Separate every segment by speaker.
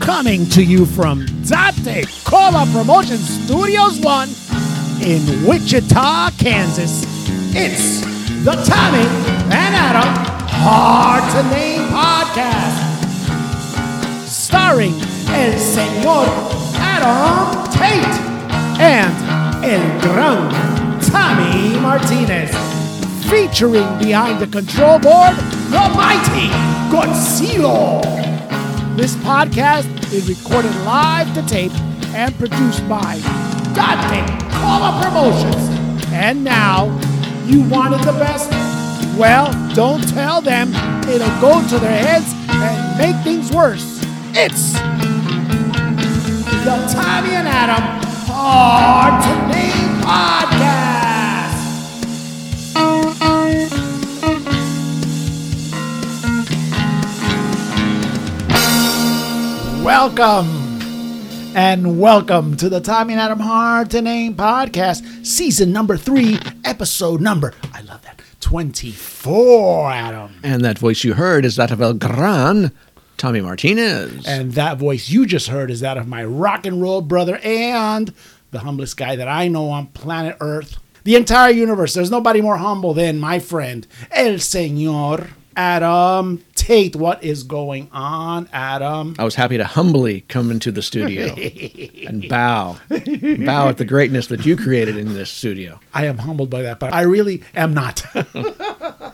Speaker 1: coming to you from Dante Cola Promotion Studios 1 in Wichita, Kansas. It's the Tommy and Adam Hard to Name Podcast, starring El Señor Adam Tate and El Gran Tommy Martinez, featuring behind the control board the mighty Godzilla. This podcast is recorded live to tape and produced by Dante Cola Promotions. And now, you wanted the best? Well, don't tell them. It'll go to their heads and make things worse. It's the Tommy and Adam Hard to Name Podcast. Welcome and welcome to the Tommy and Adam Hard to Name podcast, season number three, episode number, I love that, 24, Adam.
Speaker 2: And that voice you heard is that of El Gran, Tommy Martinez.
Speaker 1: And that voice you just heard is that of my rock and roll brother and the humblest guy that I know on planet Earth, the entire universe. There's nobody more humble than my friend, El Señor Adam Tate. What is going on, Adam?
Speaker 2: I was happy to humbly come into the studio and bow, bow at the greatness that you created in this studio.
Speaker 1: I am humbled by that, but I really am not.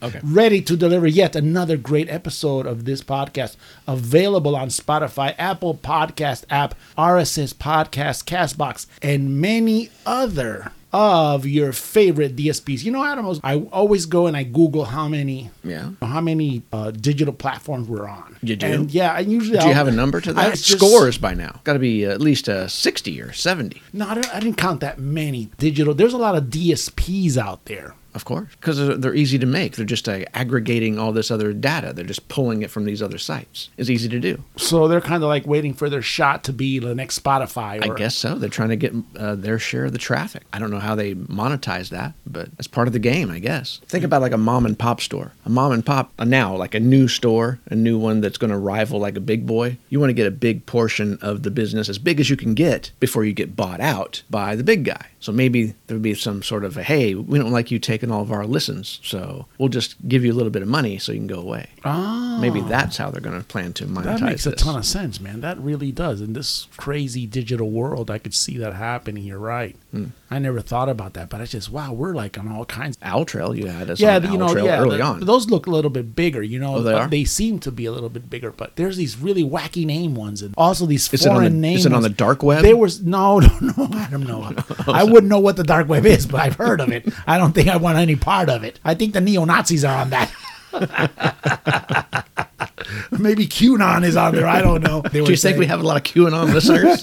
Speaker 2: Okay.
Speaker 1: ready to deliver yet another great episode of this podcast available on spotify apple podcast app rss podcast castbox and many other of your favorite dsps you know adam i always go and i google how many
Speaker 2: Yeah.
Speaker 1: how many uh, digital platforms we're on
Speaker 2: You do?
Speaker 1: and yeah and usually
Speaker 2: Do you have a number to that? Scores by now. Got to be at least uh, 60 or 70,
Speaker 1: no I, don't, I didn't count that many digital there's a lot of dsps out there
Speaker 2: of course, because they're, they're easy to make. They're just uh, aggregating all this other data. They're just pulling it from these other sites. It's easy to do.
Speaker 1: so they're kind of like waiting for their shot to be the next spotify
Speaker 2: I
Speaker 1: or
Speaker 2: guess so. They're trying to get uh, their share of the traffic. I don't know how they monetize that, but it's part of the game, I guess. Think about like a mom and pop store. A mom and pop uh, now, like a new store, a new one that's going to rival like a big boy. You want to get a big portion of the business, as big as you can get, before you get bought out by the big guy. So maybe there would be some sort of a, hey, we don't like you taking all of our listens, so we'll just give you a little bit of money so you can go away.
Speaker 1: Ah.
Speaker 2: Maybe that's how they're going to plan to monetize
Speaker 1: That makes a
Speaker 2: this.
Speaker 1: ton of sense, man. That really does. In this crazy digital world, I could see that happening. You're right. I never thought about that, but I just wow, we're like on all kinds.
Speaker 2: Altrail, you had us
Speaker 1: Yeah,
Speaker 2: on
Speaker 1: you know,
Speaker 2: Altrail
Speaker 1: yeah,
Speaker 2: early
Speaker 1: th-
Speaker 2: on.
Speaker 1: those look a little bit bigger. You know,
Speaker 2: Oh, they
Speaker 1: but
Speaker 2: are?
Speaker 1: they seem to be a little bit bigger. But there's these really wacky name ones, and also these
Speaker 2: Is it on
Speaker 1: foreign
Speaker 2: the-
Speaker 1: names.
Speaker 2: is it on the dark web?
Speaker 1: They were no, no, no. I don't know. I wouldn't know what the dark web is, but I've heard of it. I don't think I want any part of it. I think the neo Nazis are on that. Maybe QAnon is on there. I don't know. They
Speaker 2: Do you think we have a lot of QAnon listeners?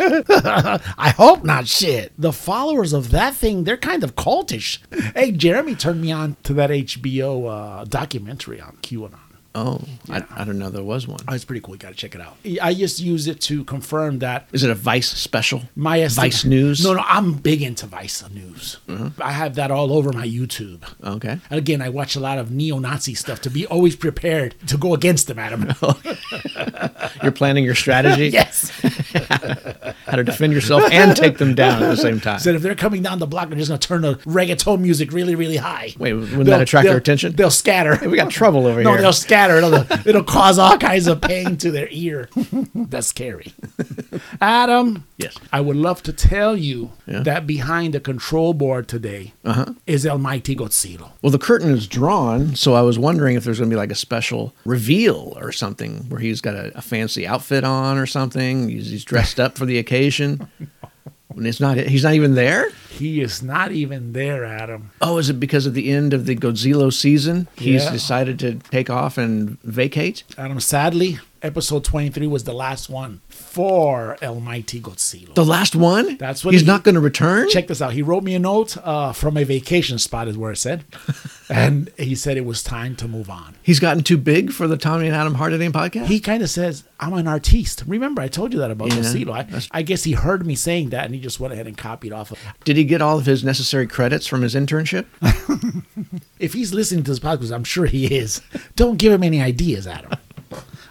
Speaker 1: I hope not shit. The followers of that thing, they're kind of cultish. Hey, Jeremy turned me on to that HBO uh, documentary on QAnon.
Speaker 2: oh, I, I don't know. There was one.
Speaker 1: Oh, it's pretty cool. You got to check it out. I just use it to confirm that
Speaker 2: Is it a Vice special?
Speaker 1: my esti-
Speaker 2: Vice News? Mm-hmm.
Speaker 1: No, no, I'm big into Vice News. I have that all over my YouTube.
Speaker 2: Okay.
Speaker 1: And again, I watch a lot of neo-Nazi stuff to be always prepared to go against them, Adam.
Speaker 2: You're planning your strategy?
Speaker 1: yes.
Speaker 2: How to defend yourself and take them down at the same time.
Speaker 1: Said if they're coming down the block, they're just gonna turn the reggaeton music really, really high.
Speaker 2: Wait, wouldn't that attract their attention?
Speaker 1: They'll scatter.
Speaker 2: we got trouble over
Speaker 1: no,
Speaker 2: here.
Speaker 1: they'll scatter. It'll, it'll cause all kinds of pain to their ear. That's scary. Adam.
Speaker 2: Yes.
Speaker 1: I would love to tell you
Speaker 2: Yeah. Uh-huh.
Speaker 1: that behind the control board today is El Mighty Godzilla.
Speaker 2: Well, the curtain is drawn, so I was wondering if there's going to be like a special reveal or something where he's got a, a fancy outfit on or something. He's, he's dressed up for the occasion. And it's not. He's not even there.
Speaker 1: He is not even there, Adam.
Speaker 2: Oh, is it because of the end of the Godzilla season? He's
Speaker 1: Yeah.
Speaker 2: decided to take off and vacate.
Speaker 1: Adam, sadly, episode 23 was the last one for El Mighty Godzilla.
Speaker 2: The last one?
Speaker 1: That's what
Speaker 2: he's
Speaker 1: he-
Speaker 2: not going to return.
Speaker 1: check this out. He wrote me a note uh, from a vacation spot, is where it said, and he said it was time to move on.
Speaker 2: He's gotten too big for the Tommy and Adam Hard at Aim podcast.
Speaker 1: He kind of says, "I'm an artiste." Remember, I told you that about
Speaker 2: Yeah,
Speaker 1: Lucilo. I, I guess he heard me saying that, and he just went ahead and copied off. of
Speaker 2: Did he get all of his necessary credits from his internship?
Speaker 1: If he's listening to this podcast, I'm sure he is. Don't give him any ideas, Adam.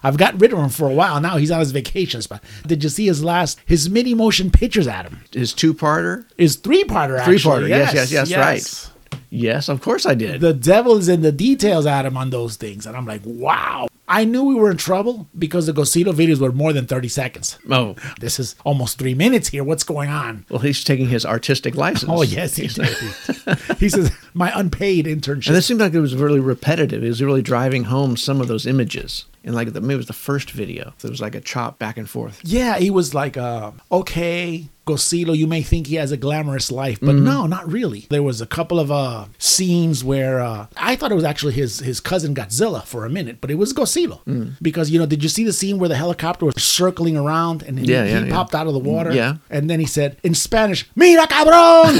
Speaker 1: I've gotten rid of him for a while. Now he's on his vacation spot. Did you see his last, his mini motion pictures, Adam?
Speaker 2: His two parter?
Speaker 1: Is three parter
Speaker 2: Three parter. Yes, yes, yes, right. Yes, of course I did.
Speaker 1: The devil is in the details, Adam, on those things. And I'm like, wow. I knew we were in trouble because the Gosito videos were more than 30 seconds.
Speaker 2: oh,
Speaker 1: This is almost three minutes here. What's going on?
Speaker 2: well, he's taking his artistic license.
Speaker 1: Oh, yes, he did. he says, my unpaid internship.
Speaker 2: And this seemed like it was really repetitive. It was really driving home some of those images. And like the, maybe it was the first video. There was like a chop back and forth.
Speaker 1: Yeah, he was like, uh, okay, Gosilo, you may think he has a glamorous life, but
Speaker 2: Mm-hmm.
Speaker 1: no, not really. There was a couple of uh, scenes where uh, I thought it was actually his his cousin Godzilla for a minute, but it was Gosilo.
Speaker 2: Mm.
Speaker 1: Because, you know, did you see the scene where the helicopter was circling around and
Speaker 2: Yeah,
Speaker 1: he,
Speaker 2: yeah,
Speaker 1: he
Speaker 2: yeah.
Speaker 1: popped out of the water?
Speaker 2: Yeah.
Speaker 1: And then he said in Spanish, Mira cabrón!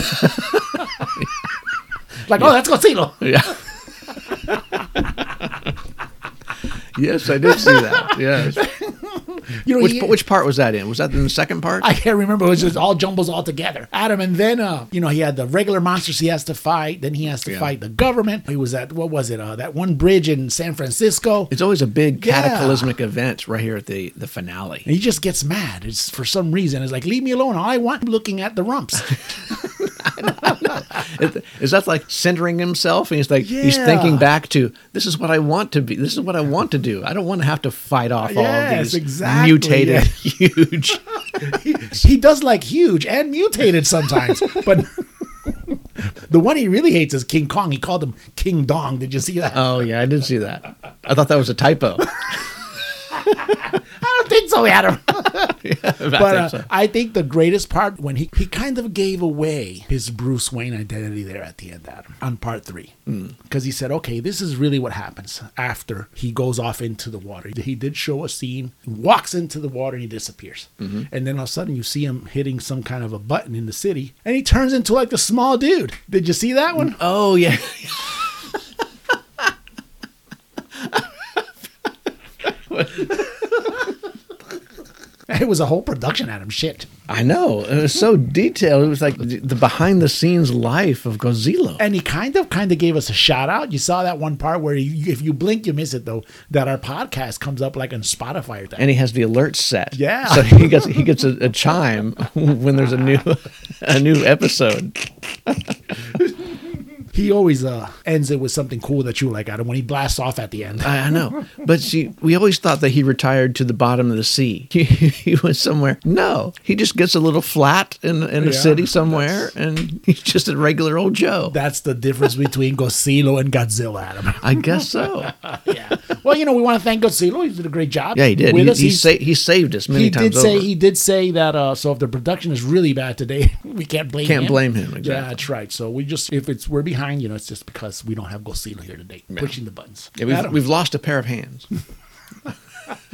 Speaker 1: like, oh, that's Gosilo.
Speaker 2: Yeah. yes, I did see that. Yes.
Speaker 1: You know,
Speaker 2: Which,
Speaker 1: he-
Speaker 2: which part was that in? Was that in the second part?
Speaker 1: I can't remember. It was just all jumbles all together. Adam, and then uh, you know he had the regular monsters he has to fight. Then he has to
Speaker 2: Yeah.
Speaker 1: fight the government. He was at what was it? Uh, that one bridge in San Francisco.
Speaker 2: it's always a big
Speaker 1: Yeah.
Speaker 2: cataclysmic event right here at the, the finale.
Speaker 1: And he just gets mad. It's for some reason. It's like leave me alone. All I want looking at the rumps.
Speaker 2: Is- Is that like centering himself? And he's like, he's
Speaker 1: Yeah.
Speaker 2: thinking back to this is what I want to be. This is what I want to do. I don't want to have to fight off all of
Speaker 1: Yes,
Speaker 2: these
Speaker 1: exactly,
Speaker 2: mutated, huge.
Speaker 1: he, he does like huge and mutated sometimes, but. The one he really hates is King Kong. He called him King Dong. Did you see that?
Speaker 2: Oh yeah, I did see that. I thought that was a typo.
Speaker 1: I don't think so, Adam.
Speaker 2: but,
Speaker 1: but uh, I think the greatest part when he, he kind of gave away his Bruce Wayne identity there at the end, Adam, on part three. Because he said, okay, this is really what happens after he goes off into the water. He did show a scene, he walks into the water, and he disappears. And then all of a sudden, you see him hitting some kind of a button in the city, and he turns into like the small dude. Did you see that one?
Speaker 2: oh yeah,
Speaker 1: It was a whole production, Adam. Shit.
Speaker 2: I know. It was so detailed. It was like the the behind the scenes life of Gozilo.
Speaker 1: and he kind of kind of gave us a shout out. You saw that one part where you, if you blink, you miss it though. That our podcast comes up like on Spotify or that.
Speaker 2: and he has the alerts set.
Speaker 1: Yeah.
Speaker 2: So he gets he gets a, a chime when there's a new a new episode.
Speaker 1: He always uh, ends it with something cool that you like, Adam. When he blasts off at the end,
Speaker 2: I, I know, but see, we always thought that he retired to the bottom of the sea. He, he was somewhere. No, he just gets a little flat in in a
Speaker 1: Yeah,
Speaker 2: city somewhere, and he's just a regular old Joe.
Speaker 1: that's the difference between Gosilo and Godzilla, Adam.
Speaker 2: I guess so.
Speaker 1: Yeah. Well, you know, we want to thank Godzilla. He did a great job.
Speaker 2: Yeah, he did.
Speaker 1: With
Speaker 2: He,
Speaker 1: us.
Speaker 2: he,
Speaker 1: He's-
Speaker 2: sa- he saved us many
Speaker 1: he
Speaker 2: times
Speaker 1: did say
Speaker 2: over.
Speaker 1: he did say that. Uh, so if the production is really bad today, we can't blame
Speaker 2: Can't
Speaker 1: him.
Speaker 2: blame him,
Speaker 1: Yeah,
Speaker 2: exactly.
Speaker 1: that's right. So we just if it's we're behind, you know, it's just because we don't have Godzilla here today, pushing the buttons.
Speaker 2: Yeah, we've,
Speaker 1: Adam.
Speaker 2: we've lost a pair of hands.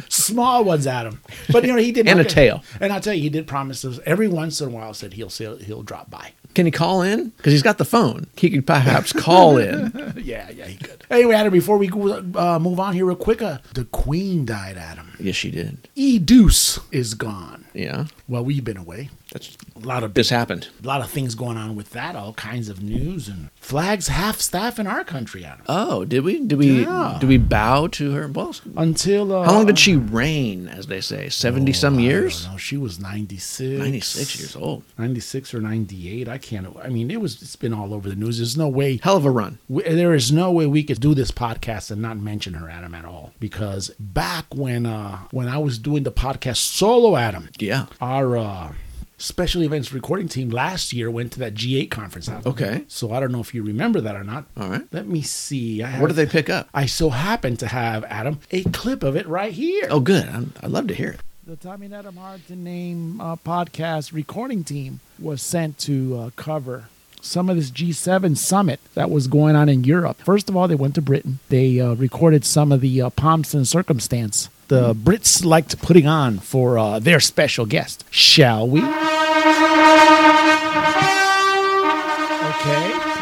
Speaker 1: small ones at him. But you know he did
Speaker 2: And a tail.
Speaker 1: And I'll tell you, he did promise us every once in a while said he'll say, he'll drop by.
Speaker 2: Can he call in? Because he's got the phone. He could perhaps call in.
Speaker 1: yeah, yeah, he could. Anyway, Adam, before we uh, move on here real quick, uh, the Queen died, Adam.
Speaker 2: Yes, she did.
Speaker 1: E Deuce is gone.
Speaker 2: Yeah,
Speaker 1: Well, we've been away.
Speaker 2: that's
Speaker 1: A lot of
Speaker 2: this happened.
Speaker 1: a lot of things going on with that. All kinds of news and flags half staff in our country, Adam.
Speaker 2: Oh, did we? Did we?
Speaker 1: Yeah.
Speaker 2: Did we bow to her? Well,
Speaker 1: Until uh,
Speaker 2: how long did she reign, as they say, seventy
Speaker 1: Oh,
Speaker 2: some years?
Speaker 1: No, she was ninety six.
Speaker 2: Ninety six years old.
Speaker 1: 96 or 98 i can't i mean it was it's been all over the news there's no way
Speaker 2: Hell of a run.
Speaker 1: we, there is no way we could do this podcast and not mention her adam at all because back when uh when i was doing the podcast solo adam
Speaker 2: Yeah.
Speaker 1: our uh special events recording team last year went to that g8 conference Adam.
Speaker 2: Okay.
Speaker 1: so i don't know if you remember that or not
Speaker 2: All right.
Speaker 1: let me see I have,
Speaker 2: What did they pick up?
Speaker 1: i so happen to have adam a clip of it right here
Speaker 2: Oh, good. I'm, I'd love to hear it.
Speaker 1: the Tommy and Adam Hard to Name uh, podcast recording team was sent to uh, cover some of this G7 summit that was going on in Europe. First of all, they went to Britain. They uh, recorded some of the uh, pomps and circumstance the Brits liked putting on for uh, their special guest. Shall we? Okay,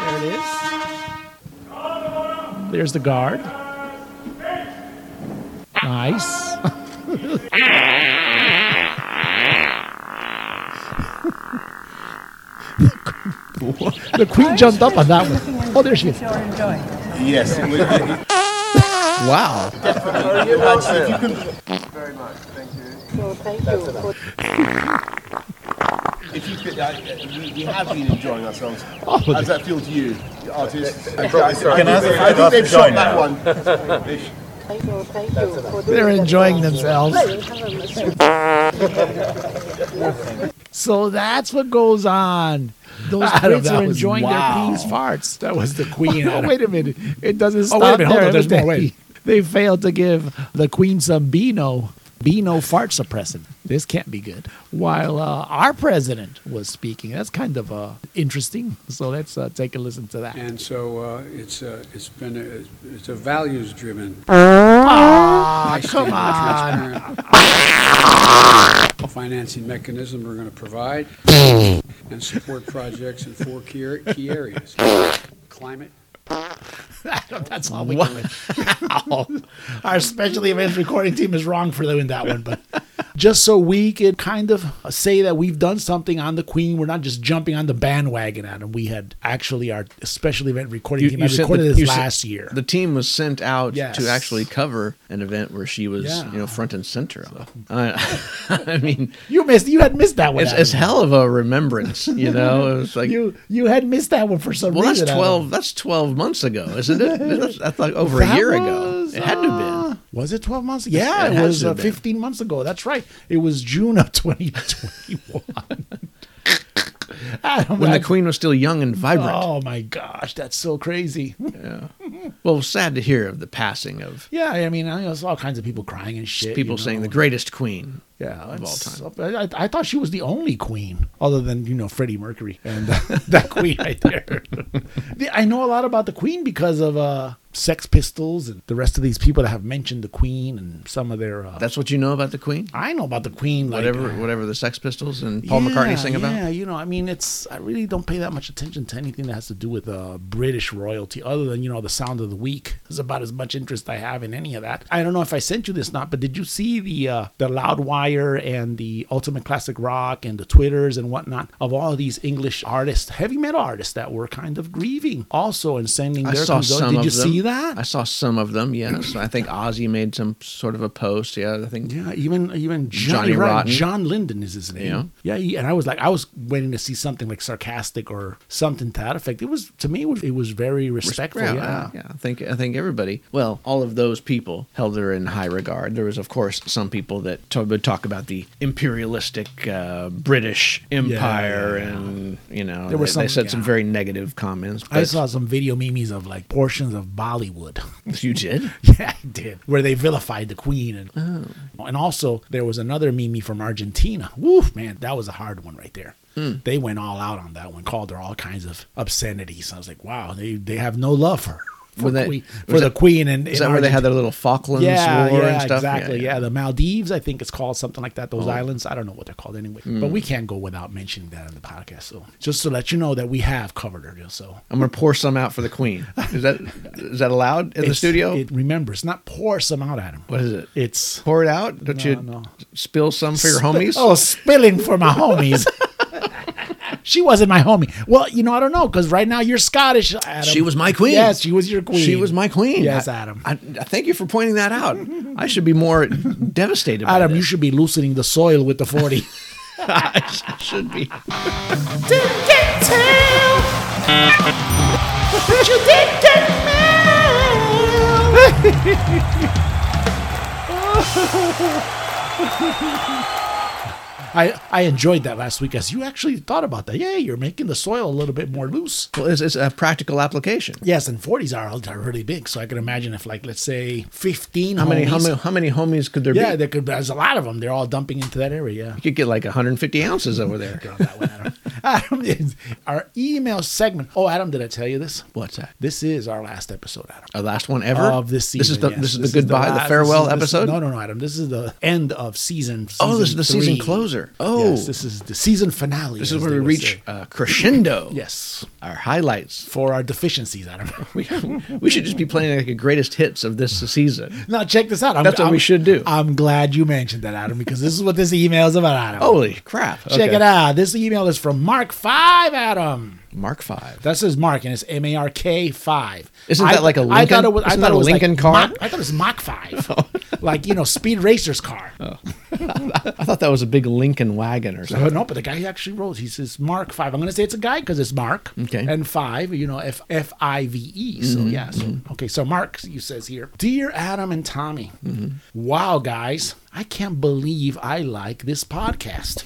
Speaker 1: there it is. There's the guard. Nice. The queen jumped up on that one. Oh, there she is.
Speaker 3: Enjoy.
Speaker 4: Yes.
Speaker 2: Wow.
Speaker 3: Very much, thank you.
Speaker 5: Well, thank you for
Speaker 3: If you could, I, we, we have been enjoying ourselves.
Speaker 1: Oh,
Speaker 3: How does that feel to you, the artists? I,
Speaker 6: Can I ask if
Speaker 3: I
Speaker 6: you'd
Speaker 3: think they've
Speaker 6: ask
Speaker 3: shot
Speaker 6: to join
Speaker 3: that
Speaker 6: now?
Speaker 3: one. They-
Speaker 5: thank you, thank you for doing
Speaker 1: They're
Speaker 5: that.
Speaker 1: enjoying themselves.
Speaker 5: Well, have a nice-
Speaker 1: So that's what goes on. Those
Speaker 7: Adam,
Speaker 1: kids
Speaker 7: that
Speaker 1: are
Speaker 7: was-
Speaker 1: enjoying
Speaker 7: wow.
Speaker 1: their pee's farts.
Speaker 7: That was the queen. Adam.
Speaker 1: wait a minute. It doesn't
Speaker 7: Oh,
Speaker 1: stop
Speaker 7: wait a minute. Hold
Speaker 1: there,
Speaker 7: on. There's
Speaker 1: haven't
Speaker 7: more.
Speaker 1: they?
Speaker 7: Wait.
Speaker 1: They failed to give the queen some Beano, Beano fart suppressant. This can't be good. While uh, our president was speaking, that's kind of uh, interesting. So let's uh, take a listen to that.
Speaker 8: And so uh, it's uh, it's been a, it's a values driven. Oh, come on. Financing mechanism we're going to provide and support projects in four key, ar- key areas: climate,
Speaker 7: That's all we can do. Our specially advanced recording team is wrong for doing that one, but
Speaker 1: just so we could kind of say that we've done something on the Queen. We're not just jumping on the bandwagon at him. We had actually our special event recording team. I
Speaker 2: sent
Speaker 1: recorded
Speaker 2: the-
Speaker 1: this
Speaker 2: you sent-
Speaker 1: last year.
Speaker 2: The team was sent out
Speaker 1: Yes.
Speaker 2: to actually cover an event where she was,
Speaker 1: Yeah.
Speaker 2: you know, front and center. of. I, I mean,
Speaker 1: you missed. You had missed that one.
Speaker 2: it's,
Speaker 1: Adam.
Speaker 2: it's hell of a remembrance, you know. It was like,
Speaker 1: you you had missed that one for some
Speaker 2: well, that's
Speaker 1: reason. Adam.
Speaker 2: twelve. That's twelve months ago, isn't it? That's, that's like over a
Speaker 1: That
Speaker 2: year
Speaker 1: was, uh,
Speaker 2: ago. It had to have been.
Speaker 1: Was it 12 months? Yeah,
Speaker 2: It
Speaker 1: it,
Speaker 2: has
Speaker 1: was
Speaker 2: to
Speaker 1: uh,
Speaker 2: have been.
Speaker 1: 15 months ago. That's right. It was June of 2021. Adam,
Speaker 2: When the
Speaker 1: that's-
Speaker 2: queen was still young and vibrant.
Speaker 1: Oh my gosh, that's so crazy.
Speaker 2: Well, sad to hear of the passing of
Speaker 1: Yeah, I mean, I know, there's all kinds of people crying and shit.
Speaker 2: people
Speaker 1: you
Speaker 2: saying
Speaker 1: know.
Speaker 2: the greatest queen.
Speaker 1: yeah,
Speaker 2: of all
Speaker 1: it's- I, I thought she was the only queen, other than you know Freddie Mercury and uh, that queen right there. The- I know a lot about the queen because of uh, Sex Pistols and the rest of these people that have mentioned the queen and some of their. Uh,
Speaker 2: That's what you know about the queen.
Speaker 1: I know about the queen. Like, uh,
Speaker 2: Whatever, whatever the Sex Pistols and Paul McCartney sing about.
Speaker 1: Yeah, you know, I mean, it's I really don't pay that much attention to anything that has to do with uh, British royalty, other than you know the Sound of the Week. Is about as much interest I have in any of that. I don't know if I sent you this or not, but did you see the uh, the Loudwire and the Ultimate Classic Rock and the Twitters and whatnot of all these English artists, heavy metal artists that were kind of grieving also and sending
Speaker 2: I
Speaker 1: their
Speaker 2: saw
Speaker 1: condol-
Speaker 2: some
Speaker 1: Did
Speaker 2: of
Speaker 1: you
Speaker 2: them.
Speaker 1: see that?
Speaker 2: I saw some of them. Yes, I think Ozzy made some sort of a post. Yeah, I think
Speaker 1: Yeah, even even Johnny
Speaker 2: Johnny
Speaker 1: right,
Speaker 2: Rotten.
Speaker 1: John Linden is his name. Yeah, he- and I was like, I was waiting to see something like sarcastic or something to that effect. It was to me, it was, it was very respectful.
Speaker 2: Yeah,
Speaker 1: yeah.
Speaker 2: I- yeah. I think I think everybody, well, all of those people held her in high regard. There was, of course, some people that t- would talk about the imperialistic uh, British Empire, and you know,
Speaker 1: were
Speaker 2: they,
Speaker 1: some-
Speaker 2: they said some
Speaker 1: yeah.
Speaker 2: very negative comments.
Speaker 1: I
Speaker 2: but-
Speaker 1: saw some video memes of like portions of Bollywood.
Speaker 2: you did.
Speaker 1: yeah, I did. Where they vilified the queen and
Speaker 2: Oh.
Speaker 1: and also there was another meme from Argentina. Woof, man, that was a hard one right there.
Speaker 2: Hmm.
Speaker 1: They went all out on that one, called her all kinds of obscenities. I was like, wow, they they have no love for her. For,
Speaker 2: Were they-
Speaker 1: queen,
Speaker 2: was
Speaker 1: for the
Speaker 2: that-
Speaker 1: queen and
Speaker 2: Is that where they had their little Falklands
Speaker 1: yeah,
Speaker 2: War
Speaker 1: yeah,
Speaker 2: and stuff? Oh.
Speaker 1: Exactly. Yeah, the Maldives, I think it's called something like that. Those islands, I don't know what they're called anyway.
Speaker 2: Mm.
Speaker 1: But we can't go without mentioning that on the podcast. So just to let you know that we have covered her. Just so
Speaker 2: I'm gonna pour some out for the Queen. Is that is that allowed in the
Speaker 1: It's-
Speaker 2: studio?
Speaker 1: it, remember it's not pour some out, Adam.
Speaker 2: what is it?
Speaker 1: It's
Speaker 2: pour it out? Don't you
Speaker 1: no.
Speaker 2: spill some for your homies?
Speaker 1: Oh, spilling for my homies. She wasn't my homie. Well, you know, I don't know because right now you're Scottish, Adam.
Speaker 2: She was my queen.
Speaker 1: Yes, she was your queen.
Speaker 2: She was my queen.
Speaker 1: Yes,
Speaker 2: I-
Speaker 1: Adam.
Speaker 2: I, I thank you for pointing that out. I should be more devastated. By
Speaker 1: Adam,
Speaker 2: this.
Speaker 1: you should be loosening the soil with the forty.
Speaker 2: I should be.
Speaker 9: didn't get to. But you did get mail.
Speaker 1: I I enjoyed that last week as you actually thought about that. Yeah, you're making the soil a little bit more loose.
Speaker 2: Well, it's, it's a practical application.
Speaker 1: Yes, and 40s are, are really big. So I can imagine if, like, let's say 15
Speaker 2: How many, how
Speaker 1: homies-
Speaker 2: many how many homies could there
Speaker 1: yeah,
Speaker 2: be?
Speaker 1: there could, there's a lot of them. They're all dumping into that area.
Speaker 2: You could get like 150 ounces over there.
Speaker 1: Yeah. That one, Adam. Adam, is- our email segment. Oh, Adam, did I tell you this?
Speaker 2: What's that?
Speaker 1: This is our last episode, Adam.
Speaker 2: Our last one ever
Speaker 1: Of this season.
Speaker 2: This is the
Speaker 1: yes.
Speaker 2: this is the goodbye, the,
Speaker 1: last-
Speaker 2: farewell
Speaker 1: this is- this-
Speaker 2: episode.
Speaker 1: no, no, no, Adam. This is the end of season.
Speaker 2: Oh, this is the season
Speaker 1: three.
Speaker 2: closer. Oh.
Speaker 1: Yes, this is the season finale.
Speaker 2: This
Speaker 1: as
Speaker 2: is where
Speaker 1: they
Speaker 2: we
Speaker 1: would
Speaker 2: reach
Speaker 1: say.
Speaker 2: uh, crescendo.
Speaker 1: Yes,
Speaker 2: Our highlights.
Speaker 1: for our deficiencies, Adam.
Speaker 2: We, we should just be playing like the greatest hits of this season.
Speaker 1: Now check this out. I'm,
Speaker 2: That's what
Speaker 1: I'm-
Speaker 2: we should do.
Speaker 1: I'm
Speaker 2: Oh,
Speaker 1: glad you mentioned that, Adam, because this is what this email is about, Adam.
Speaker 2: Holy crap.
Speaker 1: check it out. This email is from Mark Five, Adam.
Speaker 2: Mark Five.
Speaker 1: That says Mark, and it's M A R K Five.
Speaker 2: Isn't that like a
Speaker 1: I thought
Speaker 2: Lincoln?
Speaker 1: it was. I
Speaker 2: Isn't
Speaker 1: thought it
Speaker 2: that a
Speaker 1: was like
Speaker 2: Lincoln Oh. car?
Speaker 1: Mach- I thought it was Mach Five, like you know, speed racer's car.
Speaker 2: I thought that was a big Lincoln wagon or something.
Speaker 1: Uh, no, but the guy actually wrote. He says Mark Five. I'm going to say it's a guy because it's Mark.
Speaker 2: Okay. Mm-hmm.
Speaker 1: And five, you know, F F I V E. So yeah. So, Okay. So Mark, you says here, dear Adam and Tommy.
Speaker 2: Mm-hmm.
Speaker 1: Wow, guys, I can't believe I like this podcast.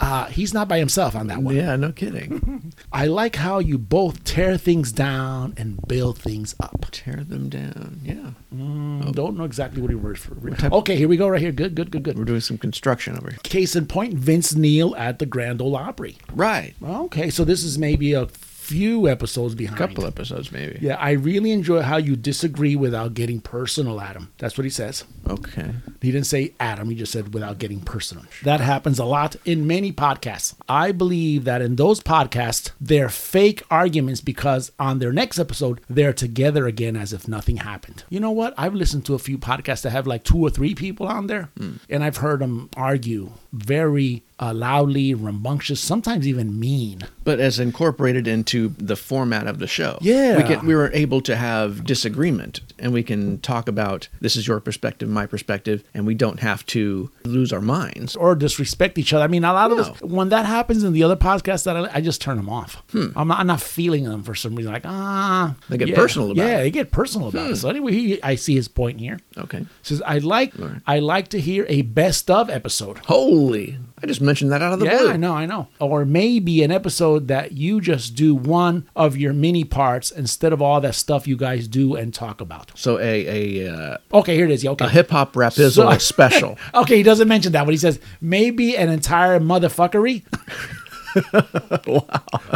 Speaker 1: uh, he's not by himself on that one.
Speaker 2: Yeah, no kidding.
Speaker 1: I like how you both tear things down and build things up.
Speaker 2: Tear them down. Yeah. Oh.
Speaker 1: Don't know exactly what he words for. Okay, here we go. Right here. Good. Good. Good.
Speaker 2: We're
Speaker 1: Good.
Speaker 2: doing some construction over here.
Speaker 1: Case in point, Vince Neil at the Grand Ole Opry.
Speaker 2: Right.
Speaker 1: Okay, so this is maybe a few episodes behind.
Speaker 2: couple episodes maybe.
Speaker 1: Yeah, I really enjoy how you disagree without getting personal, Adam. That's what he says.
Speaker 2: Okay.
Speaker 1: He didn't say Adam, he just said without getting personal. That happens a lot in many podcasts. I believe that in those podcasts, they're fake arguments because on their next episode, they're together again as if nothing happened. You know what? I've listened to a few podcasts that have like two or three people on there, and I've heard them argue very uh, loudly, rambunctious, sometimes even mean.
Speaker 2: But as incorporated into the format of the show.
Speaker 1: Yeah.
Speaker 2: We can, we were able to have disagreement and we can talk about this is your perspective, my perspective, and we don't have to lose our minds.
Speaker 1: or disrespect each other. I mean, a lot of
Speaker 2: No.
Speaker 1: us, when that happens in the other podcasts, that I, I just turn them off. I'm, not, I'm not feeling them for some reason. Like ah,
Speaker 2: Hmm. They get personal about
Speaker 1: yeah,
Speaker 2: it. Hmm.
Speaker 1: they get personal about it. So anyway, he, I see his point here.
Speaker 2: Okay.
Speaker 1: Says I like I like to hear a best of episode.
Speaker 2: Holy. I just mentioned that out of the
Speaker 1: yeah,
Speaker 2: blue.
Speaker 1: I know, I know. Or maybe an episode that you just do one of your mini parts instead of all that stuff you guys do and talk about.
Speaker 2: So a a, uh,
Speaker 1: Okay, here it is. Yeah, okay.
Speaker 2: a hip hop rapizzle
Speaker 1: So-
Speaker 2: special.
Speaker 1: Okay, he doesn't mention that, but he says maybe an entire motherfuckery.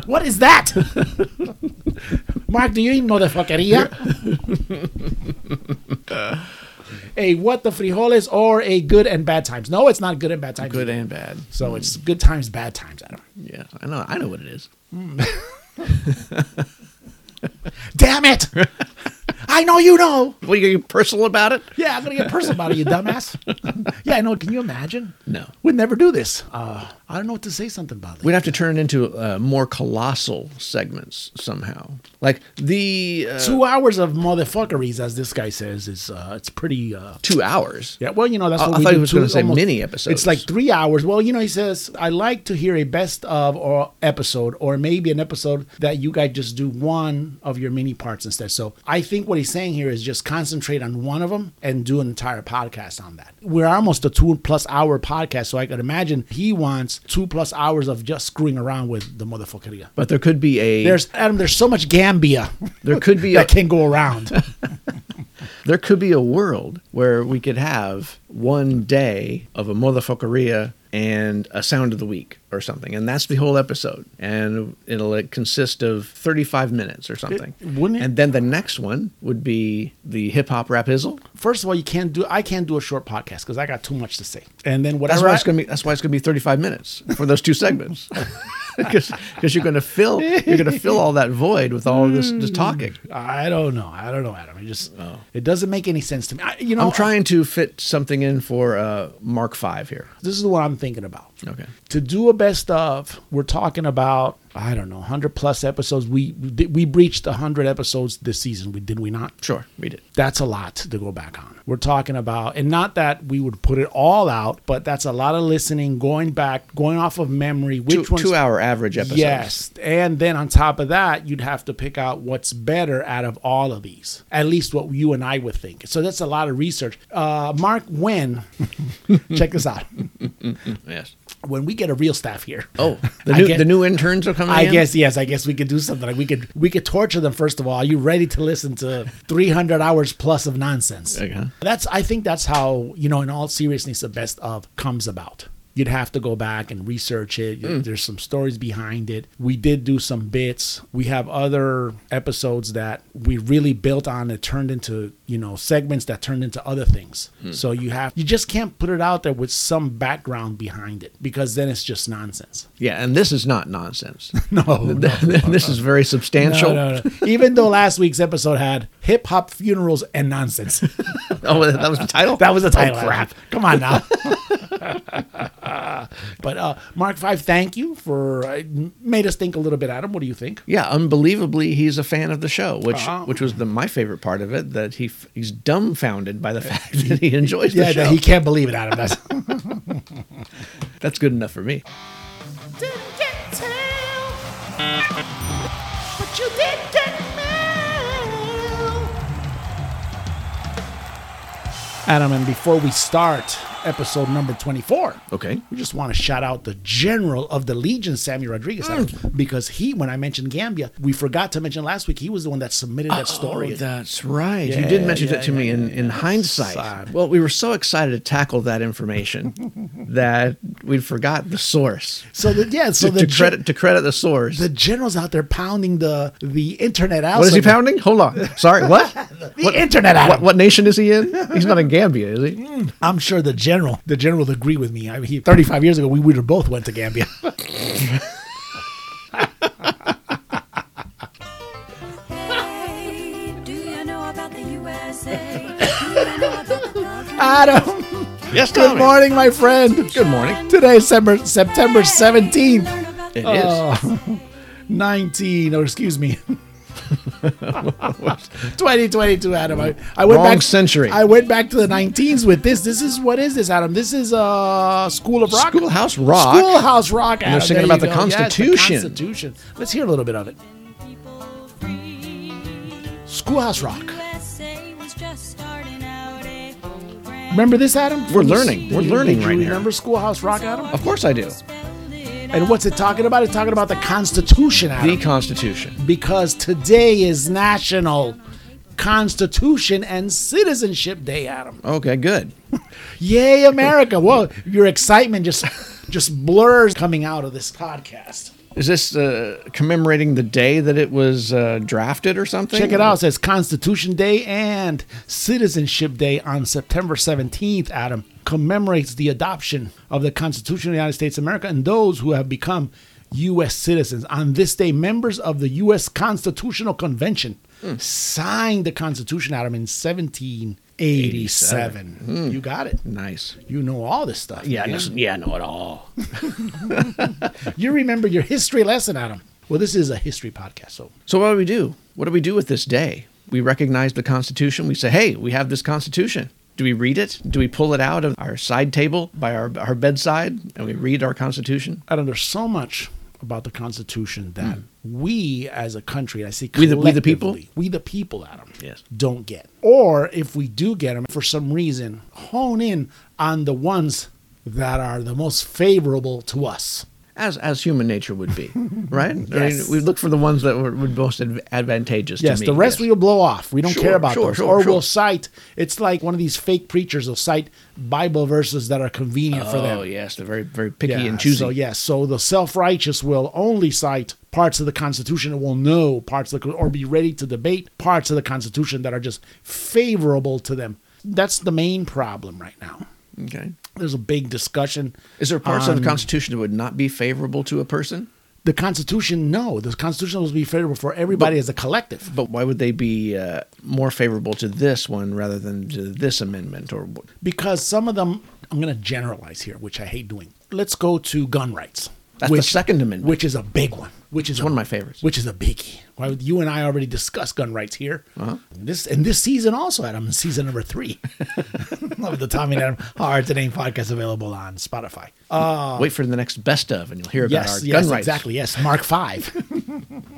Speaker 1: What is that? Mark, do you eat motherfuckeria? a what the frijoles or a good and bad times? No, it's not good and bad times.
Speaker 2: Good and bad.
Speaker 1: so it's good times, bad times. Adam.
Speaker 2: Yeah. I know I know what it is.
Speaker 1: Damn it! I know you know.
Speaker 2: What are you personal about it?
Speaker 1: Yeah, I'm gonna get personal about it, you dumbass. yeah, I know. Can you imagine?
Speaker 2: No.
Speaker 1: We'd never do this. Uh, I don't know what to say. Something about it.
Speaker 2: We'd have to turn it into uh, more colossal segments somehow. Like the uh,
Speaker 1: two hours of motherfuckeries, as this guy says, is uh, it's pretty. Uh,
Speaker 2: two hours.
Speaker 1: yeah, well, you know that's
Speaker 2: I-
Speaker 1: what
Speaker 2: I
Speaker 1: we
Speaker 2: thought
Speaker 1: do
Speaker 2: he was
Speaker 1: too,
Speaker 2: gonna say
Speaker 1: almost-
Speaker 2: mini episodes.
Speaker 1: It's like three hours. Well, you know, he says I like to hear a best of or episode, or maybe an episode that you guys just do one of your mini parts instead. So I think what he's saying here is just concentrate on one of them and do an entire podcast on that. We're almost a two plus hour podcast, so I could imagine he wants two plus hours of just screwing around with the motherfuckeria.
Speaker 2: But there could be a
Speaker 1: There's Adam. There's so much Gambia
Speaker 2: there could be a
Speaker 1: that can go around.
Speaker 2: there could be a world where we could have one day of a motherfuckeria and a sound of the week or something, and that's the whole episode, and it'll like, consist of thirty-five minutes or something.
Speaker 1: wouldn't it-
Speaker 2: and then the next one would be the hip hop rapizzle.
Speaker 1: first of all, you can't do. I can't do a short podcast because I got too much to say. And then
Speaker 2: That's
Speaker 1: whatever.
Speaker 2: why
Speaker 1: I-
Speaker 2: it's gonna be. That's why it's gonna be thirty-five minutes for those two segments, because you're gonna fill you're gonna fill all that void with all this, this talking.
Speaker 1: I don't know. I don't know, Adam. It just it doesn't make any sense to me. I, you know,
Speaker 2: Oh. I'm trying to fit something in for uh, Mark Five here.
Speaker 1: This is what I'm thinking about.
Speaker 2: Okay.
Speaker 1: To do a best of, we're talking about I don't know, hundred plus episodes. We we breached hundred episodes this season. We did we not?
Speaker 2: Sure, we did.
Speaker 1: That's a lot to go back on. We're talking about, and not that we would put it all out, but that's a lot of listening, going back, going off of memory. Which
Speaker 2: two,
Speaker 1: ones
Speaker 2: two hour average episodes.
Speaker 1: Yes. And then on top of that, you'd have to pick out what's better out of all of these, at least what you and I would think. So that's a lot of research. Uh, Mark, when, check this out,
Speaker 2: Yes.
Speaker 1: when we get a real staff here.
Speaker 2: Oh, the
Speaker 1: I
Speaker 2: new
Speaker 1: guess-
Speaker 2: the new interns are coming.
Speaker 1: I
Speaker 2: in?
Speaker 1: guess yes. I guess we could do something. Like we could we could torture them. First of all, are you ready to listen to 300 hours plus of nonsense?
Speaker 2: Okay.
Speaker 1: That's I think that's how you know. In all seriousness, the best of comes about. You'd have to go back and research it. There's some stories behind it. We did do some bits. We have other episodes that we really built on that turned into, you know, segments that turned into other things. So you have you just can't put it out there with some background behind it because then it's just nonsense.
Speaker 2: Yeah, and this is not nonsense.
Speaker 1: No. no.
Speaker 2: this is very substantial.
Speaker 1: No, no, no. Even though last week's episode had hip hop funerals and nonsense.
Speaker 2: oh, that was the title.
Speaker 1: That was the
Speaker 2: Oh,
Speaker 1: title.
Speaker 2: crap.
Speaker 1: Come on now. But uh, Mark Five, thank you for uh, made us think a little bit. Adam, what do you think?
Speaker 2: Yeah, unbelievably, he's a fan of the show, which
Speaker 1: Uh-huh.
Speaker 2: which was the my favorite part of it. That he f- he's dumbfounded by the fact that he enjoys the
Speaker 1: Yeah,
Speaker 2: show.
Speaker 1: that he can't believe it, Adam. That's
Speaker 2: That's good enough for me.
Speaker 10: Didn't get tell. But you did get mail.
Speaker 1: Adam. And before we start episode number twenty-four,
Speaker 2: Okay.
Speaker 1: we just want to shout out the general of the Legion, Sammy Rodriguez, Adam, because he, when I mentioned Gambia, we forgot to mention last week, he was the one that submitted that story.
Speaker 2: Oh, that's right.
Speaker 1: Yeah,
Speaker 2: you did mention
Speaker 1: yeah,
Speaker 2: that to
Speaker 1: yeah,
Speaker 2: me in,
Speaker 1: yeah,
Speaker 2: in
Speaker 1: yeah.
Speaker 2: hindsight.
Speaker 1: Sad.
Speaker 2: Well, we were so excited to tackle that information that we forgot the source.
Speaker 1: so the, yeah, so
Speaker 2: To,
Speaker 1: the
Speaker 2: to
Speaker 1: gen-
Speaker 2: credit to credit the source.
Speaker 1: the generals out there pounding the the internet out.
Speaker 2: what is
Speaker 1: so
Speaker 2: he
Speaker 1: that-
Speaker 2: pounding? Hold on. Sorry, what?
Speaker 1: The internet out.
Speaker 2: what? What nation is he in? He's not in Gambia, is he?
Speaker 1: I'm sure the general, the general would agree with me. I mean, he, 35 years ago, we would have both went to Gambia.
Speaker 11: Hey, do you know about the USA? Do you know about the Calgary?
Speaker 1: Ah, Adam,
Speaker 2: Yes,
Speaker 1: good morning, my friend.
Speaker 2: Good morning.
Speaker 1: Today is September, September Oh.
Speaker 11: Hey,
Speaker 1: 17th,
Speaker 11: learn about
Speaker 2: It is.
Speaker 11: the-
Speaker 1: 19, or excuse me. 2022, Adam. I, I went
Speaker 2: Wrong
Speaker 1: back
Speaker 2: century.
Speaker 1: I went back to the 19s with this. This is what is this, Adam? This is uh School of Rock.
Speaker 2: Schoolhouse Rock.
Speaker 1: Schoolhouse Rock. Adam.
Speaker 2: they're singing
Speaker 1: There you
Speaker 2: about the
Speaker 1: go. Yes,
Speaker 2: Constitution.
Speaker 1: Constitution. Let's hear a little bit of it.
Speaker 11: people free.
Speaker 1: Schoolhouse Rock.
Speaker 11: USA was just starting out eh? a whole brand
Speaker 1: Remember this, Adam?
Speaker 2: We're
Speaker 1: From the-
Speaker 2: learning.
Speaker 1: did
Speaker 2: We're
Speaker 1: you-
Speaker 2: learning
Speaker 1: did you
Speaker 2: right here.
Speaker 1: Remember Schoolhouse Rock, Adam?
Speaker 2: Of course I do.
Speaker 1: And what's it talking about? It's talking about the Constitution,
Speaker 2: The
Speaker 1: Adam.
Speaker 2: Constitution.
Speaker 1: because today is National Constitution and Citizenship Day, Adam.
Speaker 2: Okay, good.
Speaker 1: Yay, America! Whoa, your excitement just just blurs coming out of this podcast.
Speaker 2: Is this uh, commemorating the day that it was uh, drafted or something?
Speaker 1: Check it out. It says Constitution Day and Citizenship Day on September 17th, Adam, commemorates the adoption of the Constitution of the United States of America and those who have become U.S. citizens. On this day, members of the U.S. Constitutional Convention
Speaker 2: Hmm.
Speaker 1: signed the Constitution, Adam, in 1787. You got it.
Speaker 2: Nice.
Speaker 1: You know all this stuff.
Speaker 2: Hmm. Yeah, I
Speaker 1: man.
Speaker 2: know- yeah, I know it all.
Speaker 1: You remember your history lesson, Adam. Well, this is a history podcast, so
Speaker 2: So what do we do? What do we do with this day? We recognize the Constitution. We say, hey, we have this Constitution. Do we read it? Do we pull it out of our side table by our, our bedside and we read our Constitution?
Speaker 1: Adam, there's so much about the Constitution that we as a country, I see,
Speaker 2: Hmm. We the- we the people?
Speaker 1: collectively, we the people, Adam,
Speaker 2: Yes.
Speaker 1: don't get. Or if we do get them for some reason, hone in on the ones that are the most favorable to us.
Speaker 2: As, as human nature would be, right?
Speaker 1: Yes.
Speaker 2: I mean, we look for the ones that were, were most adv- advantageous
Speaker 1: Yes,
Speaker 2: to me.
Speaker 1: the rest we will blow off. We don't
Speaker 2: Sure,
Speaker 1: care about
Speaker 2: sure,
Speaker 1: those.
Speaker 2: sure,
Speaker 1: or
Speaker 2: sure.
Speaker 1: we'll cite. It's like one of these fake preachers will cite Bible verses that are convenient for them.
Speaker 2: Oh, yes, they're very, very picky
Speaker 1: Yeah,
Speaker 2: and choosy.
Speaker 1: So yes, so the self-righteous will only cite parts of the Constitution and will know parts of the, or be ready to debate parts of the Constitution that are just favorable to them. That's the main problem right now.
Speaker 2: Okay.
Speaker 1: There's a big discussion.
Speaker 2: Is there parts of
Speaker 1: on
Speaker 2: the Constitution that would not be favorable to a person?
Speaker 1: the Constitution? No, the Constitution will be favorable for everybody as a collective.
Speaker 2: But why would they be uh, more favorable to this one rather than to this amendment? Or
Speaker 1: because some of them I'm going to generalize here, which I hate doing. Let's go to gun rights.
Speaker 2: That's the Second Amendment.
Speaker 1: which is a big one. Which is
Speaker 2: one
Speaker 1: a-
Speaker 2: of my favorites.
Speaker 1: Which is a biggie. Why would- you and I already discussed gun rights here. Uh-huh. This and this season also, Adam, in season number three of the Tommy and Adam Hard to Name podcast available on Spotify.
Speaker 2: wait for the next best of, and you'll hear about our
Speaker 1: Yes,
Speaker 2: gun
Speaker 1: yes,
Speaker 2: rights.
Speaker 1: exactly. Yes, Mark Five.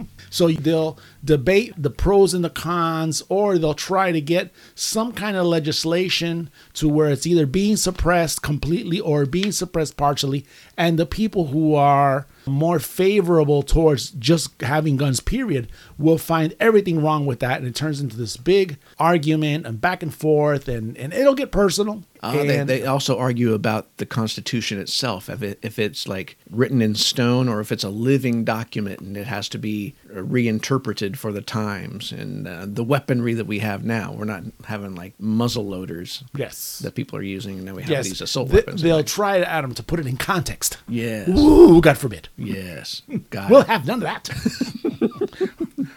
Speaker 1: so they'll debate the pros and the cons, or they'll try to get some kind of legislation to where it's either being suppressed completely or being suppressed partially. And the people who are more favorable towards just having guns, period, will find everything wrong with that, and it turns into this big argument and back and forth, and and it'll get personal.
Speaker 2: Uh, they,
Speaker 1: and-
Speaker 2: they also argue about the Constitution itself, if, it, if it's like written in stone or if it's a living document and it has to be uh, reinterpreted for the times and uh, the weaponry that we have now. We're not having like muzzle loaders
Speaker 1: Yes.
Speaker 2: that people are using. Now we have these assault
Speaker 1: They-
Speaker 2: weapons.
Speaker 1: They'll try to Adam to put it in context.
Speaker 2: Yes.
Speaker 1: Ooh, God forbid.
Speaker 2: Yes. Got
Speaker 1: We'll
Speaker 2: it.
Speaker 1: have none of that.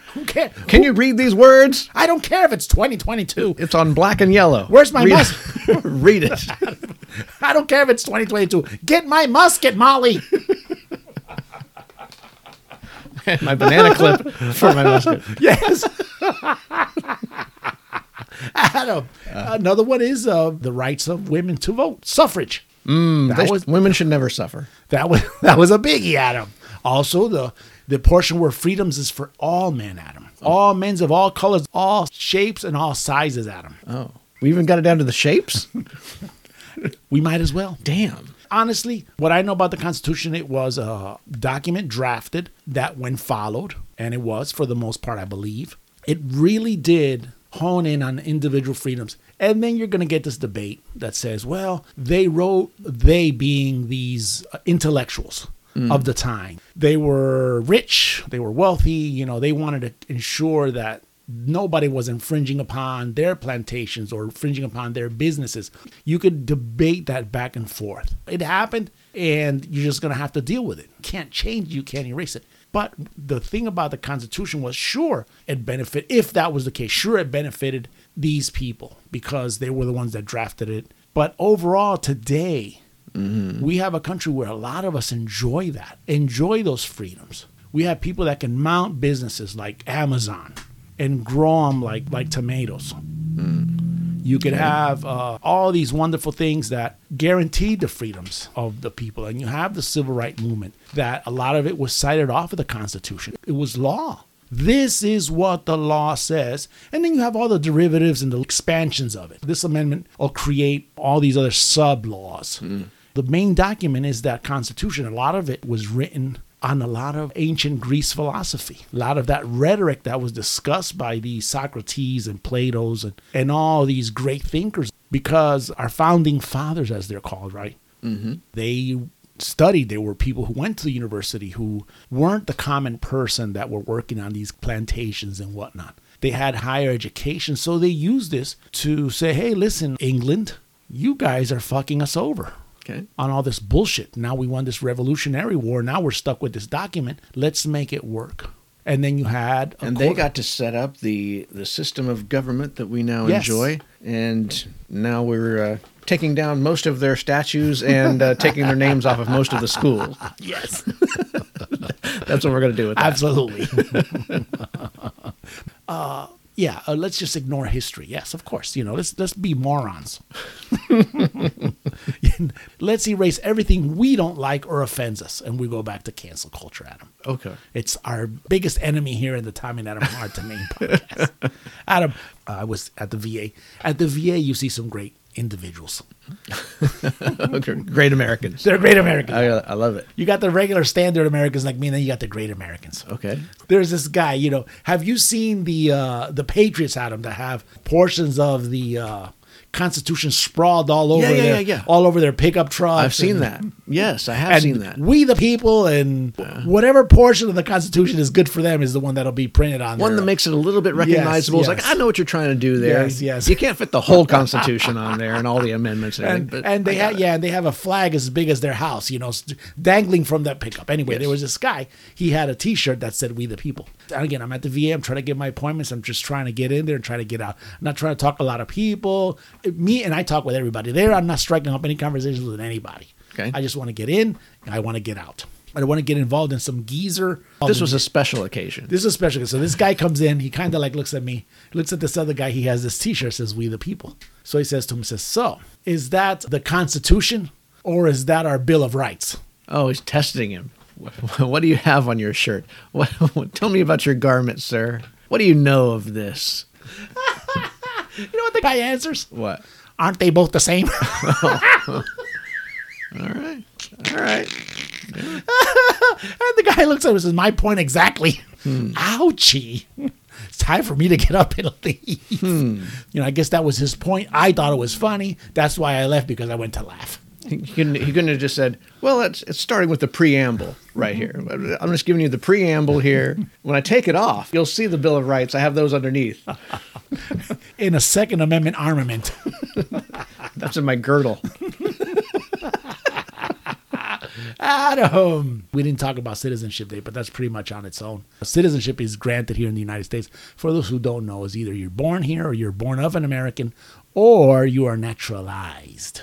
Speaker 1: Who care?
Speaker 2: Can you read these words?
Speaker 1: I don't care if it's 2022.
Speaker 2: It's on black and yellow.
Speaker 1: Where's my
Speaker 2: read,
Speaker 1: mus-
Speaker 2: read it.
Speaker 1: I don't care if it's 2022. Get my musket, Molly.
Speaker 2: my banana clip for my musket.
Speaker 1: Yes. Adam, another one is uh, the rights of women to vote, suffrage. that
Speaker 2: They-
Speaker 1: was
Speaker 2: women should never suffer.
Speaker 1: that was that was a biggie, Adam. Also, the the portion where freedoms is for all men, Adam. All men's of all colors, all shapes, and all sizes, Adam.
Speaker 2: Oh, we even got it down to the shapes.
Speaker 1: We might as well.
Speaker 2: Damn.
Speaker 1: honestly, what I know about the Constitution, it was a document drafted that, when followed, and it was for the most part, I believe, it really did hone in on individual freedoms. And then you're going to get this debate that says, well, they wrote, they being these uh, intellectuals. Of the time. They were rich, they were wealthy, you know, they wanted to ensure that nobody was infringing upon their plantations or infringing upon their businesses. You could debate that back and forth. It happened, and you're just going to have to deal with it. Can't change, you can't erase it. But the thing about the Constitution was sure it benefit if that was the case. Sure, it benefited these people because they were the ones that drafted it. But overall, today, we have a country where a lot of us enjoy that, enjoy those freedoms. We have people that can mount businesses like Amazon and grow them like, like tomatoes. You could have uh, all these wonderful things that guaranteed the freedoms of the people. And you have the civil rights movement that a lot of it was cited off of the Constitution. It was law. This is what the law says. And then you have all the derivatives and the expansions of it. This amendment will create all these other sub laws. The main document is that Constitution. A lot of it was written on a lot of ancient Greece philosophy, a lot of that rhetoric that was discussed by the Socrates and Plato's and, and all these great thinkers, because our founding fathers, as they're called, right? Mm-hmm. They studied, they were people who went to the university who weren't the common person that were working on these plantations and whatnot. They had higher education, so they used this to say, hey, listen, England, you guys are fucking us over
Speaker 2: Okay.
Speaker 1: on all this bullshit. Now we won this revolutionary war. Now we're stuck with this document. Let's make it work. And then you had a
Speaker 2: and they
Speaker 1: court-
Speaker 2: got to set up the the system of government that we now
Speaker 1: Yes.
Speaker 2: enjoy and now we're uh, taking down most of their statues and uh, taking their names off of most of the schools
Speaker 1: yes,
Speaker 2: that's what we're going to do with that
Speaker 1: absolutely. uh, yeah, uh, let's just ignore history. Yes, of course. You know, let's let's be morons. let's erase everything we don't like or offends us, and we go back to cancel culture, Adam.
Speaker 2: okay
Speaker 1: It's our biggest enemy here in the Tom and Adam Hard to Name podcast. Adam, I was at the VA. At the VA, you see some great individuals.
Speaker 2: okay great americans
Speaker 1: They're great Americans.
Speaker 2: I, I love it
Speaker 1: you got the regular standard Americans like me, and then you got the great Americans.
Speaker 2: okay
Speaker 1: There's this guy, you know. Have you seen the uh, the Patriots, Adam, that have portions of the uh, Constitution sprawled all over
Speaker 2: Yeah, yeah,
Speaker 1: their
Speaker 2: yeah, yeah.
Speaker 1: all over their pickup trucks?
Speaker 2: i've seen
Speaker 1: and-
Speaker 2: that yes i have
Speaker 1: and
Speaker 2: seen that
Speaker 1: We the people and whatever portion of the Constitution is good for them is the one that'll be printed on
Speaker 2: one
Speaker 1: their-
Speaker 2: that makes it a little bit recognizable It's
Speaker 1: yes.
Speaker 2: like i know what you're trying to do there
Speaker 1: Yes, yes.
Speaker 2: you can't fit the whole constitution on there and all the amendments and,
Speaker 1: and,
Speaker 2: everything, but
Speaker 1: and they
Speaker 2: I got
Speaker 1: had
Speaker 2: it.
Speaker 1: yeah and they have a flag as big as their house you know st- dangling from that pickup anyway there was this guy he had a t-shirt that said we the people and again i'm at the va i'm trying to get my appointments i'm just trying to get in there and try to get out I'm not trying to talk to a lot of people me and i talk with everybody there i'm not striking up any conversations with anybody
Speaker 2: Okay.
Speaker 1: i just want to get in and i want to get out i don't want to get involved in some geezer
Speaker 2: this was a special occasion
Speaker 1: this is a special. So this guy comes in. He kind of like looks at me, looks at this other guy. He has this T-shirt says "We the People." So he says to him, says, "So is that the Constitution or is that our Bill of Rights?"
Speaker 2: Oh, he's testing him. What, what do you have on your shirt? What, what, tell me about your garment, sir. What do you know of this?
Speaker 1: You know what the guy answers?
Speaker 2: What?
Speaker 1: Aren't they both the same?
Speaker 2: All right.
Speaker 1: and the guy looks at him and says, "My point exactly." Ouchie. It's time for me to get up and leave. You know, I guess that was his point. I thought it was funny. That's why I left because I went to laugh.
Speaker 2: He, he couldn't, he couldn't have just said, well, it's, it's starting with the preamble right here. I'm just giving you the preamble here. When I take it off, you'll see the Bill of Rights. I have those underneath.
Speaker 1: In a Second Amendment armament.
Speaker 2: That's in my girdle.
Speaker 1: Adam. We didn't talk about Citizenship Day, but that's pretty much on its own. Citizenship is granted here in the United States. For those who don't know, is either you're
Speaker 2: Hmm.
Speaker 1: born here or you're born of an American or you are naturalized.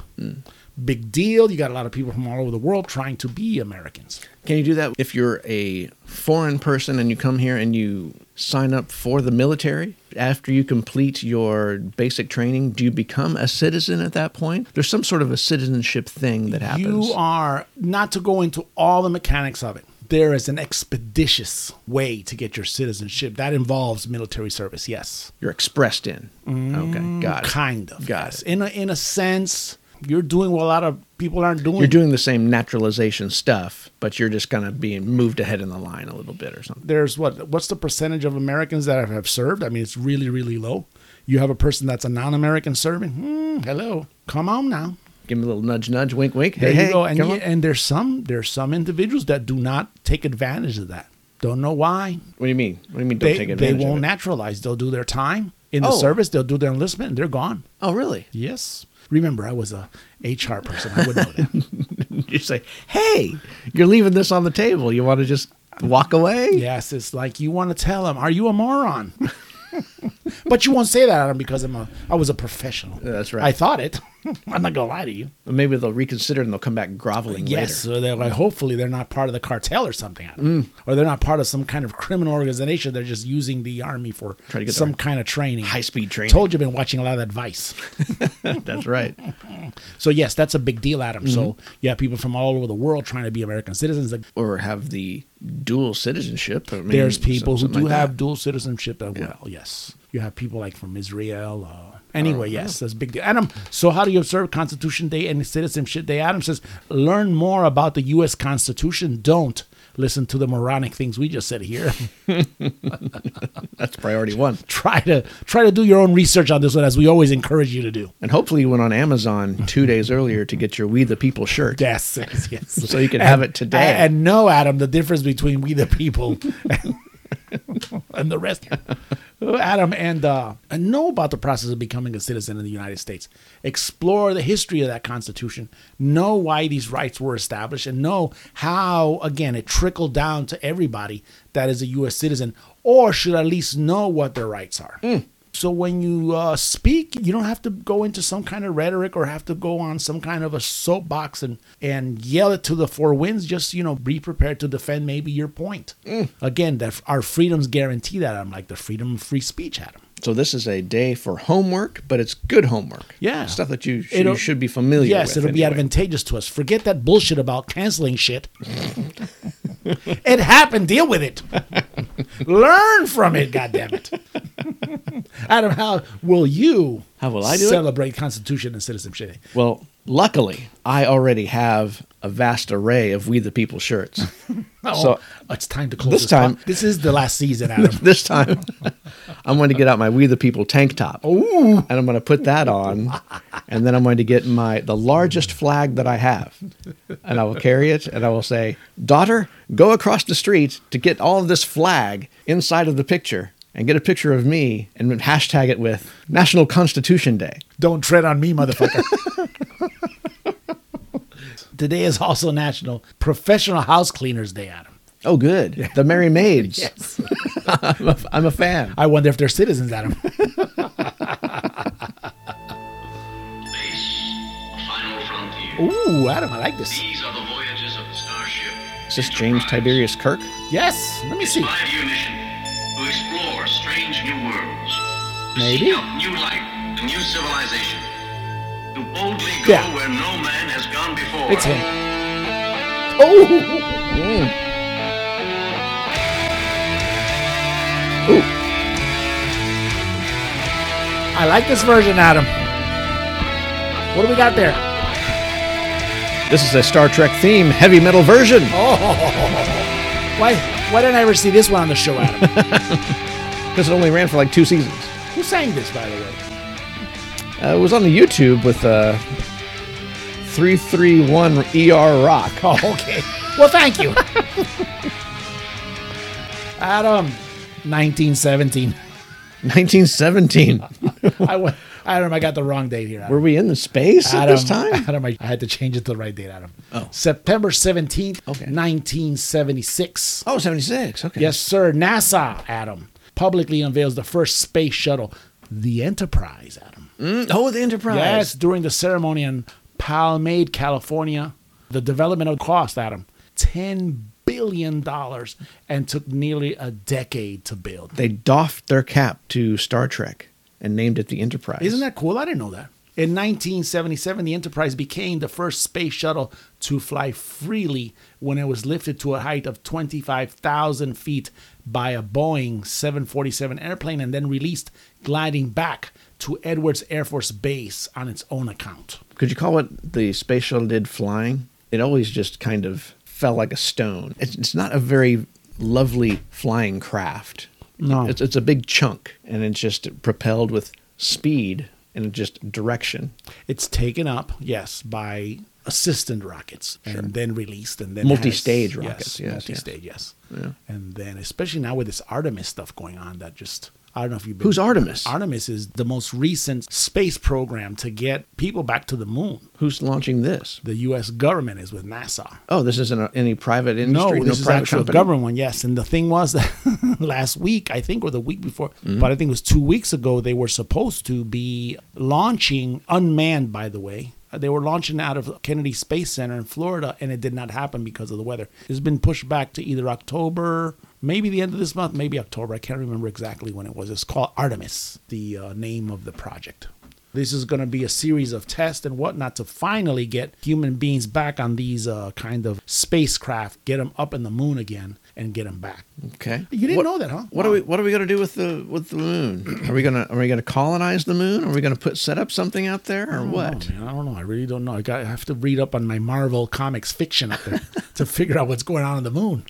Speaker 1: big deal. You got a lot of people from all over the world trying to be Americans.
Speaker 2: Can you do that if you're a foreign person and you come here and you sign up for the military? After you complete your basic training, do you become a citizen at that point? There's some sort of a citizenship thing that happens.
Speaker 1: You are not to go into all the mechanics of it. There is an expeditious way to get your citizenship that involves military service. Yes,
Speaker 2: You're expressed in. okay, got it.
Speaker 1: Mm, kind of.
Speaker 2: Got
Speaker 1: yes.
Speaker 2: it.
Speaker 1: In a, in a sense, you're doing what a lot of people aren't doing.
Speaker 2: You're doing the same naturalization stuff, but you're just kind of being moved ahead in the line a little bit or something.
Speaker 1: There's what? What's the percentage of Americans that have served? I mean, it's really, really low. You have a person that's a non-American serving. Hmm, hello, come on now.
Speaker 2: Give me a little nudge, nudge, wink, wink.
Speaker 1: There
Speaker 2: Hey,
Speaker 1: you
Speaker 2: hey,
Speaker 1: go. And,
Speaker 2: come
Speaker 1: ye-
Speaker 2: on.
Speaker 1: and there's some there's some individuals that do not take advantage of that. Don't know why.
Speaker 2: what do you mean? What do you mean? Don't
Speaker 1: they,
Speaker 2: take
Speaker 1: they
Speaker 2: advantage.
Speaker 1: won't
Speaker 2: Of it?
Speaker 1: naturalize. They'll do their time in the
Speaker 2: Oh.
Speaker 1: service. They'll do their enlistment, and they're gone.
Speaker 2: oh, really?
Speaker 1: Yes. Remember, I was a HR person. I would know that.
Speaker 2: you say, hey, you're leaving this on the table. You want to just walk away?
Speaker 1: yes, it's like you want to tell them, "Are you a moron?" but you won't say that Adam, because I'm a I was a professional.
Speaker 2: That's right.
Speaker 1: I thought it. I'm not gonna lie to you.
Speaker 2: Well, Maybe they'll reconsider and they'll come back groveling
Speaker 1: Yes,
Speaker 2: later.
Speaker 1: so
Speaker 2: Mm.
Speaker 1: they're like, hopefully they're not part of the cartel or something, Adam. or they're not part of some kind of criminal organization. They're just using the army for
Speaker 2: Try to get
Speaker 1: some
Speaker 2: their
Speaker 1: kind of training,
Speaker 2: high-speed training.
Speaker 1: Told you, I've been watching a lot of that Vice.
Speaker 2: That's right.
Speaker 1: So yes, that's a big deal, Adam.
Speaker 2: Mm-hmm.
Speaker 1: So you have people from all over the world trying to be American citizens. Like,
Speaker 2: Or have the dual citizenship. I mean,
Speaker 1: There's people who
Speaker 2: something
Speaker 1: do
Speaker 2: like
Speaker 1: have
Speaker 2: that.
Speaker 1: dual citizenship as well. Yes, you have people like from Israel.
Speaker 2: Oh,
Speaker 1: Uh, anyway, yes, that's a big deal. Adam, so how do you observe Constitution Day and Citizenship Day? Adam says, learn more about the U.S. Constitution. Don't listen to the moronic things we just said here.
Speaker 2: That's priority one.
Speaker 1: try to try to do your own research on this one, as we always encourage you to do.
Speaker 2: And hopefully you went on Amazon two days earlier to get your We the People shirt.
Speaker 1: Yes, yes, yes.
Speaker 2: So you can have it today.
Speaker 1: And, and know, Adam, the difference between we the people and the rest. Adam, and uh, and know about the process of becoming a citizen in the United States. Explore the history of that Constitution. Know why these rights were established, and know how, again, it trickled down to everybody that is a U.S. citizen, or should at least know what their rights are.
Speaker 2: Hmm.
Speaker 1: So when you uh, speak, you don't have to go into some kind of rhetoric or have to go on some kind of a soapbox and and yell it to the four winds. Just you know, be prepared to defend maybe your point. Again, that our freedoms guarantee that. I'm like the freedom of free speech, Adam.
Speaker 2: so this is a day for homework, but it's good homework.
Speaker 1: Yeah.
Speaker 2: Stuff that you, sh-
Speaker 1: It'll-
Speaker 2: you should be familiar
Speaker 1: yes,
Speaker 2: with.
Speaker 1: it'll be
Speaker 2: anyway.
Speaker 1: advantageous to us. Forget that bullshit about canceling shit. it happened. Deal with it. Learn from it. Goddamn it, Adam. How will you?
Speaker 2: How will I do it?
Speaker 1: celebrate Constitution and citizenship? Day?
Speaker 2: Well, luckily, I already have a vast array of We the People shirts.
Speaker 1: So
Speaker 2: So-
Speaker 1: Oh, it's time to close
Speaker 2: This
Speaker 1: this, time.
Speaker 2: time-
Speaker 1: this is the last season, Adam.
Speaker 2: this time I'm going to get out my We the People tank top. And I'm going to put that on. And then I'm going to get my the largest flag that I have. And I will carry it and I will say, "Daughter, go across the street to get all of this flag inside of the picture." And get a picture of me and hashtag it with National Constitution Day.
Speaker 1: Don't tread on me, motherfucker. Today is also National Professional House Cleaners Day, Adam.
Speaker 2: Oh, good. The Merry Maids. I'm, a, I'm a fan.
Speaker 1: I wonder if they're citizens, Adam.
Speaker 12: Space, a final frontier.
Speaker 1: Ooh, Adam, I like this.
Speaker 12: These are the voyages of the starship.
Speaker 2: Is this James Tiberius Kirk?
Speaker 1: Yes, let me see.
Speaker 12: Five-year mission to explore strange new worlds, to
Speaker 1: Maybe.
Speaker 12: seek out new life, a new civilization, to boldly go
Speaker 1: Yeah.
Speaker 12: where no man has gone before.
Speaker 1: It's him. Oh, I like this version, Adam. What do we got there?
Speaker 2: This is a Star Trek theme heavy metal version.
Speaker 1: Why, why didn't I ever see this one on the show, Adam?
Speaker 2: because it only ran for like two seasons.
Speaker 1: Who sang this, by the way?
Speaker 2: Uh, it was on the YouTube with uh, 331 ER Rock.
Speaker 1: Oh, okay. Well, thank you. Adam, 1917.
Speaker 2: 1917.
Speaker 1: I, wa- Adam, I got the wrong date here. Adam.
Speaker 2: Were we in the space at
Speaker 1: Adam,
Speaker 2: this time?
Speaker 1: Adam, I, I had to change it to the right date, Adam. Oh. September 17th,
Speaker 2: Okay.
Speaker 1: 1976.
Speaker 2: Oh, 76. Okay.
Speaker 1: Yes, sir. NASA, Adam, publicly unveils the first space shuttle, the Enterprise, Adam.
Speaker 2: Mm, Oh, the Enterprise.
Speaker 1: Yes, during the ceremony on Palmade, California. The development of cost, Adam, $10 billion and took nearly a decade to build.
Speaker 2: They doffed their cap to Star Trek and named it the Enterprise.
Speaker 1: Isn't that cool? I didn't know that. In 1977, the Enterprise became the first space shuttle to fly freely when it was lifted to a height of 25,000 feet by a Boeing 747 airplane and then released, gliding back to Edwards Air Force Base on its own account.
Speaker 2: Could you call what the space shuttle did flying? It always just kind of fell like a stone. It's, it's not a very lovely flying craft.
Speaker 1: No.
Speaker 2: It's, it's a big chunk and it's just propelled with speed and just direction.
Speaker 1: It's taken up, yes, by assistant rockets and then released and then
Speaker 2: Multi-stage
Speaker 1: has-
Speaker 2: rockets, yes,
Speaker 1: multi-stage, yes. And then especially now with this Artemis stuff going on that just I don't know if you've been
Speaker 2: Who's Artemis?
Speaker 1: Artemis is the most recent space program to get people back to the moon.
Speaker 2: Who's launching this?
Speaker 1: The US government is with NASA.
Speaker 2: Oh, this isn't a, any private industry.
Speaker 1: No, this is
Speaker 2: private
Speaker 1: actually
Speaker 2: company?
Speaker 1: a government one. Yes, and the thing was that last week, I think, or the week before,
Speaker 2: Mm-hmm.
Speaker 1: but I think it was two weeks ago, they were supposed to be launching unmanned. By the way, uh, they were launching out of Kennedy Space Center in Florida, and it did not happen because of the weather. It's been pushed back to either October. Maybe the end of this month, maybe October. I can't remember exactly when it was. It's called Artemis, the uh, name of the project. This is going to be a series of tests and whatnot to finally get human beings back on these uh, kind of spacecraft, get them up in the moon again, and get them back.
Speaker 2: Okay.
Speaker 1: You didn't
Speaker 2: What-
Speaker 1: know that, huh?
Speaker 2: What are we What are we gonna do with the with the moon? Are we gonna Are we gonna colonize the moon? Are we gonna put set up something out there or
Speaker 1: I
Speaker 2: what?
Speaker 1: don't, know, Oh, man. I don't know. I really don't know. I, got, I have to read up on my Marvel comics fiction up there to figure out what's going on in the moon.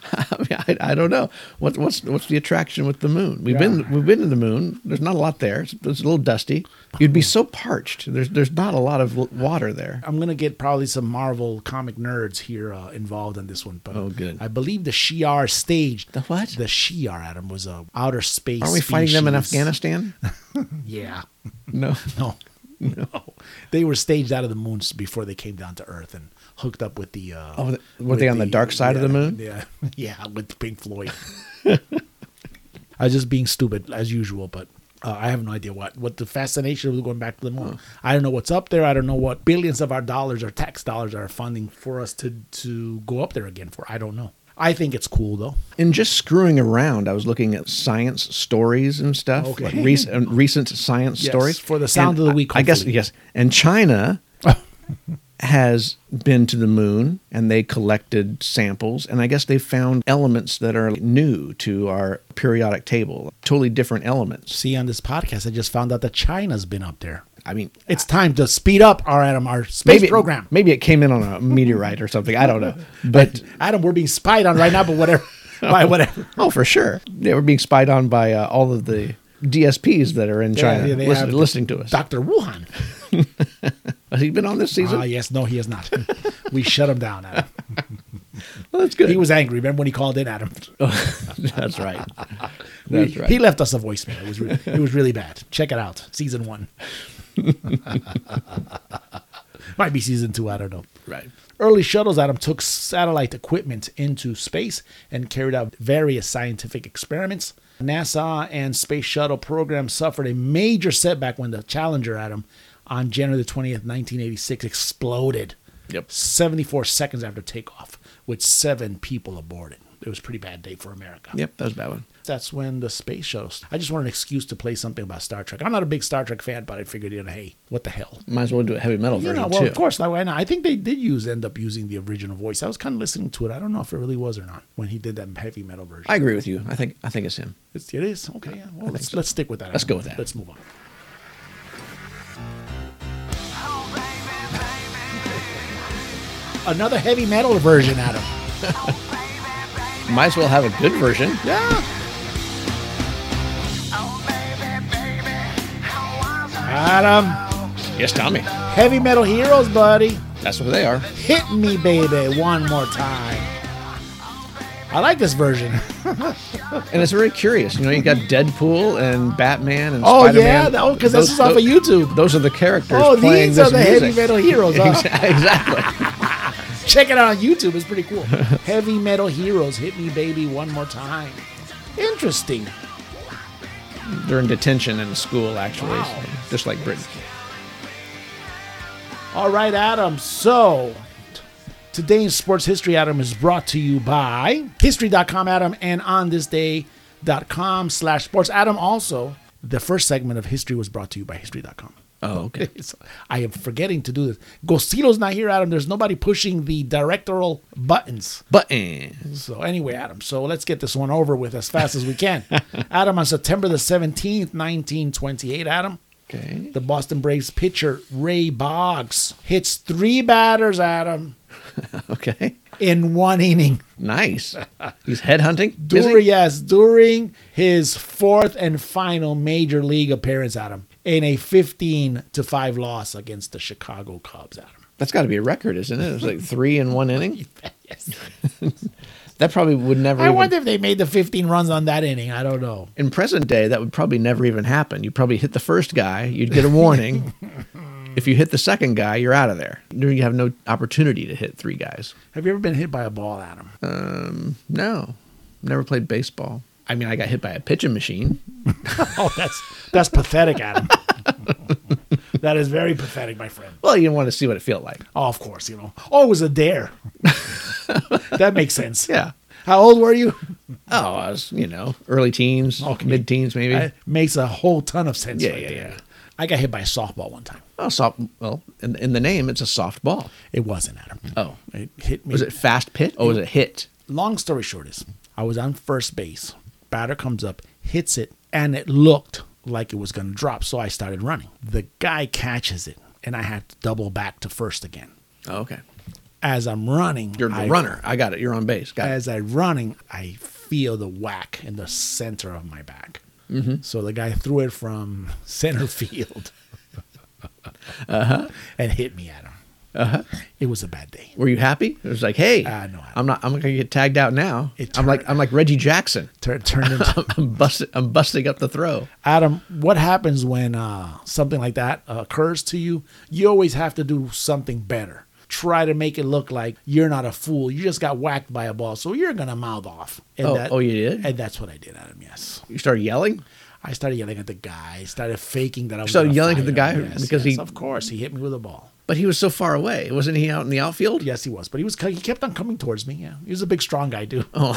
Speaker 2: I, mean, I, I don't know. What, what's What's the attraction with the moon? We've been We've been to the moon. There's not a lot there. It's, it's a little dusty. You'd be so parched. There's There's not a lot of l- water there.
Speaker 1: I'm gonna get probably some Marvel comic nerds here uh, involved in this one. But
Speaker 2: Oh, good.
Speaker 1: I believe the Shi'ar stage.
Speaker 2: The what?
Speaker 1: The Shi'ar, Adam, was a outer space.
Speaker 2: Aren't we fighting them in
Speaker 1: species.
Speaker 2: Afghanistan?
Speaker 1: Yeah.
Speaker 2: No.
Speaker 1: No. No. They were staged out of the moon s- before they came down to Earth and hooked up with the. Uh,
Speaker 2: Oh, th- were
Speaker 1: with
Speaker 2: they on the dark side of the
Speaker 1: yeah,
Speaker 2: moon?
Speaker 1: Yeah. Yeah, with Pink Floyd. I was just being stupid as usual, but. Uh, I have no idea what, what the fascination with going back to the moon. I don't know what's up there. I don't know what billions of our dollars, our tax dollars, are funding for us to to go up there again for. I don't know. I think it's cool though.
Speaker 2: In just screwing around, I was looking at science stories and stuff,
Speaker 1: Okay.
Speaker 2: like rec- um, recent science
Speaker 1: Yes,
Speaker 2: stories
Speaker 1: for the sound
Speaker 2: And
Speaker 1: of the
Speaker 2: I-
Speaker 1: week,
Speaker 2: I, guess
Speaker 1: hopefully.
Speaker 2: yes. And China has been to the moon, and they collected samples, and I guess they found elements that are new to our periodic table, totally different elements.
Speaker 1: See, on this podcast, I just found out that China's been up there.
Speaker 2: I mean,
Speaker 1: It's time to speed up our Adam our space
Speaker 2: maybe
Speaker 1: program.
Speaker 2: Maybe it came in on a meteorite or something. I don't know, but.
Speaker 1: Adam, we're being spied on right now, but whatever. By whatever.
Speaker 2: Oh, for sure. They were being spied on by uh, all of the DSPs that are in China
Speaker 1: Yeah, they
Speaker 2: listen-
Speaker 1: have
Speaker 2: listening to us.
Speaker 1: Dr. Wuhan.
Speaker 2: Has he been on this season?
Speaker 1: Ah, yes. No, he is not. we shut him down, Adam.
Speaker 2: Well, that's good.
Speaker 1: He was angry. Remember when he called in, Adam?
Speaker 2: that's right.
Speaker 1: We-
Speaker 2: That's right.
Speaker 1: He left us a voicemail. It was, re- it was really bad. Check it out. Season one. Might be season two. I don't know.
Speaker 2: right.
Speaker 1: Early shuttles, Adam, took satellite equipment into space and carried out various scientific experiments. NASA and space shuttle program suffered a major setback when the Challenger, Adam, on January the 20th, 1986, exploded.
Speaker 2: Yep.
Speaker 1: 74 seconds after takeoff, with seven people aboard it. It was a pretty bad day for America.
Speaker 2: Yep, that was a bad one.
Speaker 1: That's when the space shuttles. I just want an excuse to play something about Star Trek. I'm not a big Star Trek fan, but I figured, you know, hey, what the hell?
Speaker 2: Might as well do a heavy metal
Speaker 1: You
Speaker 2: version
Speaker 1: know, well,
Speaker 2: too.
Speaker 1: of course. Like, and I think they did use end up using the original voice. I was kind of listening to it. I don't know if it really was or not when he did that heavy metal version.
Speaker 2: I agree with you. I think I think it's him.
Speaker 1: it's, it is okay. Yeah. Well, let's
Speaker 2: so.
Speaker 1: let's stick with that.
Speaker 2: Let's go with that.
Speaker 1: Let's move on. Another heavy metal version, Adam.
Speaker 2: Might as well have a good version.
Speaker 1: Yeah. Adam,
Speaker 2: Yes, Tommy.
Speaker 1: heavy metal heroes, buddy.
Speaker 2: That's what they are.
Speaker 1: Hit me, baby, one more time. I like this version.
Speaker 2: And it's very curious. You know, you got Deadpool and Batman and
Speaker 1: Oh,
Speaker 2: Spider-Man.
Speaker 1: yeah, that- oh, 'cause this
Speaker 2: Those-
Speaker 1: is off of
Speaker 2: those-
Speaker 1: YouTube.
Speaker 2: Those are the characters
Speaker 1: Oh,
Speaker 2: playing
Speaker 1: these are
Speaker 2: this
Speaker 1: the
Speaker 2: music.
Speaker 1: heavy metal heroes. Oh. huh?
Speaker 2: exactly.
Speaker 1: Check it out on YouTube. It's pretty cool. heavy metal heroes, hit me, baby, one more time. Interesting.
Speaker 2: They're in detention in school, actually,
Speaker 1: Wow.
Speaker 2: just like Britain.
Speaker 1: All right, Adam. So today in sports history, Adam, is brought to you by history.com, Adam, and on this day.com slash sports. Adam, also, the first segment of history was brought to you by history.com.
Speaker 2: Oh, okay.
Speaker 1: It's- I am forgetting to do this. Gocilo's not here, Adam. There's nobody pushing the directorial buttons.
Speaker 2: Buttons.
Speaker 1: So anyway, Adam, so let's get this one over with as fast as we can. Adam, on September the 17th, 1928, Adam,
Speaker 2: Okay.
Speaker 1: the Boston Braves pitcher Ray Boggs hits three batters, Adam,
Speaker 2: Okay.
Speaker 1: in one inning.
Speaker 2: Nice. He's headhunting. Busy?
Speaker 1: During, yes, during his fourth and final major league appearance, Adam, in a 15 to 5 loss against the Chicago Cubs, Adam.
Speaker 2: That's got to be a record, isn't it? It was like three in one inning. That probably would never.
Speaker 1: I
Speaker 2: even,
Speaker 1: wonder if they made the 15 runs on that inning. I don't know.
Speaker 2: In present day, that would probably never even happen. You probably hit the first guy, you'd get a warning. if you hit the second guy, you're out of there. You have no opportunity to hit three guys.
Speaker 1: Have you ever been hit by a ball, Adam?
Speaker 2: No, never played baseball. I mean, I got hit by a pitching machine.
Speaker 1: Oh, that's that's pathetic, Adam. that is very pathetic, my friend.
Speaker 2: Well, you want to see what it felt like.
Speaker 1: Oh, of course, you know. Oh, it was a dare. that makes sense.
Speaker 2: Yeah.
Speaker 1: How old were you?
Speaker 2: Oh, I was, you know, early teens, mid teens, maybe.
Speaker 1: That makes a whole ton of sense.
Speaker 2: Yeah,
Speaker 1: right
Speaker 2: yeah,
Speaker 1: there.
Speaker 2: yeah.
Speaker 1: I got hit by a softball one time.
Speaker 2: oh, soft. Well, in, in the name, it's a soft ball.
Speaker 1: It wasn't, Adam.
Speaker 2: Oh.
Speaker 1: it hit me.
Speaker 2: Was it fast pitch? Oh, was it hit?
Speaker 1: long story short is I was on first base. Batter comes up, hits it, and it looked like it was going to drop. So I started running. The guy catches it, and I had to double back to first again.
Speaker 2: Oh, okay.
Speaker 1: As I'm running,
Speaker 2: You're the
Speaker 1: I-
Speaker 2: runner. I got it. You're on base. Got it.
Speaker 1: As I'm running, I feel the whack in the center of my back.
Speaker 2: Mm-hmm.
Speaker 1: So the guy threw it from center field
Speaker 2: Uh-huh.
Speaker 1: and hit me at him. It was a bad day.
Speaker 2: Were you happy? It was like, hey,
Speaker 1: Uh, no, I-
Speaker 2: I'm not. I'm not gonna get tagged out now.
Speaker 1: It
Speaker 2: I'm like I'm like Reggie Jackson.
Speaker 1: Tur- turned into
Speaker 2: I'm busting. I'm busting up the throw.
Speaker 1: Adam, what happens when uh, something like that occurs to you? You always have to do something better. Try to make it look like you're not a fool. You just got whacked by a ball, so you're gonna mouth off. And
Speaker 2: Oh, oh, you did?
Speaker 1: And that's what I did, Adam. Yes,
Speaker 2: You started yelling.
Speaker 1: I started yelling at the guy. Started faking that I was.
Speaker 2: started
Speaker 1: gonna
Speaker 2: yelling at
Speaker 1: fight
Speaker 2: the guy
Speaker 1: him. Yes,
Speaker 2: because
Speaker 1: yes,
Speaker 2: he-
Speaker 1: of course, he hit me with a ball.
Speaker 2: But he was so far away. Wasn't he out in the outfield?
Speaker 1: Yes, he was, but he was he kept on coming towards me. Yeah, he was a big, strong guy, dude.
Speaker 2: Oh.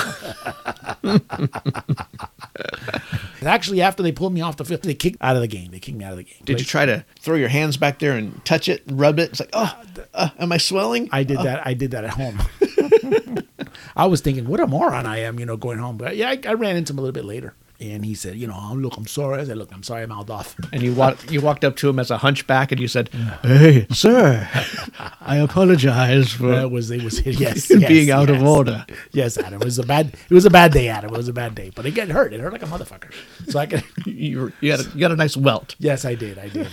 Speaker 1: And actually, after they pulled me off the field, they kicked out of the game. They kicked me out of the game.
Speaker 2: Did you try to throw your hands back there and touch it, rub it? It's like, oh, uh, am I swelling?
Speaker 1: I did that. I did that at home. I was thinking, what a moron I am, you know, going home. But yeah, I, I ran into him a little bit later, and he said, you know, oh, look, I'm sorry. I said, look, I'm sorry, I mouthed off.
Speaker 2: and you walked you walked up to him as a hunchback and you said, "Hey, sir, I apologize for
Speaker 1: That was it. Was yes,
Speaker 2: being
Speaker 1: yes,
Speaker 2: out of
Speaker 1: yes.
Speaker 2: order."
Speaker 1: Yes, Adam. It was a bad. It was a bad day, Adam. It was a bad day. But it got hurt. It hurt like a motherfucker. So I could.
Speaker 2: You, were- you, had a, you got a nice welt.
Speaker 1: Yes, I did. I did.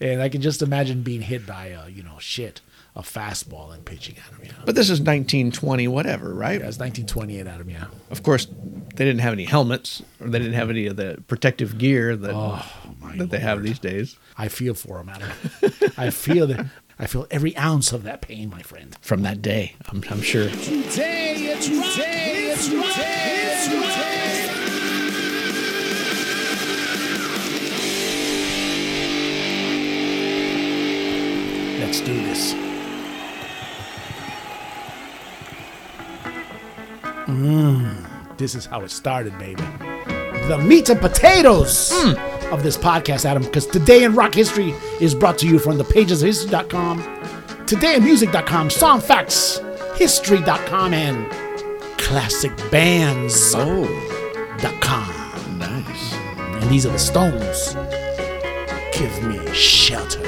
Speaker 1: and I can just imagine being hit by a, you know, shit, a fastball and pitching at him. You know,
Speaker 2: But this is 1920, whatever, right?
Speaker 1: yeah, it's 1928, Adam. Yeah.
Speaker 2: Of course, they didn't have any helmets or they didn't have any of the protective gear that
Speaker 1: Oh,
Speaker 2: Oh, that they have these days.
Speaker 1: I feel for him, Adam. I feel that. I feel every ounce of that pain, my friend.
Speaker 2: From that day, I'm, I'm sure.
Speaker 1: Let's do this. Mmm, this is how it started, baby. The meat and potatoes of this podcast, Adam, because Today in Rock History is brought to you from the pages of history.com, todayinmusic.com, songfactshistory.com, and classicbands.com.
Speaker 2: Oh, nice.
Speaker 1: And these are the stones. Give me shelter.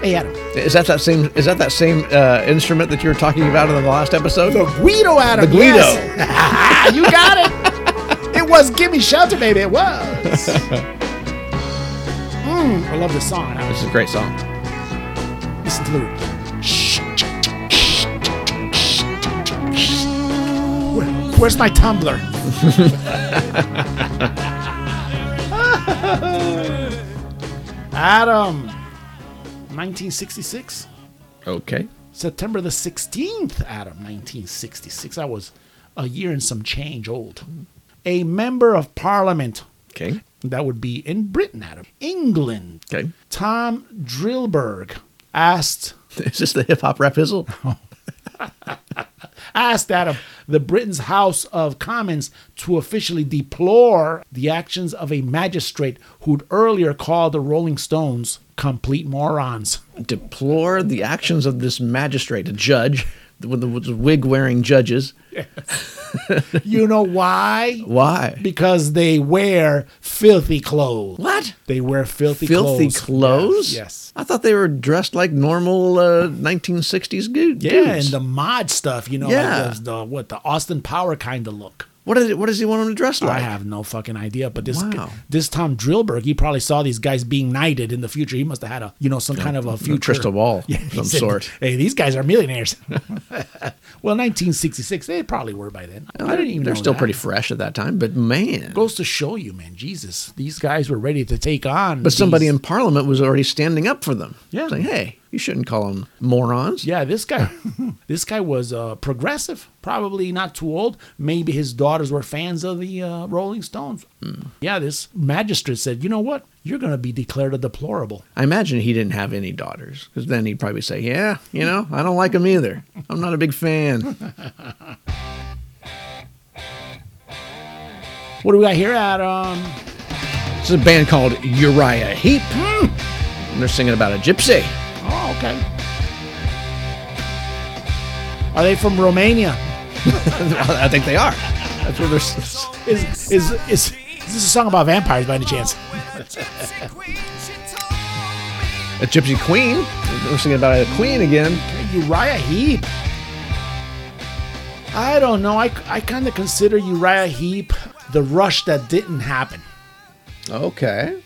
Speaker 1: Hey, Adam.
Speaker 2: Is that that same? Is that that same uh, instrument that you were talking about in the last episode?
Speaker 1: The Guido Adam.
Speaker 2: The Guido.
Speaker 1: yes. you got it. It was Give Me Shelter, baby. It was. Mm, I love this song. Adam.
Speaker 2: This is a great song.
Speaker 1: Listen to the rhythm. Shh, shh, shh, shh, shh. Where- Where's my tumbler? Adam, 1966.
Speaker 2: Okay.
Speaker 1: September the 16th, Adam, 1966. I was a year and some change old. A member of parliament.
Speaker 2: Okay.
Speaker 1: That would be in Britain, Adam. England.
Speaker 2: Okay.
Speaker 1: Tom Drillberg asked
Speaker 2: Is this the hip hop rap hizzle?
Speaker 1: asked that of the Britain's House of Commons to officially deplore the actions of a magistrate who'd earlier called the Rolling Stones complete morons.
Speaker 2: Deplore the actions of this magistrate, a judge, with the wig wearing judges.
Speaker 1: You know why?
Speaker 2: Why?
Speaker 1: Because they wear filthy clothes.
Speaker 2: What?
Speaker 1: They wear filthy,
Speaker 2: Filthy clothes?
Speaker 1: Yes. yes.
Speaker 2: I thought they were dressed like normal uh, 1960s gu- dudes.
Speaker 1: Yeah, and the mod stuff, you know,
Speaker 2: Yeah.
Speaker 1: like those, the what the Austin Power kind of look.
Speaker 2: what, is it, what does he want them to dress like?
Speaker 1: I have no fucking idea. But this
Speaker 2: Wow.
Speaker 1: this Tom Drillberg, he probably saw these guys being knighted in the future. He must have had a you know some kind of a future
Speaker 2: crystal ball of
Speaker 1: he
Speaker 2: some
Speaker 1: said,
Speaker 2: sort.
Speaker 1: Hey, these guys are millionaires. well, 1966, they probably were by then. I didn't even.
Speaker 2: They're
Speaker 1: know
Speaker 2: still
Speaker 1: that.
Speaker 2: pretty fresh at that time, but man.
Speaker 1: Goes to show you, man, Jesus, these guys were ready to take on.
Speaker 2: But somebody
Speaker 1: these-
Speaker 2: in Parliament was already standing up for them.
Speaker 1: Yeah.
Speaker 2: Saying, hey, you shouldn't call them morons.
Speaker 1: Yeah, this guy, this guy was uh, progressive. Probably not too old. Maybe his daughters were fans of the uh, Rolling Stones.
Speaker 2: Hmm.
Speaker 1: Yeah, this magistrate said, "You know what? You're going to be declared a deplorable."
Speaker 2: I imagine he didn't have any daughters because then he'd probably say, yeah, you know, I don't like them either. I'm not a big fan.
Speaker 1: What do we got here, Adam?
Speaker 2: this is a band called Uriah Heep. And they're singing about a gypsy.
Speaker 1: Oh, okay. Are they from Romania?
Speaker 2: I think they are. That's what they're. s-
Speaker 1: Is is is, is this a song about vampires by any chance?
Speaker 2: A gypsy queen. They're singing about a queen again.
Speaker 1: Uriah Heep. I don't know. I, I kind of consider Uriah Heep the rush that didn't happen.
Speaker 2: Okay.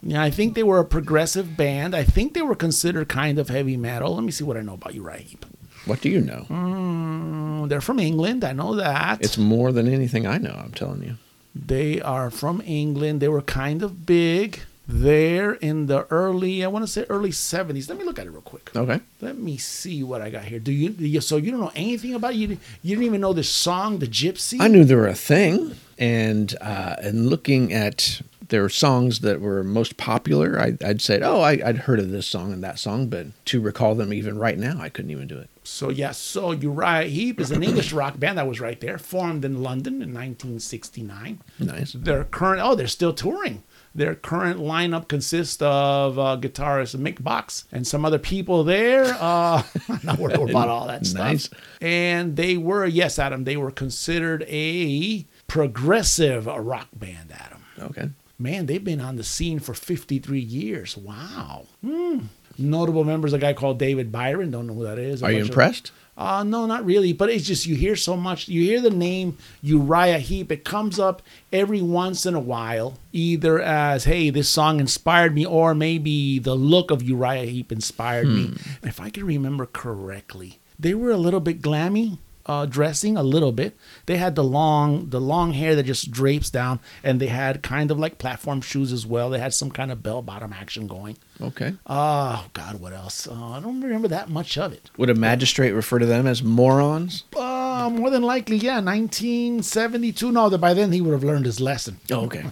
Speaker 1: Yeah, I think they were a progressive band. I think they were considered kind of heavy metal. Let me see what I know about Uriah Heep.
Speaker 2: What do you know?
Speaker 1: Oh, They're from England. I know that.
Speaker 2: It's more than anything I know, I'm telling you.
Speaker 1: They are from England. They were kind of big there in the early, I want to say early 70s. Let me look at it real quick.
Speaker 2: Okay.
Speaker 1: Let me see what I got here. Do you, do you so you don't know anything about it? You, didn't- you didn't even know this song, The Gypsy?
Speaker 2: I knew they were a thing, and uh, and looking at their songs that were most popular, I, I'd say, oh, I, I'd heard of this song and that song, but to recall them even right now, I couldn't even do it.
Speaker 1: So, yeah, so Uriah Heep is an English rock band that was right there, formed in London in 1969.
Speaker 2: Nice.
Speaker 1: Their current, oh, they're still touring. Their current lineup consists of uh, guitarist Mick Box and some other people there. Uh, not worried about all that stuff.
Speaker 2: Nice.
Speaker 1: And they were, yes, Adam, they were considered a progressive rock band, Adam.
Speaker 2: Okay.
Speaker 1: Man, they've been on the scene for 53 years. Wow. Hmm. Notable members, a guy called David Byron. Don't know who that is. A
Speaker 2: Are you
Speaker 1: bunch of-
Speaker 2: impressed?
Speaker 1: uh, no, not really. But it's just you hear so much. You hear the name Uriah Heep. It comes up every once in a while, either as, hey, this song inspired me, or maybe the look of Uriah Heep inspired me. If I can remember correctly, they were a little bit glammy. Uh, dressing a little bit they had the long the long hair that just drapes down and they had kind of like platform shoes as well they had some kind of bell bottom action going
Speaker 2: Okay.
Speaker 1: oh god what else uh, i don't remember that much of it
Speaker 2: Would a magistrate refer to them as morons?
Speaker 1: uh, more than likely, yeah, 1972. No, that by then he would have learned his lesson.
Speaker 2: Oh, okay.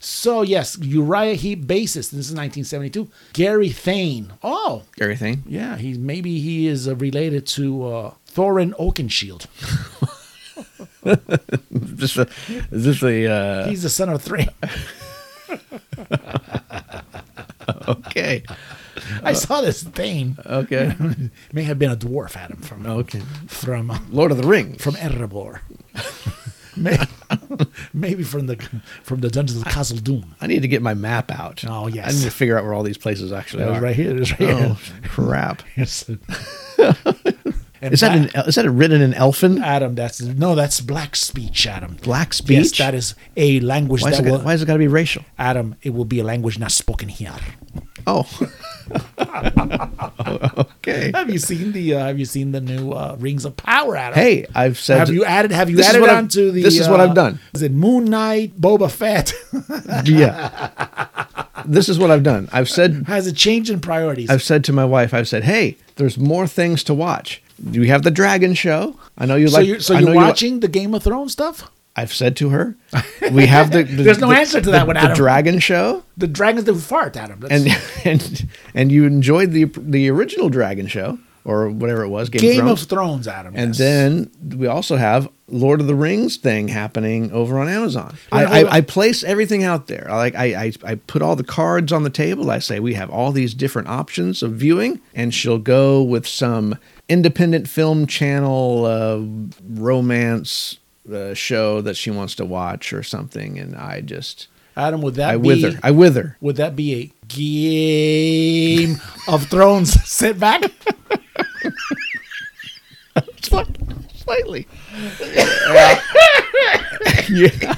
Speaker 1: So yes, Uriah Heep, bassist. This is 1972. Gary Thane. Oh,
Speaker 2: Everything.
Speaker 1: yeah, he's maybe he is uh, related to uh, Thorin Oakenshield.
Speaker 2: Is this the? Is this the? Uh,
Speaker 1: He's the son of Thrain.
Speaker 2: okay.
Speaker 1: I saw this Thane.
Speaker 2: Okay.
Speaker 1: May have been a dwarf, Adam, from
Speaker 2: Okay.
Speaker 1: from uh,
Speaker 2: Lord of the Rings.
Speaker 1: from Erebor. May- maybe from the from the dungeons of Castle Doom.
Speaker 2: I need to get my map out.
Speaker 1: Oh, yes.
Speaker 2: I need to figure out where all these places actually
Speaker 1: That was
Speaker 2: are.
Speaker 1: right here. It was right
Speaker 2: Oh
Speaker 1: here.
Speaker 2: crap!
Speaker 1: Yes. And
Speaker 2: Is that
Speaker 1: back-
Speaker 2: an? Is that written in Elfin?
Speaker 1: Adam, that's no, that's black speech, Adam.
Speaker 2: Black speech.
Speaker 1: Yes, that is a language
Speaker 2: Why is,
Speaker 1: that
Speaker 2: it,
Speaker 1: will.
Speaker 2: got- why is it got to be racial?
Speaker 1: Adam, it will be a language not spoken here.
Speaker 2: Oh. okay.
Speaker 1: Have you seen the uh, Have you seen the new uh, Rings of Power, Adam?
Speaker 2: Hey, I've said.
Speaker 1: have you added Have you
Speaker 2: This is
Speaker 1: added
Speaker 2: what I've-
Speaker 1: on to the?
Speaker 2: This is what
Speaker 1: uh,
Speaker 2: I've done.
Speaker 1: Is it Moon Knight, Boba Fett?
Speaker 2: Yeah. this is what I've done. I've said.
Speaker 1: Has it changed in priorities?
Speaker 2: I've said to my wife. I've said, "Hey, there's more things to watch. You have the dragon show. I know you
Speaker 1: so
Speaker 2: like.
Speaker 1: you're so
Speaker 2: I know
Speaker 1: you're
Speaker 2: you li-
Speaker 1: watching the Game of Thrones stuff?
Speaker 2: I've said to her, we have the, the-
Speaker 1: There's no
Speaker 2: the-
Speaker 1: answer to that
Speaker 2: the-
Speaker 1: one,
Speaker 2: The
Speaker 1: Adam.
Speaker 2: Dragon Show,
Speaker 1: The dragons do fart at him. That's
Speaker 2: and and and you enjoyed the the original Dragon Show or whatever it was, Game, of
Speaker 1: Game
Speaker 2: Thrones.
Speaker 1: of Thrones, Adam.
Speaker 2: And
Speaker 1: Oh, yes.
Speaker 2: then we also have Lord of the Rings thing happening over on Amazon.
Speaker 1: Wait,
Speaker 2: I,
Speaker 1: hold on.
Speaker 2: I, I place everything out there. I Like I, I, I put all the cards on the table. I say we have all these different options of viewing, and she'll go with some independent film channel uh, romance uh, show that she wants to watch or something. And I just
Speaker 1: Adam, would that
Speaker 2: I
Speaker 1: be
Speaker 2: wither. I wither.
Speaker 1: would that be a Game of Thrones sit back?
Speaker 2: Slightly. yeah.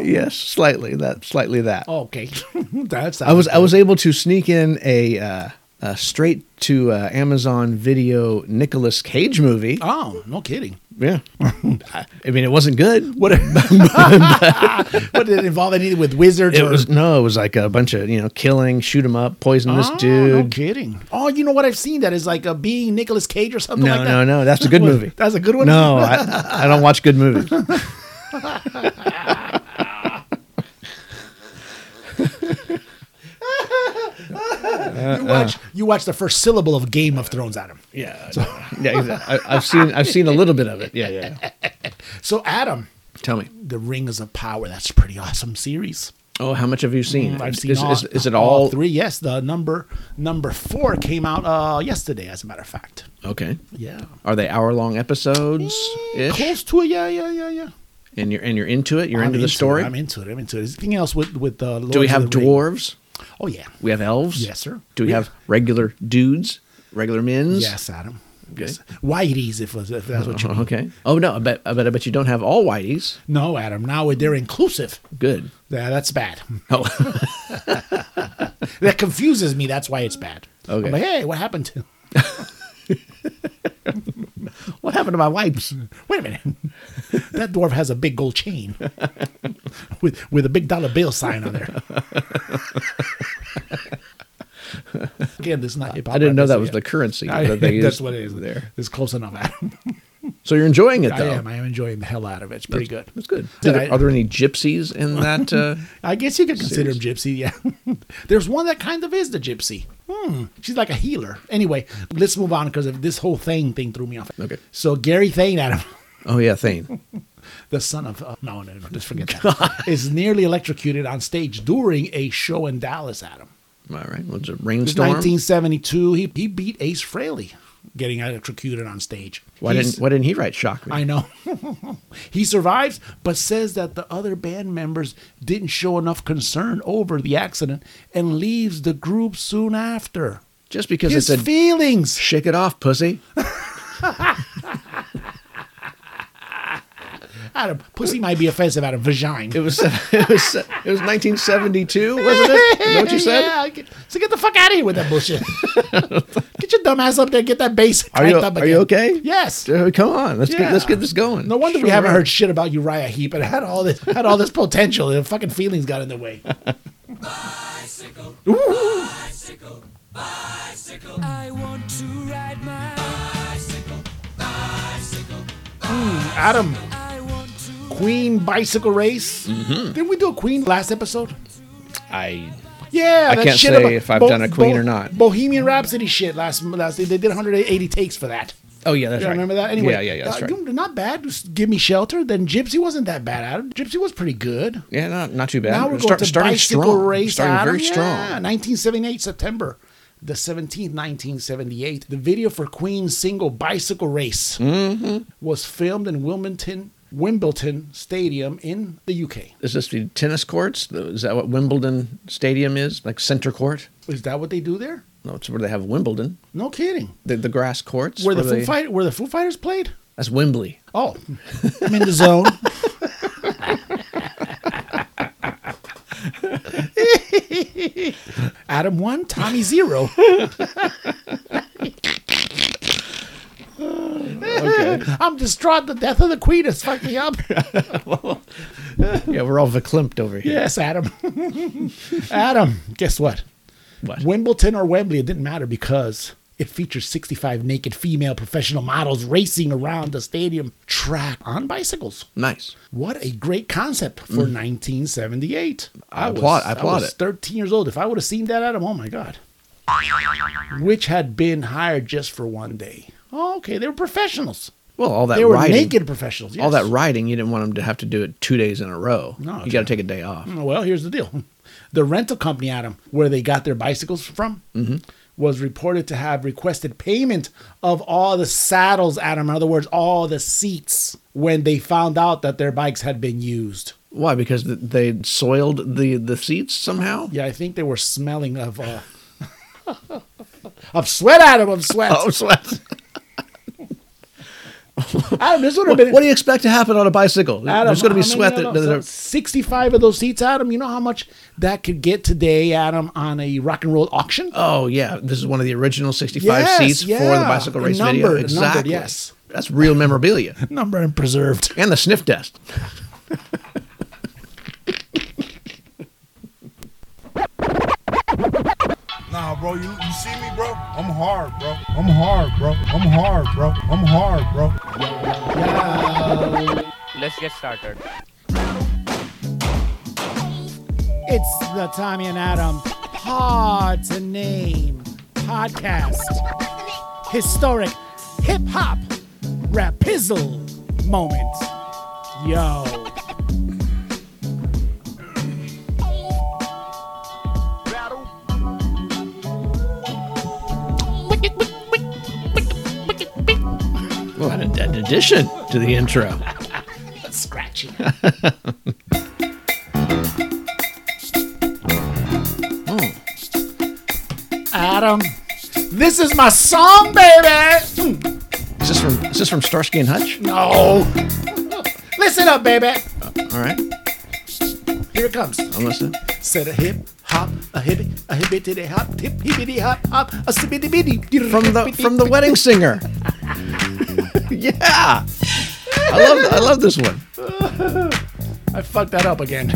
Speaker 2: yes, slightly that. Slightly that.
Speaker 1: Oh, Okay, that's
Speaker 2: I was I was able to sneak in a, uh, a straight to uh, Amazon Video Nicolas Cage movie.
Speaker 1: Oh, no kidding.
Speaker 2: Yeah, I, I mean it wasn't good.
Speaker 1: What? what did it involve anything with wizards?
Speaker 2: It
Speaker 1: or,
Speaker 2: was no, it was like a bunch of you know killing, shoot 'em up, poison this
Speaker 1: Oh, No
Speaker 2: dude.
Speaker 1: kidding. Oh, you know what I've seen that is like a being Nicolas Cage or something
Speaker 2: No,
Speaker 1: like that.
Speaker 2: no, no, that's a good
Speaker 1: What-
Speaker 2: movie.
Speaker 1: That's a good one.
Speaker 2: No, I, I don't watch good movies. uh,
Speaker 1: you watch you watch the first syllable of Game of Thrones, Adam.
Speaker 2: Yeah, yeah, exactly. I, I've seen I've seen a little bit of it. Yeah, yeah. yeah.
Speaker 1: So Adam,
Speaker 2: Tell me,
Speaker 1: The Rings of Power. That's a pretty awesome series.
Speaker 2: oh, how much have you seen?
Speaker 1: Mm, I've
Speaker 2: Is-
Speaker 1: seen
Speaker 2: is,
Speaker 1: all,
Speaker 2: is, is it all,
Speaker 1: three. Yes, the number number four came out uh, yesterday, as a matter of fact.
Speaker 2: Okay,
Speaker 1: Yeah,
Speaker 2: are they hour long episodes?
Speaker 1: close to it. Yeah, yeah, yeah, yeah.
Speaker 2: And you're and you're into it. You're
Speaker 1: Mm, I'm
Speaker 2: into the story.
Speaker 1: It. I'm into it. I'm into it. Is anything else with with the? Lords
Speaker 2: Do we
Speaker 1: of
Speaker 2: have
Speaker 1: the Ring?
Speaker 2: dwarves?
Speaker 1: Oh yeah.
Speaker 2: We have elves.
Speaker 1: Yes, sir.
Speaker 2: Do we
Speaker 1: We-
Speaker 2: have regular dudes, regular men's?
Speaker 1: Yes, Adam.
Speaker 2: Okay.
Speaker 1: Yes. Whiteys, if, if that's what you mean.
Speaker 2: Okay. Oh no, I bet, I bet I bet you don't have all whiteys.
Speaker 1: No, Adam. Now they're inclusive.
Speaker 2: Good.
Speaker 1: Yeah, that's bad.
Speaker 2: Oh,
Speaker 1: That confuses me. That's why it's bad.
Speaker 2: Okay.
Speaker 1: I'm like, hey, what happened to?
Speaker 2: what happened to my wipes?
Speaker 1: Wait a minute. that dwarf has a big gold chain with with a big dollar bill sign on there. Again, this is not. hip-hop
Speaker 2: I didn't know that was the
Speaker 1: episode
Speaker 2: currency.
Speaker 1: yet. I-
Speaker 2: that they
Speaker 1: that's
Speaker 2: used
Speaker 1: what it is.
Speaker 2: there.
Speaker 1: It's close enough. Adam.
Speaker 2: So you're enjoying it though.
Speaker 1: I am. I am enjoying the hell out of it. It's pretty good.
Speaker 2: That's good.
Speaker 1: Did
Speaker 2: Did-
Speaker 1: I-
Speaker 2: are there any gypsies in that? Uh,
Speaker 1: I guess you could consider him gypsy. Yeah, there's one that kind of is the gypsy. Hmm. She's like a healer. Anyway, let's move on because this whole thing thing threw me off.
Speaker 2: Okay.
Speaker 1: So Gary Thane, Adam,
Speaker 2: oh yeah, Thane.
Speaker 1: the son of uh, no, no, no, just forget that, is nearly electrocuted on stage during a show in Dallas. Adam,
Speaker 2: All right. Was it
Speaker 1: It was
Speaker 2: rainstorm?
Speaker 1: 1972. He he beat Ace Frehley getting electrocuted on stage.
Speaker 2: Why
Speaker 1: He's-
Speaker 2: didn't Why didn't he write "Shock Me"?
Speaker 1: I know. he survives, but says that the other band members didn't show enough concern over the accident and leaves the group soon after.
Speaker 2: Just because
Speaker 1: His
Speaker 2: it's a
Speaker 1: feelings.
Speaker 2: shake it off, pussy.
Speaker 1: Adam, pussy might be offensive, Adam. Vagina.
Speaker 2: It was it was it was 1972, wasn't it? Is that what you said?
Speaker 1: Yeah, get- so get the fuck out of here with that bullshit. get your dumb ass up there. Get that bass.
Speaker 2: Are you
Speaker 1: cranked up
Speaker 2: Are you
Speaker 1: again.
Speaker 2: okay?
Speaker 1: Yes.
Speaker 2: Uh, come on, let's get let's
Speaker 1: Yeah.
Speaker 2: get this going.
Speaker 1: No wonder we
Speaker 2: Sure.
Speaker 1: haven't heard shit about Uriah Heep. It had all this had all this potential. The fucking feelings got in the way.
Speaker 11: I want to ride my bicycle.
Speaker 1: Adam,
Speaker 11: I want to.
Speaker 1: Queen bicycle race.
Speaker 2: Mm-hmm.
Speaker 1: Didn't we do a Queen last episode?
Speaker 2: I
Speaker 1: Yeah,
Speaker 2: I
Speaker 1: that
Speaker 2: can't
Speaker 1: shit
Speaker 2: say
Speaker 1: about-
Speaker 2: if I've
Speaker 1: Bo-
Speaker 2: done a Queen
Speaker 1: Bo-
Speaker 2: or not.
Speaker 1: Bohemian Rhapsody shit last last they did 180 takes for that.
Speaker 2: oh yeah, that's
Speaker 1: You
Speaker 2: right.
Speaker 1: remember that? Anyway,
Speaker 2: yeah, yeah, yeah, that's
Speaker 1: uh,
Speaker 2: right.
Speaker 1: you- not bad. Just give me shelter. Then Gypsy wasn't that bad. Adam. Gypsy was pretty good.
Speaker 2: yeah, not not too bad.
Speaker 1: Now we're
Speaker 2: Start-
Speaker 1: going to bicycle race.
Speaker 2: starting
Speaker 1: Adam.
Speaker 2: very
Speaker 1: Yeah,
Speaker 2: strong.
Speaker 1: 1978 September. The 17th, 1978, the video for Queen's single Bicycle Race
Speaker 2: Mm-hmm.
Speaker 1: was filmed in Wilmington, Wimbledon Stadium in the UK.
Speaker 2: Is this the tennis courts? The- Is that what Wimbledon Stadium is? Like center court?
Speaker 1: Is that what they do there?
Speaker 2: No, it's where they have Wimbledon.
Speaker 1: No kidding.
Speaker 2: The, the grass courts.
Speaker 1: Where the Foo
Speaker 2: they-
Speaker 1: Fight, where the Foo Fighters played?
Speaker 2: That's Wembley.
Speaker 1: Oh, I'm in the zone. Adam one, Tommy zero. I'm distraught. The death of the queen has fucked me up.
Speaker 2: Yeah, we're all verklempt over here.
Speaker 1: yes, Adam. Adam, guess what?
Speaker 2: What?
Speaker 1: Wimbledon or Wembley, it didn't matter because It features 65 naked female professional models racing around the stadium track on bicycles.
Speaker 2: Nice.
Speaker 1: What a great concept for 1978.
Speaker 2: Mm. I applaud- I applaud
Speaker 1: was
Speaker 2: it.
Speaker 1: 13 years old. If I would have seen that at him, oh my God. Which had been hired just for one day. Oh, okay. They were professionals.
Speaker 2: Well, all that
Speaker 1: They were
Speaker 2: riding,
Speaker 1: naked professionals.
Speaker 2: all that
Speaker 1: yes.
Speaker 2: riding, you didn't want them to have to do it two days in a row.
Speaker 1: No, Mm.
Speaker 2: you got to
Speaker 1: it's-
Speaker 2: take a day off.
Speaker 1: Oh, Well, here's the deal. The rental company, Adam, where they got their bicycles from,
Speaker 2: Mm-hmm.
Speaker 1: was reported to have requested payment of all the saddles, Adam. In other words, all the seats when they found out that their bikes had been used.
Speaker 2: Why? Because th- they soiled the the seats somehow.
Speaker 1: Yeah, I think they were smelling of uh, of sweat, Adam, of sweat.
Speaker 2: Oh, sweat.
Speaker 1: Adam, this would have
Speaker 2: what,
Speaker 1: been
Speaker 2: what do you expect to happen on a bicycle?
Speaker 1: Adam,
Speaker 2: There's going to
Speaker 1: how
Speaker 2: be
Speaker 1: many
Speaker 2: sweat.
Speaker 1: of
Speaker 2: That,
Speaker 1: those-
Speaker 2: that- that-
Speaker 1: 65 of those seats, Adam. You know how much that could get today, Adam, on a rock and roll auction?
Speaker 2: oh yeah, this is one of the original 65
Speaker 1: Yes,
Speaker 2: seats for the
Speaker 1: yeah.
Speaker 2: bicycle race video.
Speaker 1: Numbered, numbered,
Speaker 2: Exactly.
Speaker 1: yes.
Speaker 2: That's real memorabilia
Speaker 1: Number and preserved.
Speaker 2: and the sniff test.
Speaker 13: Nah, bro, you, you see me, bro? I'm hard, bro. I'm hard, bro. I'm hard, bro. I'm hard, bro.
Speaker 5: Let's get started.
Speaker 1: It's the Tommy and Adam Hard to Name podcast. Historic hip hop rapizzle moment. Yo.
Speaker 2: Well, an, an addition to the intro.
Speaker 1: Scratchy. Hmm. Adam, this is my song, baby. Hmm.
Speaker 2: Is this from is this from Starsky and Hutch?
Speaker 1: No. Oh. Listen up, baby.
Speaker 2: All right,
Speaker 1: Here it comes.
Speaker 2: I'm listening.
Speaker 1: Said a hip hop, a hippie, a hippie diddy hop, tip hippity hop hop, a sippity bitty.
Speaker 2: From the from the wedding singer. yeah, I love I love this one.
Speaker 1: I fucked that up again.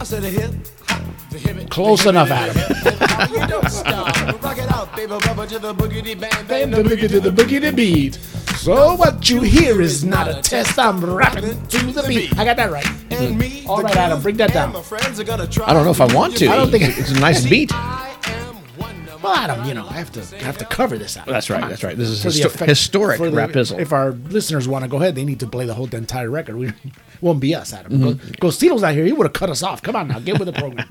Speaker 13: I said the hip, hop, the hip, it,
Speaker 1: Close enough, Adam.
Speaker 13: hop, we don't stop. Rock it out, baby, bubble to the boogity bang bang.
Speaker 1: And the boogie to the boogie to beat. So what you hear is not a test. I'm rapping to the beat. I got that right.
Speaker 13: And me,
Speaker 1: All
Speaker 13: the
Speaker 1: right, Adam,
Speaker 13: crew,
Speaker 1: bring that
Speaker 13: and
Speaker 1: down.
Speaker 13: my friends are gonna try
Speaker 2: I don't know if I want to.
Speaker 13: I
Speaker 1: don't think-
Speaker 2: it's a nice beat.
Speaker 13: am Wonder
Speaker 1: Well, Adam, you know, I have to I have to cover this out.
Speaker 2: That's right. That's right. This is
Speaker 1: For the
Speaker 2: histo-
Speaker 1: effect-
Speaker 2: historic
Speaker 1: for the-
Speaker 2: rapizzle.
Speaker 1: If our listeners want to go ahead, they need to play the whole entire record. We won't be us, Adam.
Speaker 2: Mm-hmm.
Speaker 1: Go Gostino's out here. He would have cut us off. Come on now, get with the program.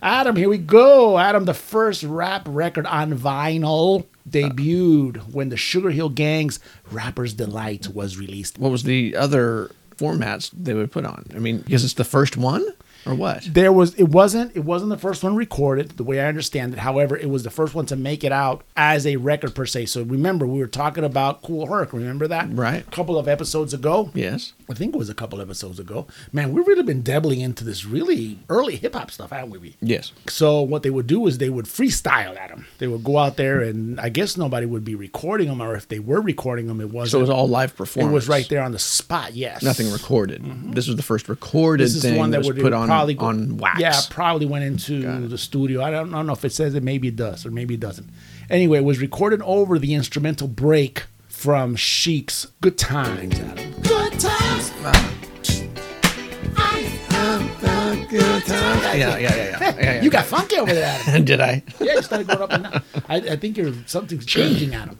Speaker 1: Adam, here we go. Adam, the first rap record on vinyl debuted when the Sugar Hill Gang's "Rapper's Delight" was released.
Speaker 2: what was the other formats they would put on? I mean, because it's the first one or what?
Speaker 1: There was it wasn't it wasn't the first one recorded the way I understand it. However, it was the first one to make it out as a record per se. So remember, we were talking about Cool Herc. Remember that?
Speaker 2: Right.
Speaker 1: A couple of episodes ago.
Speaker 2: Yes.
Speaker 1: I think it was a couple episodes ago. Man, we've really been dabbling into this really early hip hop stuff, haven't we? Lee?
Speaker 2: Yes.
Speaker 1: So what they would do is they would freestyle at them. They would go out there, and I guess nobody would be recording them, or if they were recording them, it wasn't.
Speaker 2: So it was all live
Speaker 1: It
Speaker 2: performance.
Speaker 1: was right there on the spot. Yes.
Speaker 2: Nothing recorded. This was the first recorded
Speaker 1: This is
Speaker 2: thing
Speaker 1: the one that,
Speaker 2: was
Speaker 1: would
Speaker 2: put on
Speaker 1: probably go-
Speaker 2: on wax.
Speaker 1: Yeah, probably went into the studio. I don't, I don't know if it says it. Maybe it does, or maybe it doesn't. Anyway, it was recorded over the instrumental break from Sheik's "Good Times." Adam.
Speaker 10: Good times.
Speaker 2: yeah, yeah, yeah, yeah, yeah, yeah.
Speaker 1: You got funky over there. Adam.
Speaker 2: Did I?
Speaker 1: Yeah, you started going up and down. I, I think you're something's changing, Adam.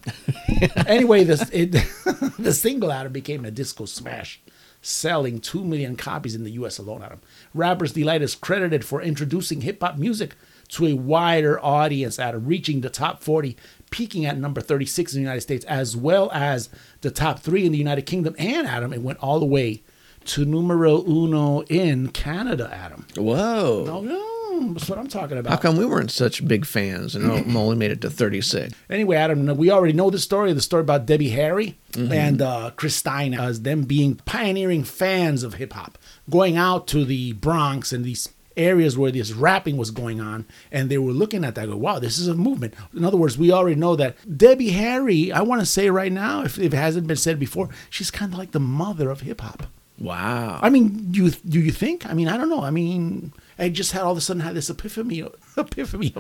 Speaker 1: anyway, this it, the single Adam became a disco smash, selling two million copies in the U.S. alone. Adam, Rapper's Delight is credited for introducing hip hop music to a wider audience, Adam, reaching the top forty, peaking at number thirty-six in the United States, as well as the top three in the United Kingdom. And Adam, it went all the way to numero uno in Canada. Adam,
Speaker 2: Whoa.
Speaker 1: oh, yeah, that's what I'm talking about.
Speaker 2: How come we weren't such big fans and o- only made it to 36?
Speaker 1: Anyway, Adam, we already know the story, the story about Debbie Harry and uh, Chris Stein as them being pioneering fans of hip hop, going out to the Bronx and these areas where this rapping was going on, and they were looking at that, go, wow, this is a movement. In other words, we already know that Debbie Harry, I want to say right now, if, if it hasn't been said before, she's kind of like the mother of hip hop.
Speaker 2: Wow.
Speaker 1: I mean, you do you think? I mean, I don't know. I mean, I just had all of a sudden had this epiphany. Epiphany.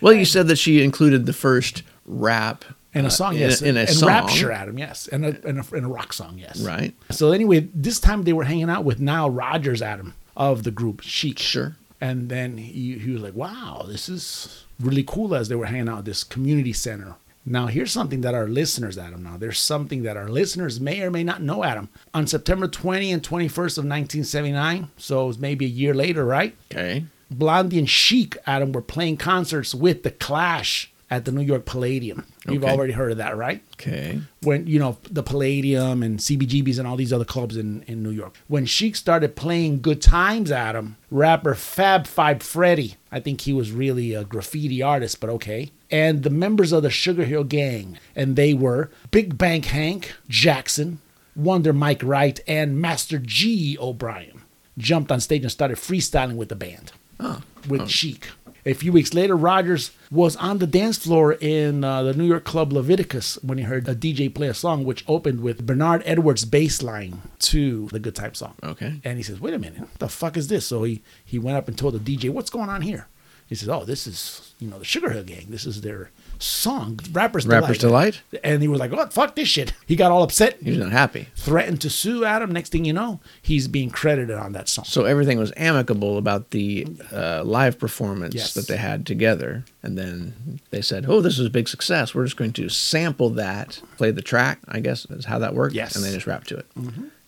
Speaker 2: Well, you said that she included the first rap
Speaker 1: And
Speaker 2: uh,
Speaker 1: a song,
Speaker 2: in,
Speaker 1: yes.
Speaker 2: in a
Speaker 1: and
Speaker 2: song,
Speaker 1: Rapture Adam, yes. And a, and, a, and a rock song, yes.
Speaker 2: right?
Speaker 1: So anyway, this time they were hanging out with Nile Rodgers Adam of the group Chic.
Speaker 2: Sure.
Speaker 1: And then he, he was like, wow, this is really cool as they were hanging out at this community center. Now, here's something that our listeners, Adam, now there's something that our listeners may or may not know, Adam. On September 20 and 21st of 1979, so it was maybe a year later, right?
Speaker 2: Okay,
Speaker 1: Blondie and Chic, Adam, were playing concerts with The Clash at the New York Palladium. You've
Speaker 2: Okay.
Speaker 1: already heard of that, right?
Speaker 2: okay.
Speaker 1: when you know the Palladium and CBGBs and all these other clubs in, in New York. When Chic started playing "Good Times," Adam rapper Fab Five Freddy, I think he was really a graffiti artist, but okay. And the members of the Sugar Hill Gang, and they were Big Bank Hank Jackson, Wonder Mike Wright, and Master G O'Brien. Jumped on stage and started freestyling with the band
Speaker 2: Hmm.
Speaker 1: with Chic. A few weeks later, Rogers was on the dance floor in uh, the New York club Leviticus when he heard a DJ play a song which opened with Bernard Edwards' bass line to the Good Time song.
Speaker 2: Okay.
Speaker 1: And he says, wait a minute, what the fuck is this? So he, he went up and told the DJ, what's going on here? He says, oh, this is, you know, the Sugar Hill Gang. This is their song, Rapper's Delight.
Speaker 2: Rapper's Delight?
Speaker 1: And he was like, oh, fuck this shit. He got all upset,
Speaker 2: He was not happy.
Speaker 1: threatened to sue Adam. Next thing you know, he's being credited on that song.
Speaker 2: So everything was amicable about the uh, live performance
Speaker 1: Yes.
Speaker 2: that they had together, and then they said, "Oh, this was a big success. We're just going to sample that, play the track. I guess is how that worked."
Speaker 1: Yes. Mm-hmm.
Speaker 2: and they just rapped to it.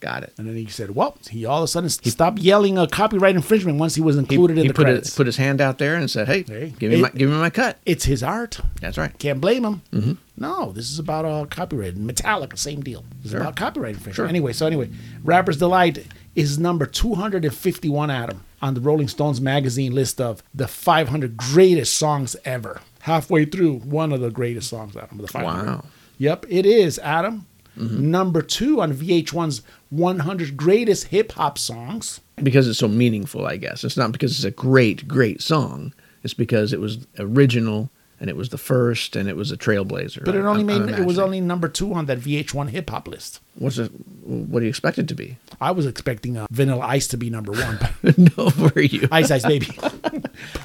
Speaker 2: Got it.
Speaker 1: And then he said, "Well, he all of a sudden he stopped yelling a copyright infringement once he was
Speaker 2: He,
Speaker 1: included in
Speaker 2: he
Speaker 1: the
Speaker 2: put,
Speaker 1: credits.
Speaker 2: his, put his hand out there and said, "Hey,
Speaker 1: Hey.
Speaker 2: give me
Speaker 1: Hey.
Speaker 2: my give me my cut."
Speaker 1: it's his art.
Speaker 2: That's right.
Speaker 1: Can't blame him.
Speaker 2: Mm-hmm.
Speaker 1: No, this is about uh, copyright. Metallica, same deal. It's about copyright infringement.
Speaker 2: Sure.
Speaker 1: Anyway, so anyway, Rapper's Delight is number 251, Adam, on the Rolling Stones magazine list of the 500 greatest songs ever. Halfway through, one of the greatest songs, Adam. of The 500.
Speaker 2: Wow. Mm-hmm.
Speaker 1: Yep, it is, Adam. Number two on VH1's 100 greatest hip hop songs.
Speaker 2: because it's so meaningful, I guess. It's not because it's a great, great song. It's because it was original and it was the first and it was a trailblazer.
Speaker 1: But it
Speaker 2: I'm-
Speaker 1: only
Speaker 2: I'm
Speaker 1: made it was
Speaker 2: imagining.
Speaker 1: only number two on that VH1 hip hop list.
Speaker 2: What's it, what do you expect it to be?
Speaker 1: I was expecting uh, Vanilla Ice to be number one, but
Speaker 2: no, were you?
Speaker 1: Ice Ice Baby.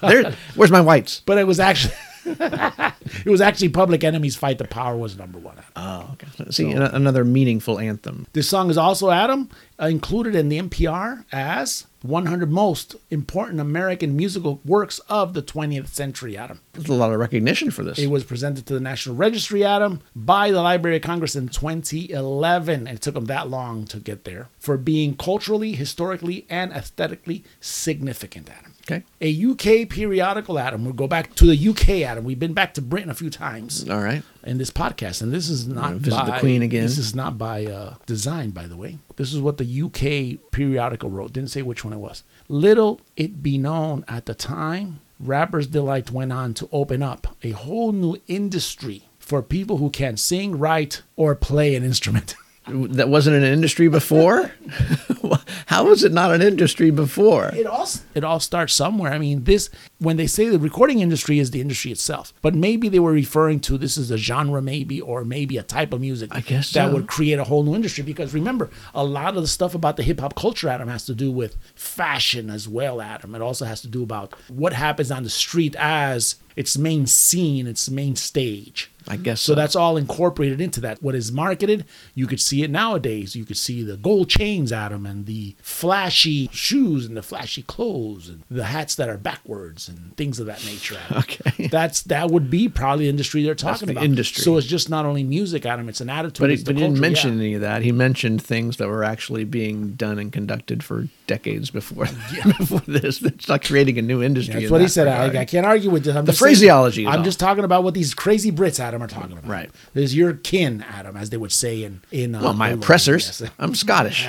Speaker 2: There, where's my whites?
Speaker 1: But it was actually it was actually Public Enemy's Fight the Power was number one.
Speaker 2: Oh, okay. See, an- another meaningful anthem.
Speaker 1: This song is also Adam uh, included in the NPR as 100 most important American musical works of the 20th century. Adam.
Speaker 2: There's a lot of recognition for this.
Speaker 1: It was presented to the National Registry, Adam, by the Library of Congress in 2011. It took them that long to get there for being culturally, historically, and aesthetically significant, Adam.
Speaker 2: Okay.
Speaker 1: A UK periodical, Adam. We'll go back to the UK, Adam. We've been back to Britain a few times
Speaker 2: All right.
Speaker 1: in this podcast, and this is not
Speaker 2: visit the
Speaker 1: by,
Speaker 2: Queen again.
Speaker 1: This is not by uh, design, by the way. This is what the UK periodical wrote. Didn't say which one it was. Little it be known at the time, Rapper's Delight went on to open up a whole new industry for people who can sing, write, or play an instrument.
Speaker 2: That wasn't an industry before? How was it not an industry before?
Speaker 1: it all it all starts somewhere. I mean, this when they say the recording industry is the industry itself, but maybe they were referring to this is a genre, maybe or maybe a type of music.
Speaker 2: I guess
Speaker 1: that
Speaker 2: so.
Speaker 1: would create a whole new industry because remember, a lot of the stuff about the hip hop culture, Adam, has to do with fashion as well, Adam. It also has to do about what happens on the street as its main scene, its main stage.
Speaker 2: I guess
Speaker 1: So
Speaker 2: so.
Speaker 1: that's all incorporated into that. What is marketed, you could see it nowadays. You could see the gold chains, Adam, and the flashy shoes and the flashy clothes and the hats that are backwards and things of that nature. Adam.
Speaker 2: Okay.
Speaker 1: That's that would be probably the industry they're talking
Speaker 2: the
Speaker 1: about.
Speaker 2: industry.
Speaker 1: So it's just not only music, Adam. It's an attitude.
Speaker 2: But,
Speaker 1: it's
Speaker 2: he,
Speaker 1: the
Speaker 2: but he didn't
Speaker 1: culture, yeah.
Speaker 2: mention any of that. He mentioned things that were actually being done and conducted for decades before, before this. It's like creating a new industry.
Speaker 1: That's
Speaker 2: in
Speaker 1: what he
Speaker 2: that
Speaker 1: said.
Speaker 2: regard.
Speaker 1: I, I can't argue with this. I'm the
Speaker 2: phraseology is
Speaker 1: I'm
Speaker 2: off.
Speaker 1: just talking about what these crazy Brits, Adam, are talking about.
Speaker 2: Right.
Speaker 1: There's your kin, Adam, as they would say in in. Uh,
Speaker 2: Well, my
Speaker 1: England,
Speaker 2: oppressors.
Speaker 1: yes.
Speaker 2: I'm Scottish.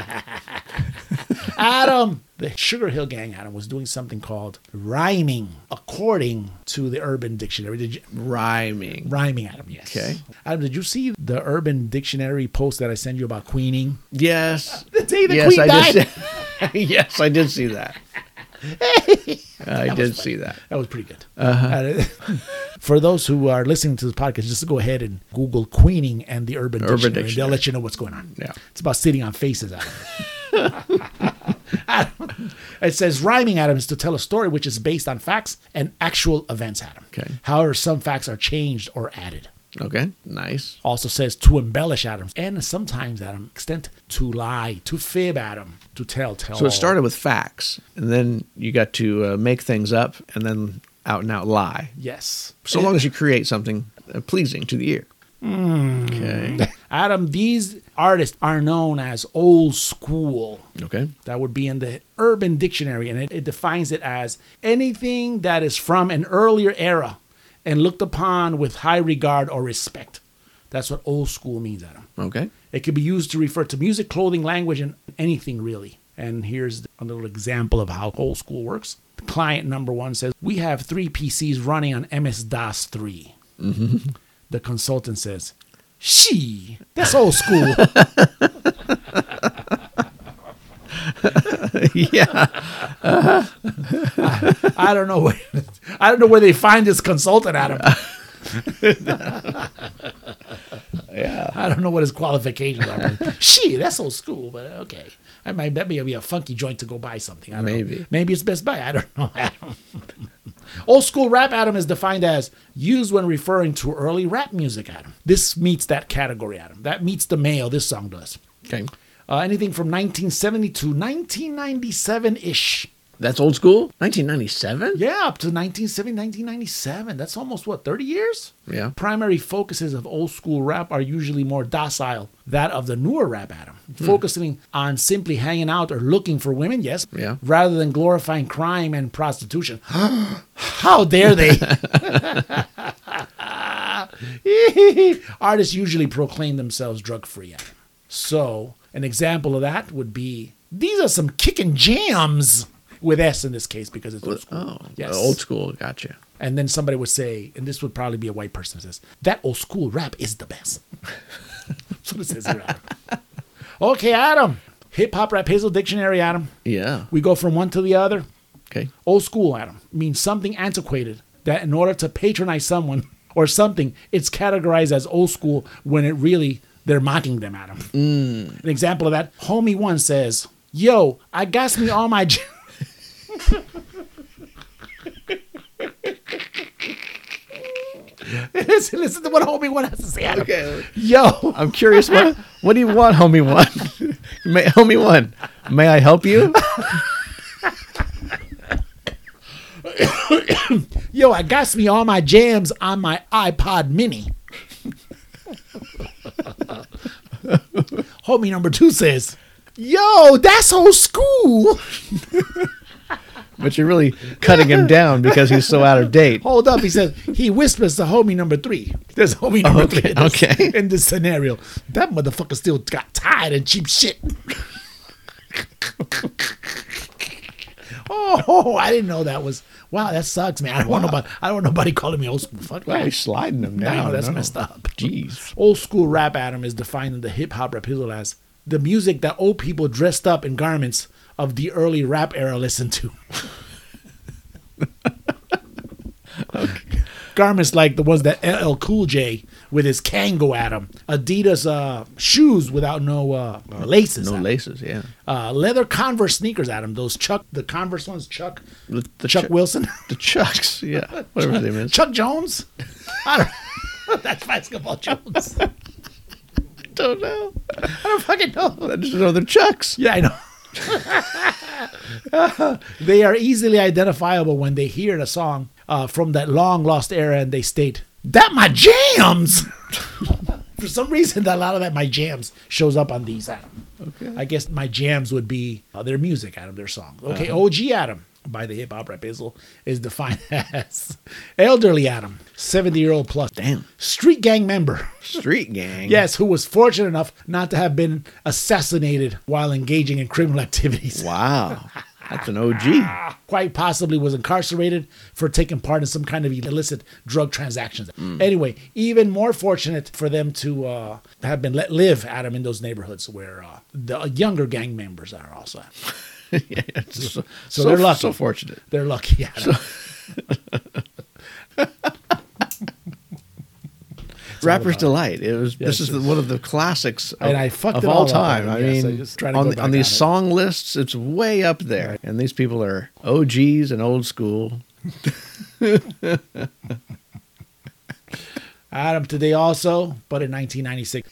Speaker 1: Adam, the Sugar Hill Gang, Adam, was doing something called rhyming, according to the Urban Dictionary. Did you,
Speaker 2: Rhyming.
Speaker 1: rhyming, Adam, yes.
Speaker 2: Okay.
Speaker 1: Adam, did you see the Urban Dictionary post that I sent you about queening?
Speaker 2: Yes.
Speaker 1: The day the
Speaker 2: yes,
Speaker 1: queen
Speaker 2: I
Speaker 1: died.
Speaker 2: Did, yes, I did see that. I did see that.
Speaker 1: That was pretty good.
Speaker 2: Uh-huh.
Speaker 1: Uh, For those who are listening to this podcast, just go ahead and Google queening and the Urban,
Speaker 2: Urban
Speaker 1: Dictionary. and They'll
Speaker 2: Dictionary.
Speaker 1: let you know what's going on.
Speaker 2: Yeah.
Speaker 1: It's about sitting on faces, Adam. Adam. It says rhyming, Adam, is to tell a story which is based on facts and actual events, Adam.
Speaker 2: Okay.
Speaker 1: However, some facts are changed or added.
Speaker 2: Okay. Nice.
Speaker 1: Also says to embellish, Adam, and sometimes, Adam, extent to lie, to fib, Adam, to tell, tell.
Speaker 2: So
Speaker 1: all.
Speaker 2: it started with facts, and then you got to uh, make things up, and then out and out lie.
Speaker 1: Yes.
Speaker 2: So long as you create something uh, pleasing to the ear. Hmm. Okay.
Speaker 1: Adam, these artists are known as old school.
Speaker 2: Okay.
Speaker 1: That would be in the Urban Dictionary, and it, it defines it as anything that is from an earlier era and looked upon with high regard or respect. That's what old school means, Adam.
Speaker 2: Okay.
Speaker 1: It could be used to refer to music, clothing, language, and anything really. And here's a little example of how old school works. Client number one says, We have three PCs running on MS DOS 3. The consultant says, She, that's old school.
Speaker 2: yeah.
Speaker 1: I don't know where I don't know where they find this consultant, Adam. yeah, I don't know what his qualifications are. but She, that's old school, but okay. I might that may be a funky joint to go buy something. I don't know.
Speaker 2: Maybe.
Speaker 1: maybe it's Best Buy. I don't know, Adam. Old school rap, Adam, is defined as used when referring to early rap music, Adam. This meets that category, Adam. That meets the male. This song does.
Speaker 2: Okay.
Speaker 1: Uh, anything from 1970 to 1997 ish.
Speaker 2: That's old school. 1997.
Speaker 1: Yeah, up to 1970, 1997. That's almost what, 30 years?
Speaker 2: Yeah.
Speaker 1: Primary focuses of old school rap are usually more docile, that of the newer rap, Adam.
Speaker 2: Hmm.
Speaker 1: Focusing on simply hanging out or looking for women, yes,
Speaker 2: Yeah.
Speaker 1: rather than glorifying crime and prostitution. How dare they? Artists usually proclaim themselves drug free. So, an example of that would be these are some kicking jams with S in this case because it's old school.
Speaker 2: Oh,
Speaker 1: yes.
Speaker 2: old school. Gotcha.
Speaker 1: And then somebody would say, and this would probably be a white person who says, that old school rap is the best. That's what it says here, Adam. okay, Adam. Hip hop rap hazel dictionary, Adam.
Speaker 2: Yeah.
Speaker 1: We go from one to the other.
Speaker 2: Okay.
Speaker 1: Old school, Adam, means something antiquated that in order to patronize someone or something, it's categorized as old school when it really they're mocking them, Adam. An example of that, homie one says, Yo, I got me all my. J-. listen, listen to what homie one has to say, Adam.
Speaker 2: Okay.
Speaker 1: Yo,
Speaker 2: I'm curious. What What do you want, homie one? May, homie one, may I help you?
Speaker 1: yo, I got me all my jams on my iPod mini. Homie number two says, Yo, that's old school.
Speaker 2: But you're really cutting him down because he's so out of date.
Speaker 1: Hold up, he says, he whispers to homie number three. There's homie number
Speaker 2: Okay,
Speaker 1: three. in this-
Speaker 2: okay.
Speaker 1: In this scenario, that motherfucker still got tired and cheap shit. oh, I didn't know that was. Wow, that sucks, man. I don't want nobody. I don't want nobody calling me old school. Fuck
Speaker 2: Why are you
Speaker 1: that.
Speaker 2: sliding him
Speaker 1: No,
Speaker 2: down?
Speaker 1: that's messed up.
Speaker 2: Jeez.
Speaker 1: Old school rap, Adam, is defined in the hip hop rap hizzle as the music that old people dressed up in garments of the early rap era listened to. Garments like the ones that LL Cool J with his Kango Adam, Adidas uh, shoes without no uh, laces,
Speaker 2: No
Speaker 1: Adam.
Speaker 2: laces. Yeah.
Speaker 1: uh, leather Converse sneakers, Adam. Those Chuck, the Converse ones, Chuck,
Speaker 2: The, the
Speaker 1: Chuck
Speaker 2: Chuck-
Speaker 1: Wilson.
Speaker 2: The Chucks. Yeah. Whatever his name is.
Speaker 1: Chuck Jones? I don't That's basketball Jones. I don't know. I don't fucking know.
Speaker 2: I just know they're Chucks.
Speaker 1: Yeah, I know. they are easily identifiable when they hear the song uh, from that long lost era and they state, That my jams! For some reason, a lot of that my jams shows up on these, Adam. Okay. I guess my jams would be uh, their music, Adam, their song. Okay, OG Adam by the hip hop rap Izzle is defined as elderly Adam, 70 year old plus.
Speaker 2: Damn.
Speaker 1: Street gang member.
Speaker 2: Street gang.
Speaker 1: Yes, who was fortunate enough not to have been assassinated while engaging in criminal activities.
Speaker 2: Wow. That's an OG.
Speaker 1: Quite possibly was incarcerated for taking part in some kind of illicit drug transactions. Anyway, even more fortunate for them to uh, have been let live, Adam, in those neighborhoods where uh, the younger gang members are also. at.
Speaker 2: yeah, it's so,
Speaker 1: So they're lucky.
Speaker 2: So fortunate.
Speaker 1: They're lucky, Adam. it's all
Speaker 2: Rapper's
Speaker 1: about.
Speaker 2: Delight. It was.
Speaker 1: Yes,
Speaker 2: this is
Speaker 1: yes.
Speaker 2: one of the classics of,
Speaker 1: And I fucked
Speaker 2: of
Speaker 1: it
Speaker 2: all
Speaker 1: all up,
Speaker 2: time.
Speaker 1: and
Speaker 2: I
Speaker 1: yes, I
Speaker 2: mean,
Speaker 1: just trying to go
Speaker 2: on,
Speaker 1: back
Speaker 2: on
Speaker 1: on it.
Speaker 2: these song lists, it's way up there. And these people are OGs and old school.
Speaker 1: I had him today also, but in 1996.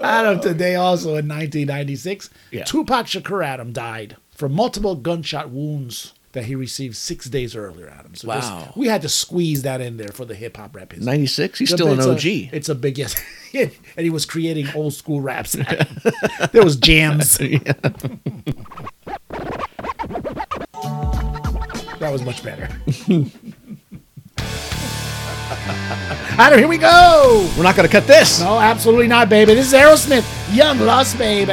Speaker 1: Adam today also in 1996.
Speaker 2: Yeah.
Speaker 1: Tupac Shakur Adam died from multiple gunshot wounds that he received six days earlier. Adam, so just-
Speaker 2: Wow.
Speaker 1: we had to squeeze that in there for the hip hop rap history.
Speaker 2: Ninety six. He's still an
Speaker 1: It's a-
Speaker 2: OG.
Speaker 1: it's a big yes, and he was creating old school raps. there was jams. that was much better. Adam, here we go.
Speaker 2: We're not going to cut this.
Speaker 1: No, Oh, absolutely not, baby. This is Aerosmith, Young Lust, baby.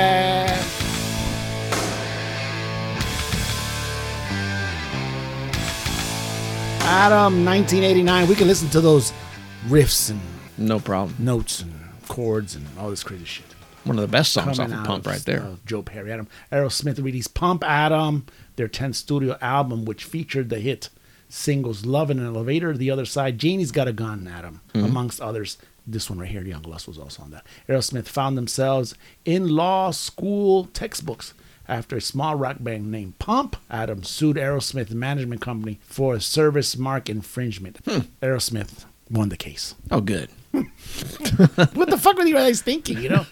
Speaker 1: Adam, 1989. We can listen to those riffs and
Speaker 2: No problem.
Speaker 1: notes and chords and all this crazy shit.
Speaker 2: One of the best songs off
Speaker 1: Coming
Speaker 2: of
Speaker 1: out
Speaker 2: Pump
Speaker 1: of,
Speaker 2: right there.
Speaker 1: uh, Joe Perry, Adam. Aerosmith released Pump Adam, their 10th studio album, which featured the hit singles Love in an Elevator, The Other Side, Janie's Got a Gun, Adam,
Speaker 2: Mm-hmm.
Speaker 1: amongst others. This one right here, Young Lust, was also on that. Aerosmith found themselves in law school textbooks after a small rock band named Pump Adam sued Aerosmith Management Company for service mark infringement.
Speaker 2: Hmm.
Speaker 1: Aerosmith won the case.
Speaker 2: oh, good.
Speaker 1: what the fuck were you guys thinking, you know?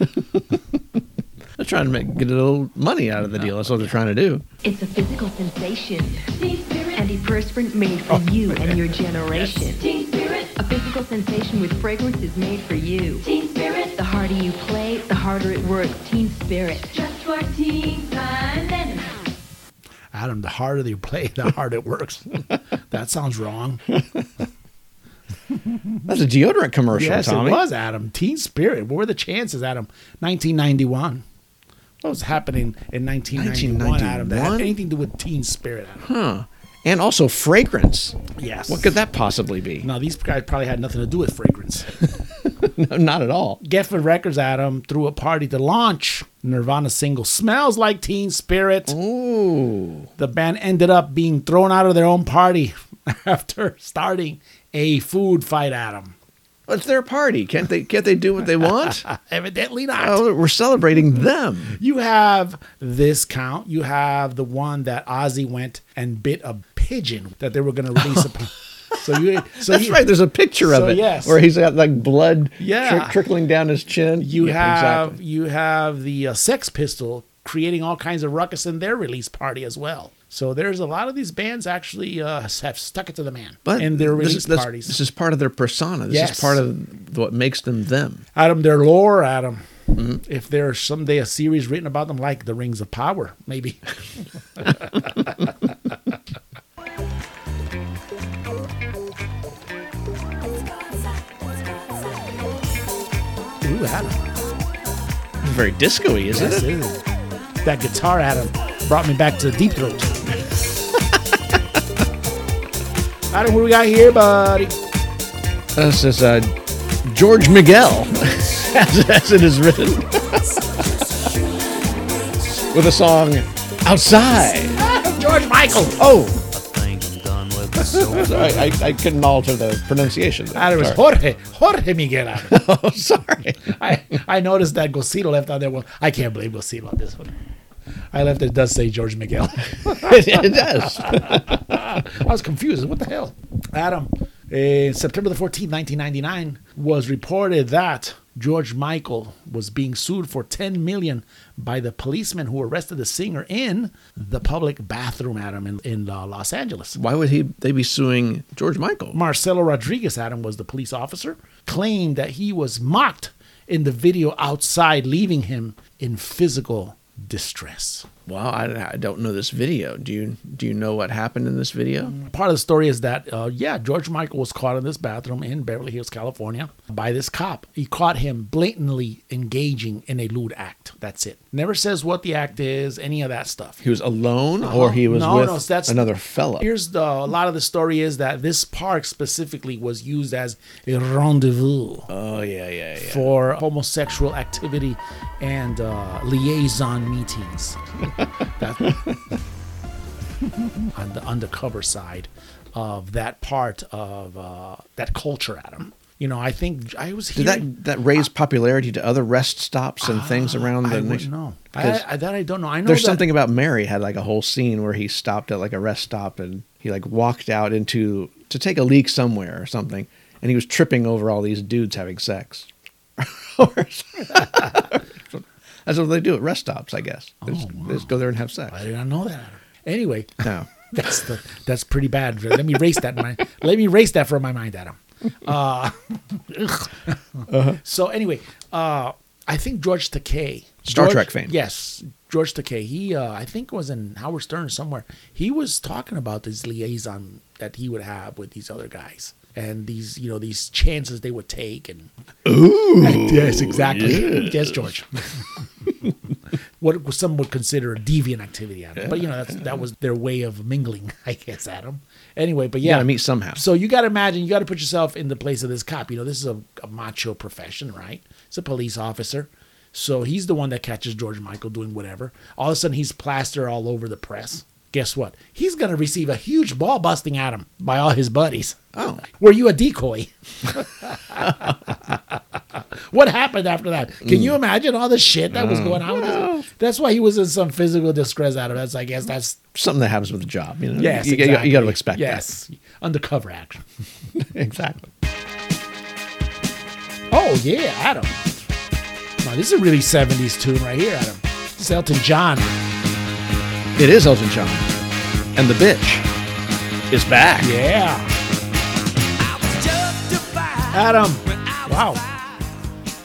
Speaker 2: They're trying to make, get a little money out of the deal. That's what they're trying to do.
Speaker 5: It's a physical sensation. Antiperspirant made for you and your generation. Teen Spirit. A physical sensation with fragrances made for you. Teen Spirit. The harder you play, the harder it works. Teen Spirit. Just for teen time.
Speaker 1: Adam, the harder you play, the harder it works. that sounds wrong.
Speaker 2: That's a deodorant commercial,
Speaker 1: yes,
Speaker 2: Tommy.
Speaker 1: it was Adam. Teen Spirit. What were the chances, Adam? 1991. What was happening in 1991, Adam? That had
Speaker 2: 1991?
Speaker 1: anything to do with Teen Spirit, Adam?
Speaker 2: Huh. And also fragrance.
Speaker 1: Yes.
Speaker 2: What could that possibly be?
Speaker 1: No, these guys probably had nothing to do with fragrance.
Speaker 2: No, not at all.
Speaker 1: Geffen Records, Adam, threw a party to launch Nirvana's single "Smells Like Teen Spirit."
Speaker 2: Ooh.
Speaker 1: the band ended up being thrown out of their own party after starting a food fight. Adam,
Speaker 2: It's their party. Can't they can't they do what they want?
Speaker 1: evidently not.
Speaker 2: oh, we're celebrating them.
Speaker 1: You have this count. You have the one that Ozzy went and bit a pigeon that they were going to release. upon. So you, so
Speaker 2: That's
Speaker 1: you,
Speaker 2: right. There's a picture
Speaker 1: So,
Speaker 2: of it
Speaker 1: yes.
Speaker 2: where he's got like blood
Speaker 1: Yeah.
Speaker 2: trick- trickling down his chin.
Speaker 1: you
Speaker 2: Yeah,
Speaker 1: have
Speaker 2: exactly.
Speaker 1: you have the uh, Sex Pistol creating all kinds of ruckus in their release party as well. So there's a lot of these bands actually uh, have stuck it to the man
Speaker 2: but
Speaker 1: in their
Speaker 2: this
Speaker 1: release
Speaker 2: is- this,
Speaker 1: parties.
Speaker 2: This is part of their persona. This
Speaker 1: Yes.
Speaker 2: is part of what makes them them.
Speaker 1: Adam, their lore, Adam.
Speaker 2: Mm-hmm.
Speaker 1: If there's someday a series written about them, like the Rings of Power, maybe. Ooh, Adam,
Speaker 2: Very disco-y, isn't
Speaker 1: that's
Speaker 2: it?
Speaker 1: it. That guitar, Adam, brought me back to Deep Throat. Adam, what do we got here, buddy?
Speaker 2: This is uh, George Miguel, as, as it is written, with a song "Outside."
Speaker 1: George Michael.
Speaker 2: Oh, sorry, I, I couldn't alter the pronunciation. There.
Speaker 1: Adam, it was
Speaker 2: sorry.
Speaker 1: Jorge, Jorge Miguel. Adam.
Speaker 2: Oh, sorry.
Speaker 1: I, I noticed that Gosito left on there. Well, I can't blame Gosito on this one. I left it does say George Miguel.
Speaker 2: it, it does.
Speaker 1: I was confused. What the hell? Adam, eh, September the 14th, 1999, was reported that George Michael was being sued for 10 million by the policeman who arrested the singer in the public bathroom, Adam, in, in uh, Los Angeles.
Speaker 2: Why would he? They be suing George Michael?
Speaker 1: Marcelo Rodriguez, Adam was the police officer, claimed that he was mocked in the video outside, leaving him in physical distress.
Speaker 2: Well, I, I don't know this video. Do you? Do you know what happened in this video?
Speaker 1: Part of the story is that, uh, yeah, George Michael was caught in this bathroom in Beverly Hills, California, by this cop. He caught him blatantly engaging in a lewd act. That's it. Never says what the act is, any of that stuff.
Speaker 2: He was alone, or he was with
Speaker 1: so
Speaker 2: another fella.
Speaker 1: Here's the a lot of the story is that this park specifically was used as a rendezvous.
Speaker 2: oh yeah, yeah, yeah.
Speaker 1: for homosexual activity and uh, liaison meetings. that, on the undercover side of that part of uh, that culture, Adam. You know, I think I was
Speaker 2: Did
Speaker 1: hearing
Speaker 2: that that raise popularity to other rest stops and things around the
Speaker 1: Uh, I wouldn't
Speaker 2: nation?
Speaker 1: know.
Speaker 2: Because
Speaker 1: I, I, that I don't know. I know
Speaker 2: There's
Speaker 1: that-
Speaker 2: something about Mary had like a whole scene where he stopped at like a rest stop and he like walked out into to take a leak somewhere or something, and he was tripping over all these dudes having sex. That's what they do at rest stops, I guess. They just,
Speaker 1: Oh,
Speaker 2: they just go there and have sex. I
Speaker 1: did not know that. Anyway,
Speaker 2: No.
Speaker 1: that's the that's pretty bad. Let me erase that. in My, let me erase that from my mind, Adam. Uh,
Speaker 2: Uh-huh.
Speaker 1: So anyway, uh, I think George Takei,
Speaker 2: Star
Speaker 1: George-
Speaker 2: Trek fame.
Speaker 1: Yes, George Takei. He, uh, I think, was in Howard Stern somewhere. He was talking about this liaison that he would have with these other guys and these, you know, these chances they would take. And
Speaker 10: Ooh,
Speaker 1: yes, exactly.
Speaker 10: yes.
Speaker 1: Yes, George. what some would consider a deviant activity, Adam. But you know, that's, that was their way of mingling, I guess, Adam. Anyway, but
Speaker 2: You
Speaker 1: yeah,
Speaker 2: gotta meet somehow.
Speaker 1: So you got to imagine, you got to put yourself in the place of this cop. You know, this is a, a macho profession, right? It's a police officer. So he's the one that catches George Michael doing whatever. All of a sudden, he's plastered all over the press. Guess what? He's going to receive a huge ball busting at him by all his buddies.
Speaker 2: Oh.
Speaker 1: Were you a decoy? what happened after that? Can you
Speaker 2: Hmm.
Speaker 1: imagine all the shit that was
Speaker 2: Oh.
Speaker 1: going on with this? That's why he was in some physical distress out of that's I guess that's
Speaker 2: Something that happens with the job, you know.
Speaker 1: Yes,
Speaker 2: you, you- you
Speaker 1: exactly.
Speaker 2: got to expect. that.
Speaker 1: Yes. undercover action.
Speaker 2: exactly.
Speaker 1: Oh yeah, Adam. Now this is a really 70s tune right here, Adam. This is Elton John.
Speaker 2: It is Elton John, and the bitch is back.
Speaker 1: Yeah. Adam. Wow.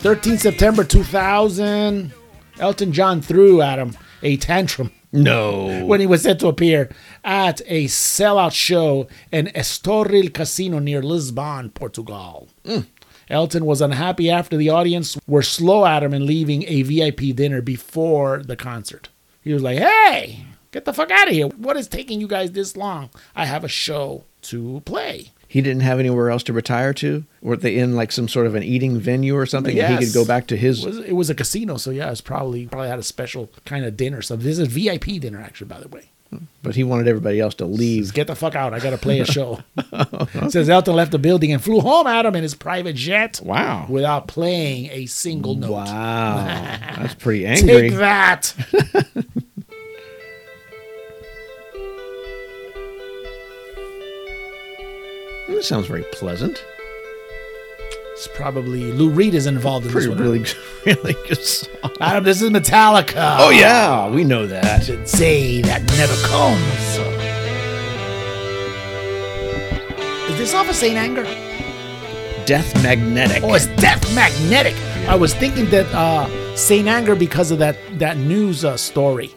Speaker 1: 13 September 2000. Elton John threw Adam a tantrum.
Speaker 2: No.
Speaker 1: When he was set to appear at a sellout show in Estoril Casino near Lisbon, Portugal. Elton was unhappy after the audience were slow at him in leaving a VIP dinner before the concert. He was like, hey, get the fuck out of here. What is taking you guys this long? I have a show to play.
Speaker 2: He didn't have anywhere else to retire to. Were they in like some sort of an eating venue or something? And he could
Speaker 1: Yes.
Speaker 2: go back to his.
Speaker 1: It was, it was a casino, so yeah, it's probably probably had a special kind of dinner. So this is VIP dinner, actually, by the way.
Speaker 2: But he wanted everybody else to leave.
Speaker 1: Get the fuck out! I gotta play a show. Says Elton left the building and flew home at him in his private jet.
Speaker 2: Wow.
Speaker 1: Without playing a single note.
Speaker 2: Wow. That's pretty angry.
Speaker 1: Take that.
Speaker 2: This sounds very pleasant.
Speaker 1: It's probably Lou Reed is involved in
Speaker 2: Pretty
Speaker 1: this one.
Speaker 2: really, really good song.
Speaker 1: Adam, this is Metallica.
Speaker 2: Oh yeah, we know that.
Speaker 1: The day that never comes. Is this off of Saint Anger?
Speaker 2: Death magnetic.
Speaker 1: Oh, it's Death Magnetic. I was thinking that uh, Saint Anger because of that that news uh, story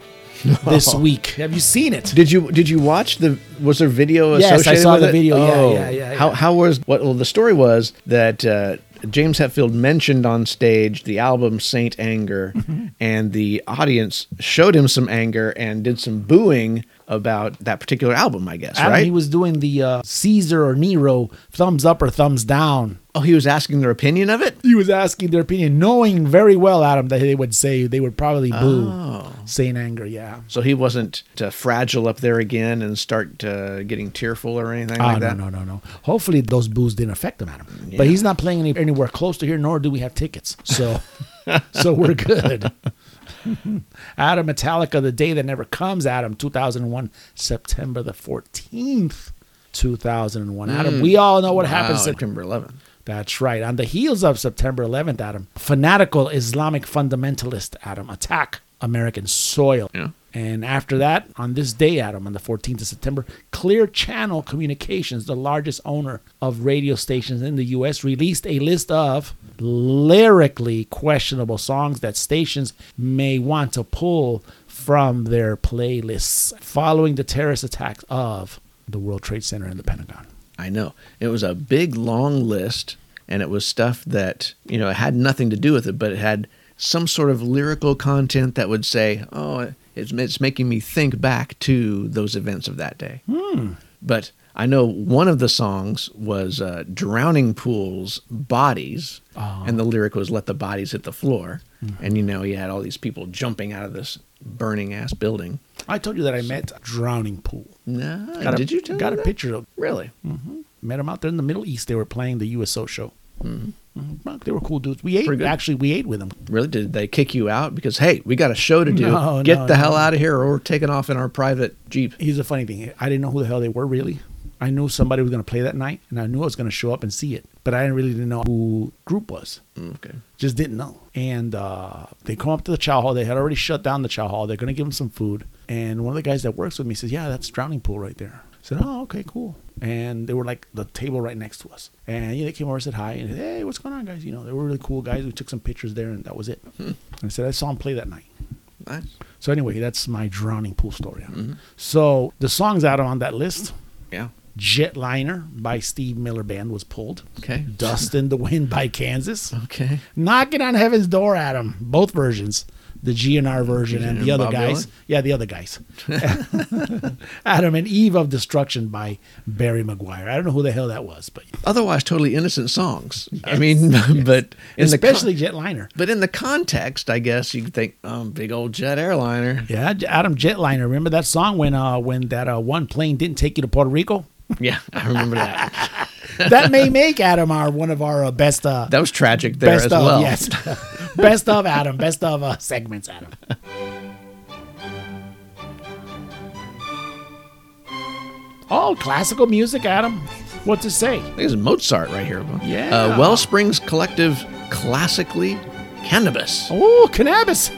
Speaker 1: this week. Have you seen it?
Speaker 2: Did you did you watch the was there video
Speaker 1: Yes, I
Speaker 2: associated
Speaker 1: saw
Speaker 2: with
Speaker 1: the
Speaker 2: it? Oh.
Speaker 1: video. Yeah, yeah, yeah,
Speaker 2: How
Speaker 1: yeah.
Speaker 2: how was what well the story was that uh, James Hetfield mentioned on stage the album Saint Anger
Speaker 1: Mm-hmm.
Speaker 2: and the audience showed him some anger and did some booing about that particular album, I guess,
Speaker 1: Adam,
Speaker 2: right?
Speaker 1: He was doing the uh, Caesar or Nero thumbs up or thumbs down.
Speaker 2: Oh, he was asking their opinion of it?
Speaker 1: He was asking their opinion, knowing very well, Adam, that they would say they would probably boo Saint Anger. Yeah.
Speaker 2: so he wasn't uh, fragile up there again and start uh, getting tearful or anything
Speaker 1: Ah,
Speaker 2: like
Speaker 1: no,
Speaker 2: that.
Speaker 1: no, no, no. Hopefully those boos didn't affect him, Adam. But he's not playing any, anywhere close to here, nor do we have tickets. So, so we're good. Adam Metallica, the day that never comes. Adam, 2001, September the 14th, 2001. Adam,
Speaker 2: Mm.
Speaker 1: we all know what
Speaker 2: Wow,
Speaker 1: happens.
Speaker 2: September 11th.
Speaker 1: That's right. On the heels of September 11th, Adam, fanatical Islamic fundamentalist Adam attack American soil. And after that, on this day, Adam, on the 14th of September, Clear Channel Communications, the largest owner of radio stations in the U.S., released a list of lyrically questionable songs that stations may want to pull from their playlists following the terrorist attacks of the World Trade Center and the Pentagon.
Speaker 2: I know. It was a big, long list, and it was stuff that, you know, it had nothing to do with it, but it had some sort of lyrical content that would say, oh, it's, it's making me think back to those events of that day.
Speaker 10: Hmm.
Speaker 2: But I know one of the songs was uh, Drowning Pool's Bodies,
Speaker 1: Uh-huh.
Speaker 2: and the lyric was Let the
Speaker 1: Hmm.
Speaker 2: Bodies Hit the Floor. And, you know, you had all these people jumping out of this burning ass building.
Speaker 1: I told you that I met Drowning Pool.
Speaker 2: No,
Speaker 1: a,
Speaker 2: did you tell
Speaker 1: Got
Speaker 2: me
Speaker 1: a
Speaker 2: that?
Speaker 1: picture of
Speaker 2: Really?
Speaker 1: hmm Met them out there in the Middle East. They were playing the USO show. Mhm. Well, They were cool dudes. We ate
Speaker 2: Hmm. Pretty good.
Speaker 1: actually. We ate with them.
Speaker 2: Really? Did they kick you out because hey, we got a show to do.
Speaker 1: No,
Speaker 2: Get
Speaker 1: no,
Speaker 2: the hell
Speaker 1: no.
Speaker 2: out of here, or we're taking off in our private jeep.
Speaker 1: Here's the funny thing. I didn't know who the hell they were really. I knew somebody was going to play that night, and I knew I was going to show up and see it, but I didn't really didn't know who group was.
Speaker 2: Mm, Okay.
Speaker 1: Just didn't know. And uh, they come up to the chow hall. They had already shut down the chow hall. They're going to give them some food. And one of the guys that works with me says, "Yeah, that's drowning pool right there." I said, "Oh, okay, cool." And they were like the table right next to us. And you know, they came over and said hi and hey, what's going on, guys? You know, they were really cool guys. We took some pictures there, and that was it. And I said, I saw him play that night.
Speaker 2: Nice.
Speaker 1: So anyway, that's my drowning pool story. So the songs out on that list.
Speaker 2: Yeah.
Speaker 1: Jetliner by Steve Miller Band was pulled.
Speaker 2: Okay.
Speaker 1: Dust in the Wind by Kansas.
Speaker 2: Okay.
Speaker 1: Knocking on Heaven's Door, Adam. Both versions. The GNR version and
Speaker 2: And
Speaker 1: the other
Speaker 2: Bob
Speaker 1: guys.
Speaker 2: Dylan?
Speaker 1: Yeah, the other guys. Adam and Eve of Destruction by Barry McGuire. I don't know who the hell that was, but
Speaker 2: Otherwise, totally innocent songs. I mean, but in the con-
Speaker 1: especially Jetliner.
Speaker 2: but in the context, I guess you could think, um, big old jet airliner.
Speaker 1: Yeah, J- Adam Jetliner. Remember that song when uh when that uh one plane didn't take you to Puerto Rico?
Speaker 2: Yeah, I remember that.
Speaker 1: that may make Adam our one of our uh, best uh
Speaker 2: That was tragic there
Speaker 1: best
Speaker 2: as
Speaker 1: of
Speaker 2: well.
Speaker 1: yes best of Adam best of uh, segments Adam. Oh, classical music, Adam. What to say?
Speaker 2: I think it's Mozart right here. bro.
Speaker 1: Yeah.
Speaker 2: Uh, Wellsprings Collective, classically cannabis.
Speaker 1: Oh, cannabis.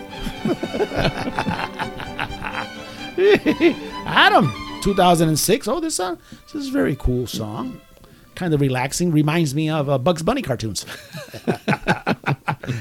Speaker 1: Adam, 2006. Oh, this song. This is a very cool song. Kind of relaxing. Reminds me of uh, Bugs Bunny cartoons.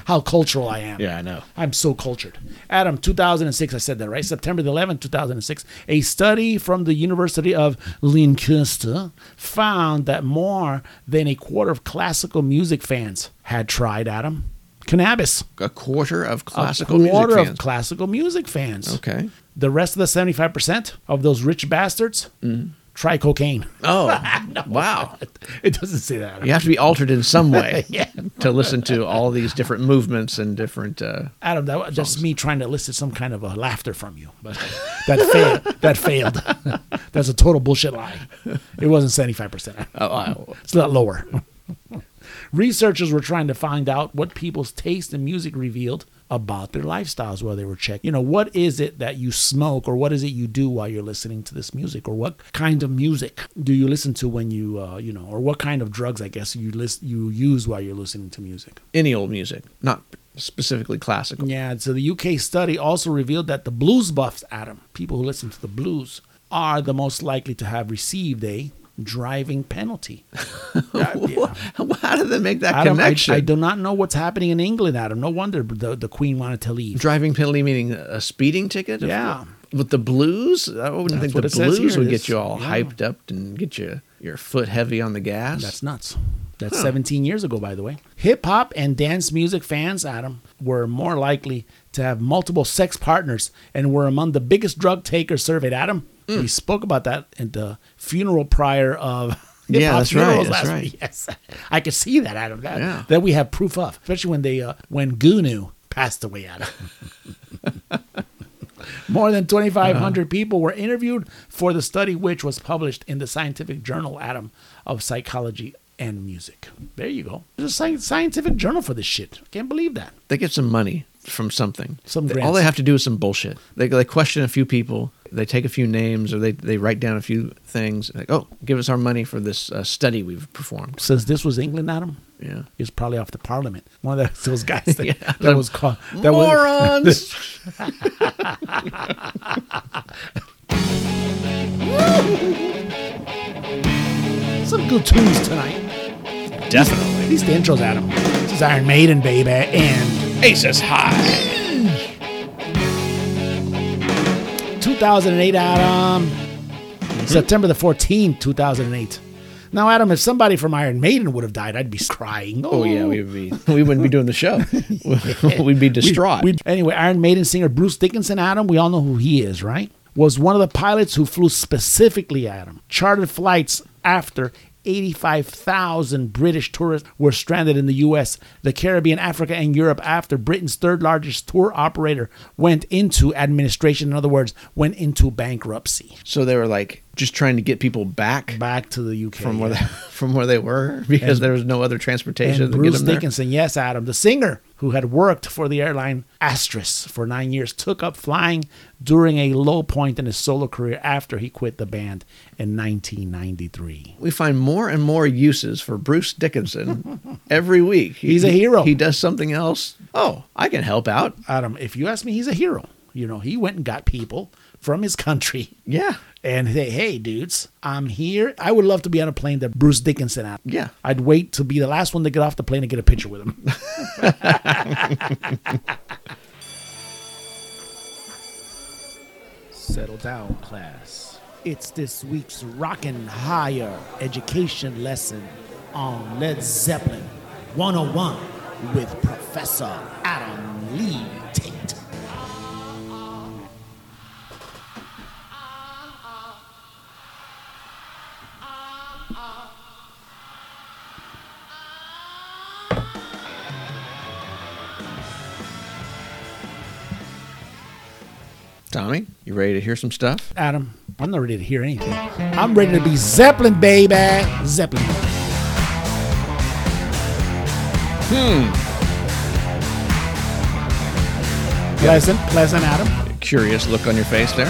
Speaker 1: How cultural I am.
Speaker 2: Yeah, I know.
Speaker 1: I'm so cultured. Adam, 2006, I said that, right? September the 11th, 2006, a study from the University of Lancaster found that more than a quarter of classical music fans had tried, Adam, cannabis.
Speaker 2: A quarter of classical
Speaker 1: a quarter
Speaker 2: music
Speaker 1: of
Speaker 2: fans.
Speaker 1: classical music fans.
Speaker 2: okay.
Speaker 1: The rest of the 75% of those rich bastards
Speaker 2: Mm-hmm.
Speaker 1: try cocaine.
Speaker 2: Oh, wow.
Speaker 1: It doesn't say that. Adam.
Speaker 2: You have to be altered in some way
Speaker 1: Yeah.
Speaker 2: to listen to all these different movements and different. Uh,
Speaker 1: Adam, that, was- that's me trying to elicit some kind of a laughter from you, but that failed. That failed. that's a total bullshit lie. It wasn't seventy-five percent.
Speaker 2: oh,
Speaker 1: It's a lot lower. Researchers were trying to find out what people's taste in music revealed about their lifestyles while they were checking. You know, what is it that you smoke or what is it you do while you're listening to this music or what kind of music do you listen to when you uh, you know or what kind of drugs I guess you list you use while you're listening to music.
Speaker 2: any old music, not specifically classical.
Speaker 1: Yeah, so the UK study also revealed that the blues buffs, Adam, people who listen to the blues, are the most likely to have received a driving penalty. Yeah, yeah.
Speaker 2: How did they make that
Speaker 1: Adam, I,
Speaker 2: connection?
Speaker 1: I do not know what's happening in England, Adam. No wonder the, the Queen wanted to leave.
Speaker 2: Driving penalty meaning a speeding ticket?
Speaker 1: Yeah.
Speaker 2: With the blues? I wouldn't
Speaker 1: That's
Speaker 2: think
Speaker 1: what
Speaker 2: the
Speaker 1: it says
Speaker 2: blues
Speaker 1: here.
Speaker 2: would
Speaker 1: It's-
Speaker 2: get you all
Speaker 1: yeah.
Speaker 2: hyped up and get you your foot heavy on the gas.
Speaker 1: That's nuts. That's 17 years ago, by the way. Hip hop and dance music fans, Adam, were more likely to have multiple sex partners and were among the biggest drug takers surveyed. Adam, we
Speaker 2: Mm.
Speaker 1: spoke about that at the funeral prior of. hip-hop
Speaker 2: Yeah, that's right,
Speaker 1: funerals
Speaker 2: that's
Speaker 1: last
Speaker 2: right.
Speaker 1: week. Yes, I could see that, Adam. That,
Speaker 2: Yeah.
Speaker 1: that we have proof of, especially when they uh, when Gunu passed away, Adam. More than 2,500 people were interviewed for the study, which was published in the scientific journal Atom of Psychology and Music. There you go. There's a sci- scientific journal for this shit. Can't believe that.
Speaker 2: They get some money from something.
Speaker 1: Some
Speaker 2: They- all
Speaker 1: grants.
Speaker 2: they have to do is some bullshit. They, they question a few people, they take a few names, or they, they write down a few things. Like, oh, give us our money for this uh, study we've performed.
Speaker 1: Since this was England, Adam,
Speaker 2: Yeah.
Speaker 1: he was probably off the parliament. One of those, those guys that,
Speaker 2: Yeah.
Speaker 1: that was called. That was,
Speaker 2: Morons!
Speaker 1: some good tunes tonight.
Speaker 2: Definitely.
Speaker 1: At least the intros, Adam. This is Iron Maiden, baby, and
Speaker 2: Aces high.
Speaker 1: 2008, Adam. September the 14th, 2008. Now, Adam, if somebody from Iron Maiden would have died, I'd be crying.
Speaker 2: Oh yeah, we would be. We wouldn't be doing the show. We'd be distraught.
Speaker 1: We- anyway, Iron Maiden singer Bruce Dickinson, Adam, we all know who he is, right? Was one of the pilots who flew specifically, Adam, chartered flights after 85,000 British tourists were stranded in the US, the Caribbean, Africa, and Europe after Britain's third largest tour operator went into administration. In other words, went into bankruptcy.
Speaker 2: So they were like just trying to get people back
Speaker 1: back to the UK
Speaker 2: from where they, from where they were because
Speaker 1: And-
Speaker 2: there was no other transportation
Speaker 1: And
Speaker 2: to
Speaker 1: Bruce
Speaker 2: get them there.
Speaker 1: Dickinson, yes, Adam, the singer who had worked for the airline Astris for nine years, took up flying during a low point in his solo career after he quit the band in 1993.
Speaker 2: We find more and more uses for Bruce Dickinson every week. He-
Speaker 1: He's a hero.
Speaker 2: He does something else. Oh, I can help out.
Speaker 1: Adam, if you ask me, he's a hero. You know, he went and got people from his country.
Speaker 2: Yeah.
Speaker 1: And say, hey, dudes, I'm here. I would love to be on a plane that Bruce Dickinson out.
Speaker 2: Yeah.
Speaker 1: I'd wait to be the last one to get off the plane and get a picture with him. Settle down, class. It's this week's Rockin' Higher Education Lesson on Led Zeppelin 101 with Professor Adam Lee Tate.
Speaker 2: Tommy, you ready to hear some stuff?
Speaker 1: Adam, I'm not ready to hear anything. I'm ready to be Zeppelin, baby. Zeppelin.
Speaker 2: Hmm.
Speaker 1: Pleasant, pleasant, Adam.
Speaker 2: Curious look on your face there.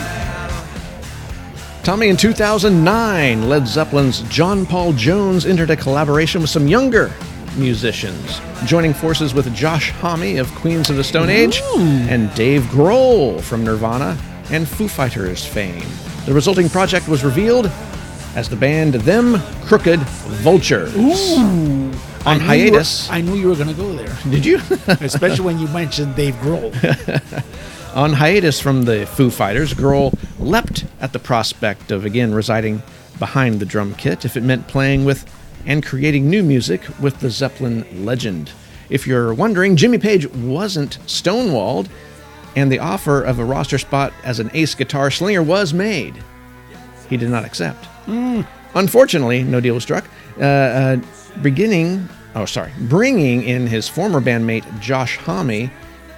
Speaker 2: Tommy, in 2009, Led Zeppelin's John Paul Jones entered a collaboration with some younger musicians, joining forces with Josh Homme of Queens of the Stone Age and Dave Grohl from Nirvana and Foo Fighters fame. The resulting project was revealed as the band Them Crooked Vultures.
Speaker 1: Ooh.
Speaker 2: On
Speaker 1: knew you were-
Speaker 2: hiatus.
Speaker 1: I knew you were going to go there.
Speaker 2: Did you?
Speaker 1: Especially when you mentioned Dave Grohl.
Speaker 2: On hiatus from the Foo Fighters, Grohl leapt at the prospect of again residing behind the drum kit if it meant playing with and creating new music with the Zeppelin legend. If you're wondering, Jimmy Page wasn't stonewalled, and the offer of a roster spot as an ace guitar slinger was made. He did not accept. Unfortunately, no deal was struck. Uh, uh, beginning, oh sorry, bringing in his former bandmate Josh Homme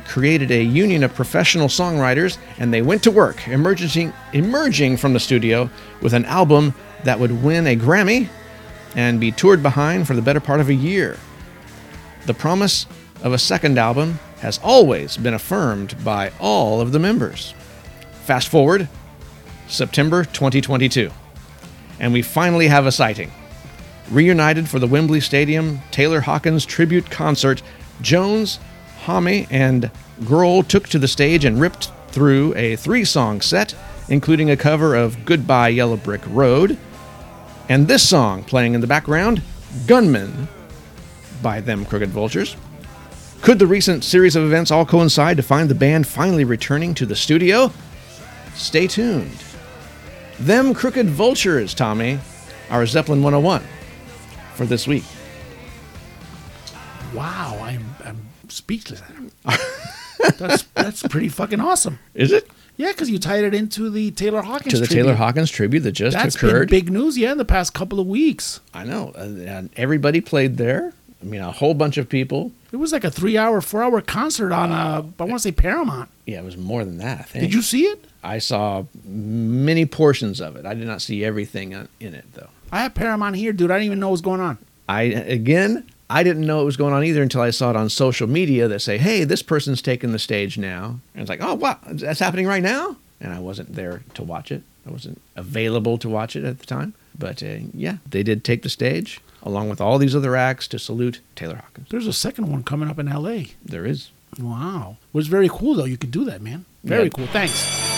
Speaker 2: created a union of professional songwriters, and they went to work, emerging emerging from the studio with an album that would win a Grammy and be toured behind for the better part of a year. The promise of a second album has always been affirmed by all of the members. Fast forward, September 2022 and we finally have a sighting. Reunited for the Wembley Stadium Taylor Hawkins tribute concert, Jones, Homme, and Grohl took to the stage and ripped through a three song set, including a cover of Goodbye Yellow Brick Road, and this song playing in the background, Gunman, by Them Crooked Vultures. Could the recent series of events all coincide to find the band finally returning to the studio? Stay tuned. Them Crooked Vultures, Tommy, our Zeppelin 101 for this week.
Speaker 1: Wow, I'm, I'm speechless. Adam. that's, that's pretty fucking awesome.
Speaker 2: Is it?
Speaker 1: Yeah, because you tied it into the Taylor Hawkins
Speaker 2: To the
Speaker 1: tribute.
Speaker 2: Taylor Hawkins tribute that just
Speaker 1: That's
Speaker 2: occurred.
Speaker 1: been big news, yeah, in the past couple of weeks.
Speaker 2: I know. And- and everybody played there. I mean, a whole bunch of people.
Speaker 1: It was like a three hour, four hour concert on, uh, I want to say Paramount.
Speaker 2: Yeah, it was more than that. I think.
Speaker 1: Did you see it?
Speaker 2: I saw many portions of it. I did not see everything on- in it, though.
Speaker 1: I have Paramount here, dude. I didn't even know what was going on.
Speaker 2: I again, I didn't know it was going on either until I saw it on social media that say, "Hey, this person's taking the stage now," and it's like, "Oh, wow, that's happening right now!" And I wasn't there to watch it. I wasn't available to watch it at the time. But uh, yeah, they did take the stage along with all these other acts to salute Taylor Hawkins.
Speaker 1: There's a second one coming up in LA.
Speaker 2: There is.
Speaker 1: Wow. Was very cool though. You could do that, man. Very
Speaker 2: Yeah.
Speaker 1: cool. Thanks.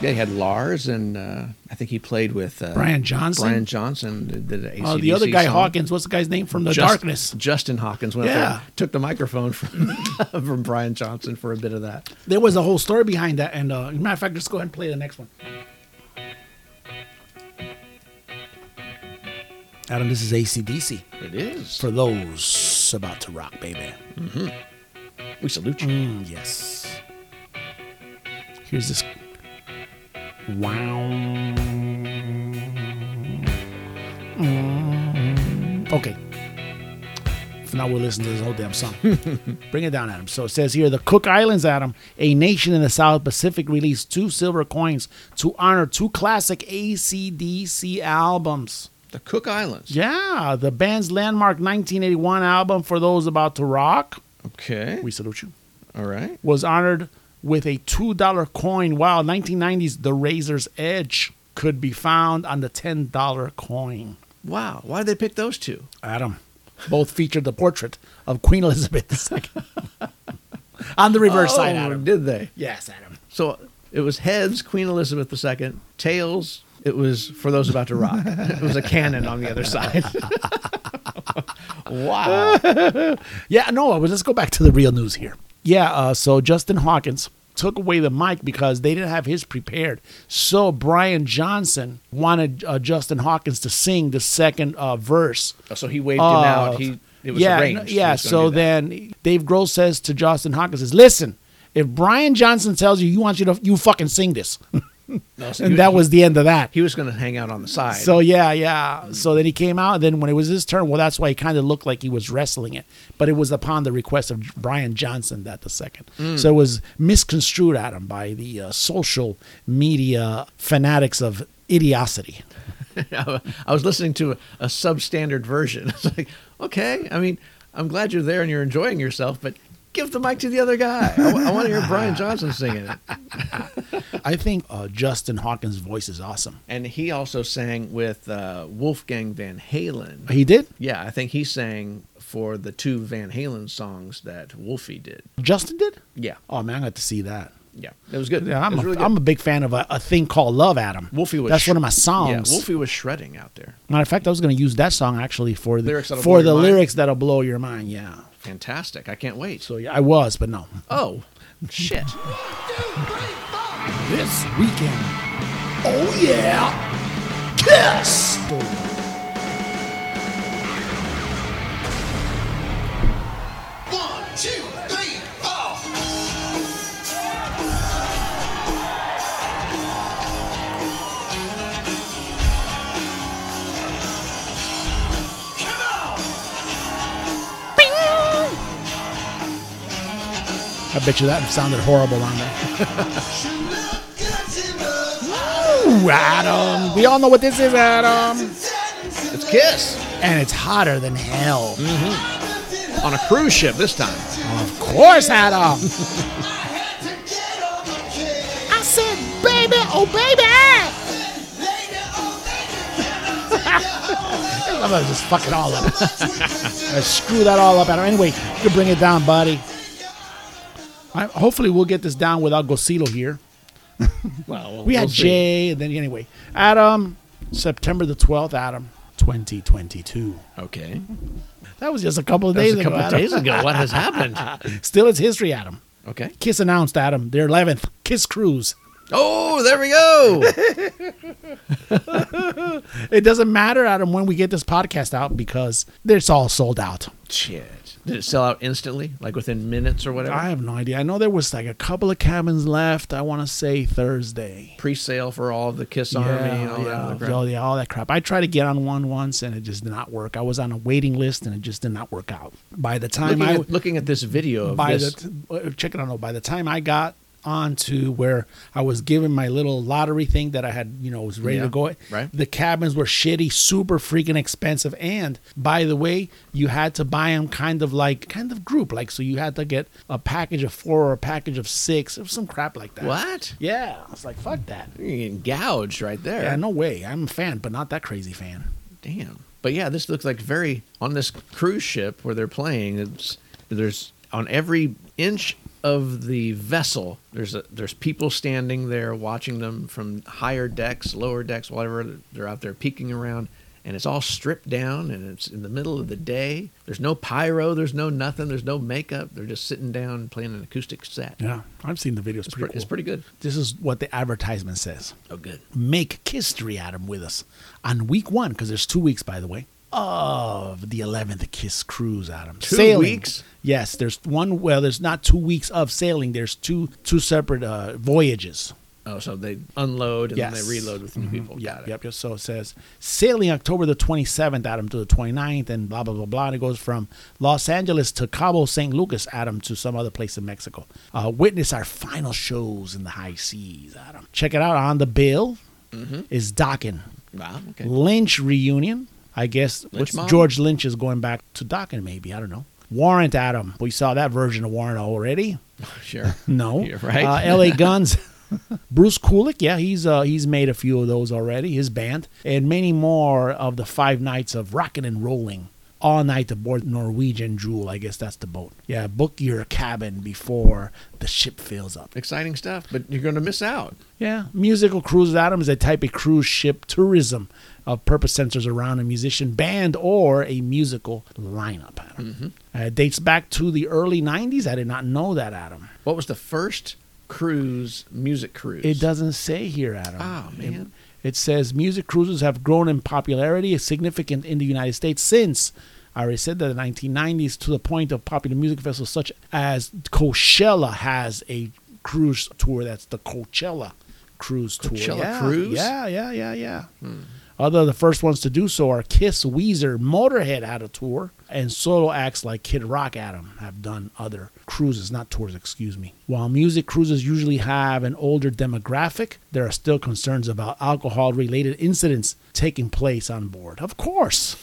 Speaker 2: They had Lars, and uh, I think he played with uh,
Speaker 1: Brian Johnson?
Speaker 2: Brian Johnson did- did an
Speaker 1: Oh, the other
Speaker 2: AC/DC
Speaker 1: guy
Speaker 2: song.
Speaker 1: Hawkins. What's the guy's name from the
Speaker 2: Just-
Speaker 1: darkness?
Speaker 2: Justin Hawkins went
Speaker 1: Yeah.
Speaker 2: up there, and took the microphone from from Brian Johnson for a bit of that.
Speaker 1: There was a whole story behind that. And uh, as a matter of fact, just go ahead and play the next one. Adam, this is ACDC
Speaker 2: It is.
Speaker 1: for those just about to rock, baby.
Speaker 2: We salute you.
Speaker 1: Mm, yes. Here's this. Wow. Mm. Okay. For now, we'll listen to this whole damn song. Bring it down, Adam. So it says here the Cook Islands, Adam, a nation in the South Pacific, released two silver coins to honor two classic ACDC albums.
Speaker 2: The Cook Islands.
Speaker 1: Yeah, the band's landmark 1981 album, For Those About to Rock,
Speaker 2: Okay.
Speaker 1: we salute you,
Speaker 2: All right.
Speaker 1: was honored with a $2 coin, while 1990s The Razor's Edge could be found on the $10 coin.
Speaker 2: Wow. Why did they pick those two?
Speaker 1: Adam, both featured the portrait of Queen Elizabeth II. on the reverse side,
Speaker 2: Oh,
Speaker 1: Adam.
Speaker 2: Did they?
Speaker 1: Yes, Adam.
Speaker 2: So it was heads, Queen Elizabeth II. Tails, it was for those about to rock. it was a cannon on the other side. wow.
Speaker 1: Yeah, no, but let's go back to the real news here. Yeah, uh, so Justin Hawkins took away the mic because they didn't have his prepared. So Brian Johnson wanted uh, Justin Hawkins to sing the second uh, verse.
Speaker 2: So he waved
Speaker 1: of-
Speaker 2: him out. He it was
Speaker 1: Oh. yeah, no-
Speaker 2: arranged. He
Speaker 1: Yeah,
Speaker 2: was gonna
Speaker 1: so
Speaker 2: do that.
Speaker 1: then Dave Grohl says to Justin Hawkins, says, listen, if Brian Johnson tells you you want you to, you fucking sing this.
Speaker 2: No, so
Speaker 1: and
Speaker 2: he-
Speaker 1: that was the end of that.
Speaker 2: he was going to hang out on the side.
Speaker 1: So yeah, yeah. So then he came out. And then when it was his turn, well, that's why he kind of looked like he was wrestling it. But it was upon the request of Brian Johnson that the second.
Speaker 2: Mm.
Speaker 1: So it was misconstrued at him by the uh, social media fanatics of idiocity.
Speaker 2: I was listening to a, a substandard version. It's like, okay, I mean, I'm glad you're there and you're enjoying yourself, but give the mic to the other guy. I, want to hear Brian Johnson singing it.
Speaker 1: I think uh, Justin Hawkins' voice is awesome.
Speaker 2: And he also sang with uh, Wolfgang Van Halen.
Speaker 1: He did.
Speaker 2: Yeah, I think he sang for the two Van Halen songs that Wolfie did.
Speaker 1: Justin did.
Speaker 2: Yeah,
Speaker 1: Oh man, I got to see that.
Speaker 2: yeah, it was good.
Speaker 1: Yeah,
Speaker 2: it
Speaker 1: I'm,
Speaker 2: was
Speaker 1: a,
Speaker 2: really good.
Speaker 1: am a big fan of a, a thing called Love, Adam.
Speaker 2: Wolfie was
Speaker 1: That's one of my
Speaker 2: yeah,
Speaker 1: songs.
Speaker 2: Wolfie was shredding out there.
Speaker 1: Matter of fact, I was going to use that song actually for the
Speaker 2: Lyrics that'll blow
Speaker 1: for the
Speaker 2: your mind.
Speaker 1: lyrics that'll blow your mind. Yeah.
Speaker 2: Fantastic! I can't wait.
Speaker 1: So yeah, I was, but no.
Speaker 2: oh, shit!
Speaker 1: This weekend. Oh yeah. Kiss.
Speaker 10: One, two, three, four.
Speaker 1: I bet you that sounded horrible on there. Ooh, Adam. We all know what this is, Adam.
Speaker 2: It's Kiss
Speaker 1: And it's hotter than hell.
Speaker 2: on a cruise ship this time.
Speaker 1: Of course, Adam.
Speaker 10: I said, baby, oh baby.
Speaker 1: I'm gonna just fuck it all up. I screw that all up, Adam. Anyway, you can bring it down, buddy. I, hopefully, we'll get this down without Gosilo here.
Speaker 2: Well,
Speaker 1: We had Jay, and then anyway, Adam, September the twelfth, Adam, twenty twenty two.
Speaker 2: Okay,
Speaker 1: That was just a couple of
Speaker 2: that was
Speaker 1: days
Speaker 2: a couple
Speaker 1: ago.
Speaker 2: of
Speaker 1: Adam.
Speaker 2: days ago. What has happened?
Speaker 1: Still, it's history, Adam.
Speaker 2: Okay.
Speaker 1: Kiss announced, Adam, their eleventh Kiss cruise.
Speaker 2: Oh, there we go.
Speaker 1: It doesn't matter, Adam, when we get this podcast out because it's all sold out.
Speaker 2: Shit. Did it sell out instantly? Like within minutes or whatever?
Speaker 1: I have no idea. I know there was like a couple of cabins left. I want to say Thursday.
Speaker 2: Pre sale for all of the Kiss Army and all that other crap.
Speaker 1: all- yeah, all that crap. I tried to get on one once and it just did not work. I was on a waiting list and it just did not work out. By the time
Speaker 2: Looking,
Speaker 1: I
Speaker 2: at, looking at this video of
Speaker 1: by
Speaker 2: this.
Speaker 1: the uh, check it out. no, By the time I got on to where I was given my little lottery thing that I had, you know, was ready
Speaker 2: Yeah,
Speaker 1: to go.
Speaker 2: right.
Speaker 1: The cabins were shitty, super freaking expensive. And by the way, you had to buy them kind of like kind of group, like so you had to get a package of four or a package of six or some crap like that.
Speaker 2: what?
Speaker 1: Yeah, I was like, fuck that.
Speaker 2: You're getting gouged right there.
Speaker 1: Yeah, no way. I'm a fan, but not that crazy fan.
Speaker 2: Damn. But yeah, this looks like very. On this cruise ship where they're playing, it's, there's on every inch of the vessel there's a, there's people standing there watching them from higher decks lower decks whatever they're out there peeking around and it's all stripped down and it's in the middle of the day there's no pyro there's no nothing there's no makeup they're just sitting down playing an acoustic set
Speaker 1: Yeah, I've seen the videos.
Speaker 2: it's, pre- it's pretty good
Speaker 1: This is what the advertisement says.
Speaker 2: oh good
Speaker 1: Make history, Adam, with us on week one because there's two weeks, by the way. of the 11th Kiss Cruise, Adam.
Speaker 2: Two weeks?
Speaker 1: Yes, there's one. Well, there's not two weeks of sailing. There's two two separate uh, voyages.
Speaker 2: Oh, so they unload and then
Speaker 1: Yes. Mm-hmm.
Speaker 2: they reload with new people. Oh, Got it.
Speaker 1: Yep, yep. So it says sailing October the 27th, Adam, to the 29th, and blah, blah, blah, blah. And it goes from Los Angeles to Cabo San Lucas, Adam, to some other place in Mexico. Uh, witness our final shows in the high seas, Adam. Check it out on the bill
Speaker 2: Mhm.
Speaker 1: is Dockin.
Speaker 2: Wow. Okay.
Speaker 1: Lynch reunion. I guess
Speaker 2: Lynch
Speaker 1: what's-
Speaker 2: mob?
Speaker 1: George Lynch is going back to Dockin, maybe. I don't know. Warrant, Adam. We saw that version of Warrant already.
Speaker 2: Sure.
Speaker 1: No,
Speaker 2: You're right.
Speaker 1: Uh, L.A. Guns, Bruce Kulick. Yeah, he's uh, he's made a few of those already. His band and many more of the five nights of rocking and rolling all night aboard Norwegian Jewel. I guess that's the boat. Yeah, book your cabin before the ship fills up.
Speaker 2: Exciting stuff, but you're going to miss out.
Speaker 1: Yeah, musical cruises. Adam is a type of cruise ship tourism of purpose centers around a musician, band, or a musical lineup. Adam Uh, it dates back to the early '90s. I did not know that, Adam.
Speaker 2: What was the first cruise, music cruise?
Speaker 1: It doesn't say here, Adam.
Speaker 2: Oh,
Speaker 1: It-
Speaker 2: man.
Speaker 1: It, says music cruises have grown in popularity significant in the United States since I already said that the 1990s to the point of popular music festivals such as Coachella has a cruise tour that's the Coachella cruise tour.
Speaker 2: Coachella
Speaker 1: Yeah,
Speaker 2: cruise?
Speaker 1: Yeah, yeah, yeah, yeah. Hmm. Other the first ones to do so are Kiss, Weezer, Motorhead had a tour, and solo acts like Kid Rock, Adam have done other cruises, not tours, excuse me. While music cruises usually have an older demographic, there are still concerns about alcohol-related incidents taking place on board. Of course.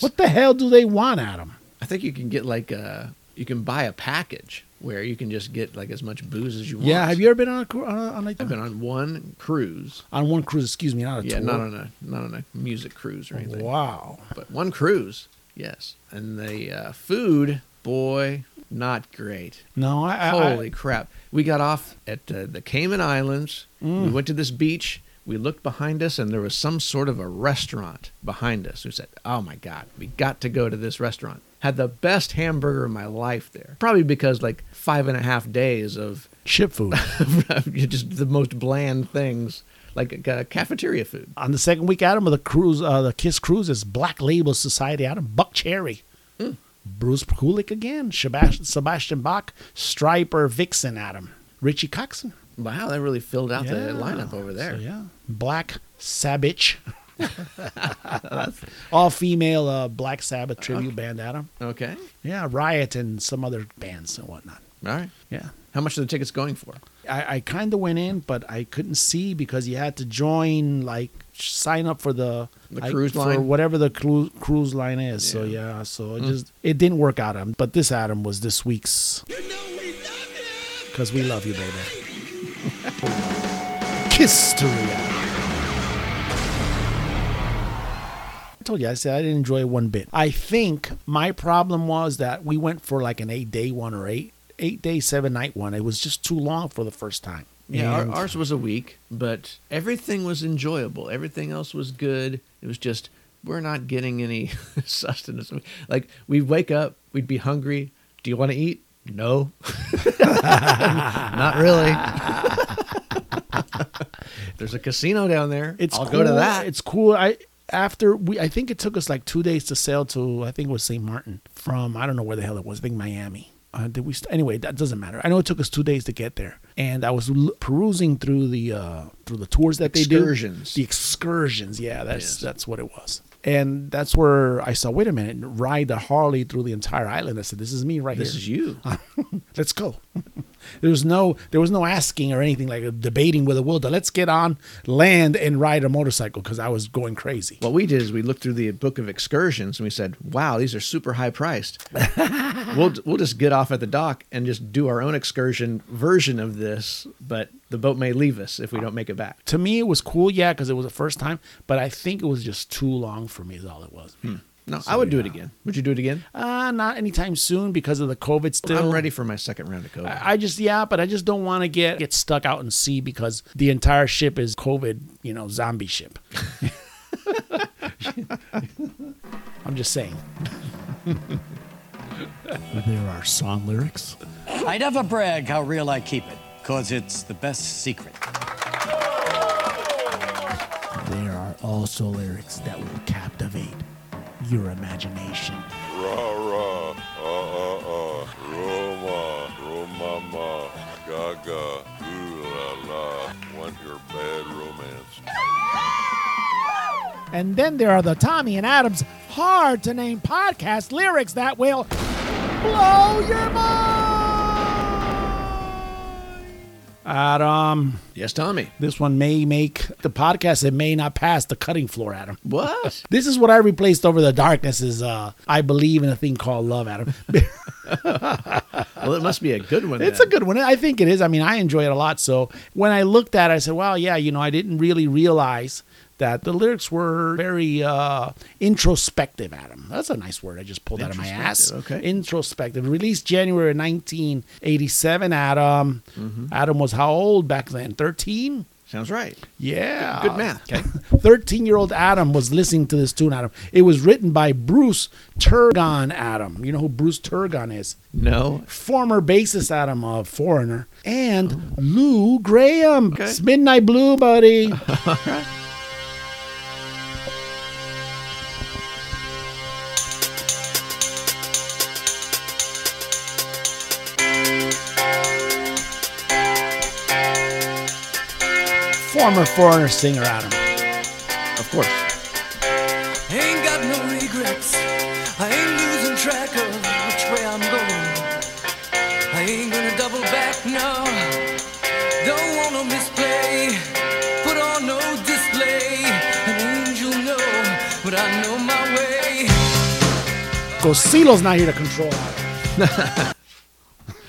Speaker 1: what the hell do they want, Adam?
Speaker 2: I think you can get like a, you can buy a package where you can just get like as much booze as you want.
Speaker 1: Yeah, have you ever been on a cru- on a, on, a,
Speaker 2: I've been on one cruise.
Speaker 1: on one cruise? Excuse me, not a
Speaker 2: Yeah,
Speaker 1: tour.
Speaker 2: not on a not on a music cruise or anything.
Speaker 1: Wow.
Speaker 2: But one cruise, yes. And the uh, food, boy, not great.
Speaker 1: No, I, I I-
Speaker 2: Holy crap. We got off at uh, the Cayman Islands.
Speaker 1: Mm.
Speaker 2: We went to this beach. We looked behind us, and there was some sort of a restaurant behind us. We said, Oh my God, we got to go to this restaurant. Had the best hamburger of my life there. Probably because, like, five and a half days of
Speaker 1: ship food.
Speaker 2: you just the most bland things, like uh, cafeteria food.
Speaker 1: on the second week, Adam, of the cruise, uh, the Kiss cruise is Black Label Society. Adam Buck Cherry,
Speaker 2: Hmm.
Speaker 1: Bruce Kulick again, Sebastian, Sebastian Bach, Striper Vixen, Adam Richie Coxon.
Speaker 2: Wow, they really filled out the lineup over there.
Speaker 1: So, yeah, Black Sabbath. All female uh, Black Sabbath tribute band, Adam.
Speaker 2: Okay.
Speaker 1: Yeah, Riot and some other bands and whatnot.
Speaker 2: All right.
Speaker 1: Yeah.
Speaker 2: How much are the tickets going for?
Speaker 1: I, I kind of went in, but I couldn't see because you had to join, like sign up for the,
Speaker 2: The
Speaker 1: like,
Speaker 2: cruise
Speaker 1: for
Speaker 2: line? Hmm.
Speaker 1: whatever the cru- cruise line is. So yeah, so it just it didn't work out. Adam, but this Adam was this week's because we love you, baby. Kiss to I told you, I said I didn't enjoy it one bit. I think my problem was that we went for like an eight day one or eight eight day seven night one. It was just too long for the first time.
Speaker 2: Yeah, our,
Speaker 1: And-
Speaker 2: ours was a week, but everything was enjoyable. Everything else was good. It was just we're not getting any sustenance. Like we'd wake up, we'd be hungry. Do you want to eat? No, not really. There's a casino down there.
Speaker 1: It's
Speaker 2: I'll
Speaker 1: cool.
Speaker 2: go to that.
Speaker 1: It's cool. I after we I think it took us like two days to sail to I think it was St. Martin from I don't know where the hell it was. I think Miami. Uh, did we st- anyway? That doesn't matter. I know it took us two days to get there, and I was l- perusing through the uh, through the tours that they do.
Speaker 2: Excursions.
Speaker 1: The excursions. Yeah, that's
Speaker 2: Yes.
Speaker 1: that's what it was. And that's where I saw. Wait a minute, ride the Harley through the entire island. I said, "This is me right
Speaker 2: this
Speaker 1: here."
Speaker 2: is you.
Speaker 1: let's go. there was no there was no asking or anything like debating with a wilder. Let's get on land and ride a motorcycle because I was going crazy.
Speaker 2: What we did is we looked through the book of excursions and we said, "Wow, these are super high priced. we'll we'll just get off at the dock and just do our own excursion version of this, but the boat may leave us if we don't make it back."
Speaker 1: To me, it was cool, yeah, because it was the first time. But I think it was just too long for me. Is all it was.
Speaker 2: Hmm. No, I would do it again. Would you do it again?
Speaker 1: Uh, not anytime soon because of the COVID. Still,
Speaker 2: I'm ready for my second round of COVID.
Speaker 1: I I just yeah, but I just don't want to get get stuck out in sea because the entire ship is COVID, you know, zombie ship. I'm just saying. there are song lyrics.
Speaker 14: I never brag how real I keep it, cause it's the best secret.
Speaker 1: There are also lyrics that will captivate your imagination.
Speaker 15: Ra ra, ah ah ah, Roma, Romama, Gaga, ooh la la, want your bad romance.
Speaker 16: And then there are the Tommy and Adams hard to name podcast lyrics that will blow your
Speaker 1: Adam.
Speaker 2: Yes, Tommy.
Speaker 1: This one may make the podcast. It may not pass the cutting floor, Adam.
Speaker 2: What?
Speaker 1: this is what I replaced over the darkness is uh I believe in a thing called love, Adam.
Speaker 2: well, it must be a good one.
Speaker 1: It's
Speaker 2: then.
Speaker 1: a good one. I think it is. I mean, I enjoy it a lot. So when I looked at it, I said, well, yeah, you know, I didn't really realize that the lyrics were very uh, introspective, Adam. That's a nice word. I just pulled out of my ass.
Speaker 2: Introspective, okay.
Speaker 1: Introspective. Released January 1987, Adam.
Speaker 2: Mm-hmm.
Speaker 1: Adam was how old back then? 13?
Speaker 2: Sounds right.
Speaker 1: Yeah.
Speaker 2: Good- good math.
Speaker 1: 13 year old Adam was listening to this tune, Adam. It was written by Bruce Turgon, Adam. You know who Bruce Turgon is?
Speaker 2: No.
Speaker 1: Former bassist, Adam, of Foreigner. And Lou Graham. It's Midnight Blue, buddy. Former Foreigner singer, Adam.
Speaker 2: Of course.
Speaker 17: Ain't got no regrets. I ain't losing track of which way I'm going. I ain't gonna double back now. Don't want no misplay. Put on no display. An angel know, but I know my way.
Speaker 1: Cosilo's not here to control Adam.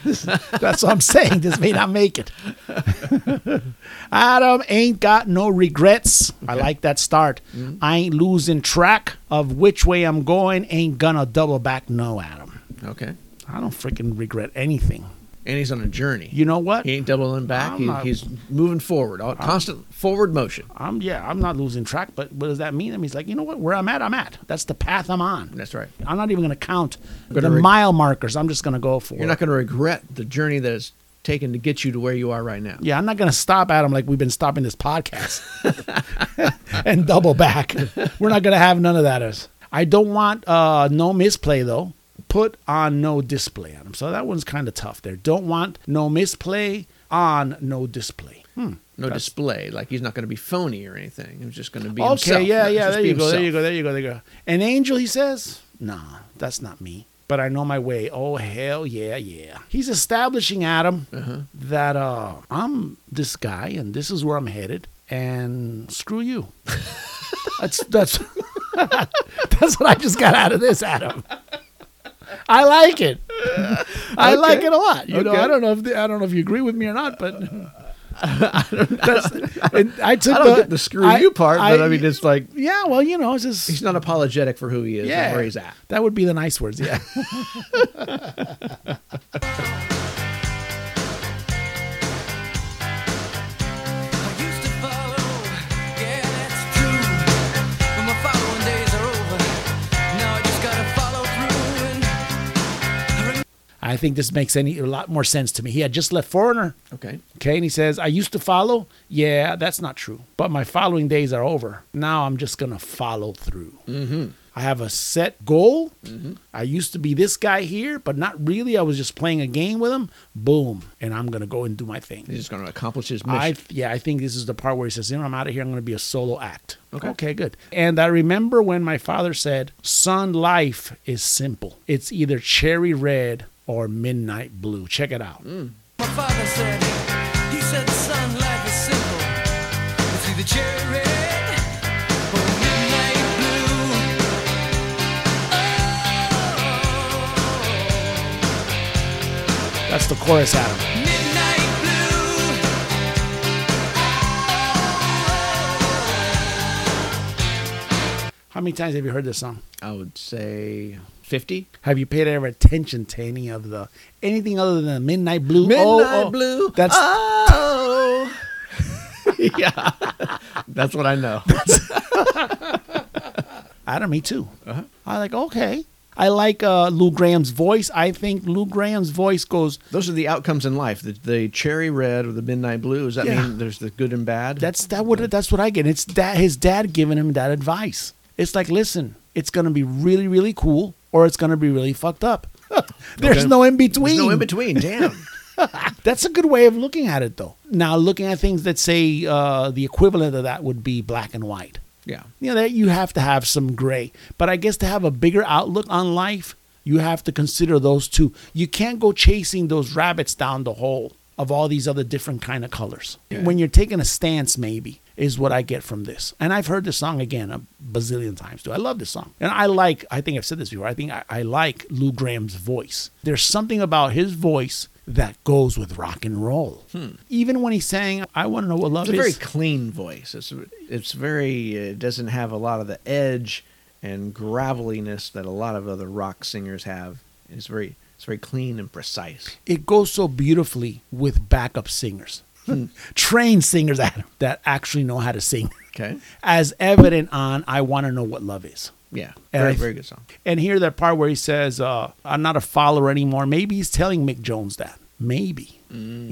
Speaker 1: That's what I'm saying. This may not make it. Adam ain't got no regrets. I like that start.
Speaker 2: Mm-hmm.
Speaker 1: I ain't losing track of which way I'm going. Ain't gonna double back. No, Adam.
Speaker 2: Okay.
Speaker 1: I don't freaking regret anything.
Speaker 2: And he's on a journey.
Speaker 1: You know what?
Speaker 2: He ain't doubling back.
Speaker 1: I'm
Speaker 2: He,
Speaker 1: not-
Speaker 2: he's moving forward, all, constant forward motion.
Speaker 1: I'm yeah. I'm not losing track. But what does that mean? I mean, it's like you know what? Where I'm at, I'm at. That's the path I'm on.
Speaker 2: That's right.
Speaker 1: I'm not even gonna count
Speaker 2: Gonna
Speaker 1: the
Speaker 2: reg-
Speaker 1: mile markers. I'm just gonna go for
Speaker 2: You're
Speaker 1: it.
Speaker 2: not going to regret the journey that it's taken to get you to where you are right now.
Speaker 1: Yeah, I'm not going to stop at him like we've been stopping this podcast and double back. We're not going to have none of that. Is I don't want uh, no misplay though. Put on no display on him. So that one's kind of tough there. Don't want no misplay on no display. Hmm.
Speaker 2: No
Speaker 1: That's-
Speaker 2: display. Like he's not going to be phony or anything. He's just going to be
Speaker 1: okay,
Speaker 2: himself.
Speaker 1: yeah,
Speaker 2: He's
Speaker 1: yeah.
Speaker 2: just
Speaker 1: There you
Speaker 2: be
Speaker 1: go. There you
Speaker 2: himself.
Speaker 1: go. There you go. There you go. An angel, he says. Nah, that's not me. But I know my way. Oh hell yeah, yeah. He's establishing Adam
Speaker 2: Uh-huh.
Speaker 1: that uh, I'm this guy and this is where I'm headed. And screw you. that's that's that's what I just got out of this, Adam. I like it. I
Speaker 10: Okay.
Speaker 1: like it a lot. You know,
Speaker 10: Okay.
Speaker 1: I don't know if the, I don't know if you agree with me or not, but that's- and I took
Speaker 2: I don't get the screw
Speaker 1: I-
Speaker 2: you part, but I mean, it's like-
Speaker 1: yeah, well, you know, it's just
Speaker 2: He's not apologetic for who he is and where he's at.
Speaker 1: That would be the nice words, yeah.
Speaker 17: But my following days are over. Now I just gotta follow through and
Speaker 1: I think this makes any a lot more sense to me. He had just left Foreigner.
Speaker 2: Okay.
Speaker 1: Okay, and he says, I used to follow. Yeah, that's not true. But my following days are over. Now I'm just gonna follow through.
Speaker 2: Mm-hmm.
Speaker 1: I have a set goal. I used to be this guy here, but not really. I was just playing a game with him. Boom. And I'm gonna go and do my thing.
Speaker 2: He's just going to accomplish his mission.
Speaker 1: I yeah, I think this is the part where he says, "You know, I'm out of here. I'm going to be a solo act."
Speaker 2: Okay.
Speaker 1: good. And I remember when my father said, "Son, life is simple. It's either cherry red or midnight blue." Check it out.
Speaker 2: Mm.
Speaker 17: My father said, he said, son, life is simple. It's either cherry red or midnight blue. Oh,
Speaker 1: That's the chorus, Adam.
Speaker 17: Midnight blue.
Speaker 1: How many times have you heard this song?
Speaker 2: I would say 50.
Speaker 1: Have you paid ever attention to any of the anything other than the midnight blue?
Speaker 2: Midnight
Speaker 1: Oh, oh,
Speaker 2: blue. Ah.
Speaker 1: That's
Speaker 2: oh. yeah. That's what I know.
Speaker 1: Adam, me too.
Speaker 2: Uh-huh.
Speaker 1: I like okay. I like uh, Lou Graham's voice. I think Lou Graham's voice goes.
Speaker 2: Those are the outcomes in life. The, the cherry red or the midnight blue. Does that
Speaker 1: Yeah.
Speaker 2: mean there's the good and bad?
Speaker 1: That's that what that's what I get. It's that his dad giving him that advice. It's like, listen, It's going to be really, really cool or it's going to be really fucked up. There's
Speaker 2: Okay.
Speaker 1: no in between.
Speaker 2: There's no in between. Damn.
Speaker 1: That's a good way of looking at it, though. Now, looking at things that say uh, the equivalent of that would be black and white.
Speaker 2: yeah.
Speaker 1: You know, that you have to have some gray. But I guess to have a bigger outlook on life, you have to consider those two. You can't go chasing those rabbits down the hole of all these other different kind of colors. When you're taking a stance, maybe is what I get from this. And I've heard this song again a bazillion times too. I love this song. And I like, I think I've said this before, I think I, I like Lou Graham's voice. There's something about his voice that goes with rock and roll. Even when he sang, I want to know what love
Speaker 2: Hmm. It's a
Speaker 1: is.
Speaker 2: very clean voice. It's it's very it doesn't have a lot of the edge and graveliness that a lot of other rock singers have. And It's very it's very clean and precise.
Speaker 1: it goes so beautifully with backup singers, trained singers, Adam, that actually know how to sing.
Speaker 2: Okay.
Speaker 1: As evident on I Want to Know What Love Is.
Speaker 2: Yeah,
Speaker 1: And
Speaker 2: very
Speaker 1: I-
Speaker 2: very good song.
Speaker 1: And here, that part where he says, uh, I'm not a follower anymore. Maybe he's telling Mick Jones that. Maybe.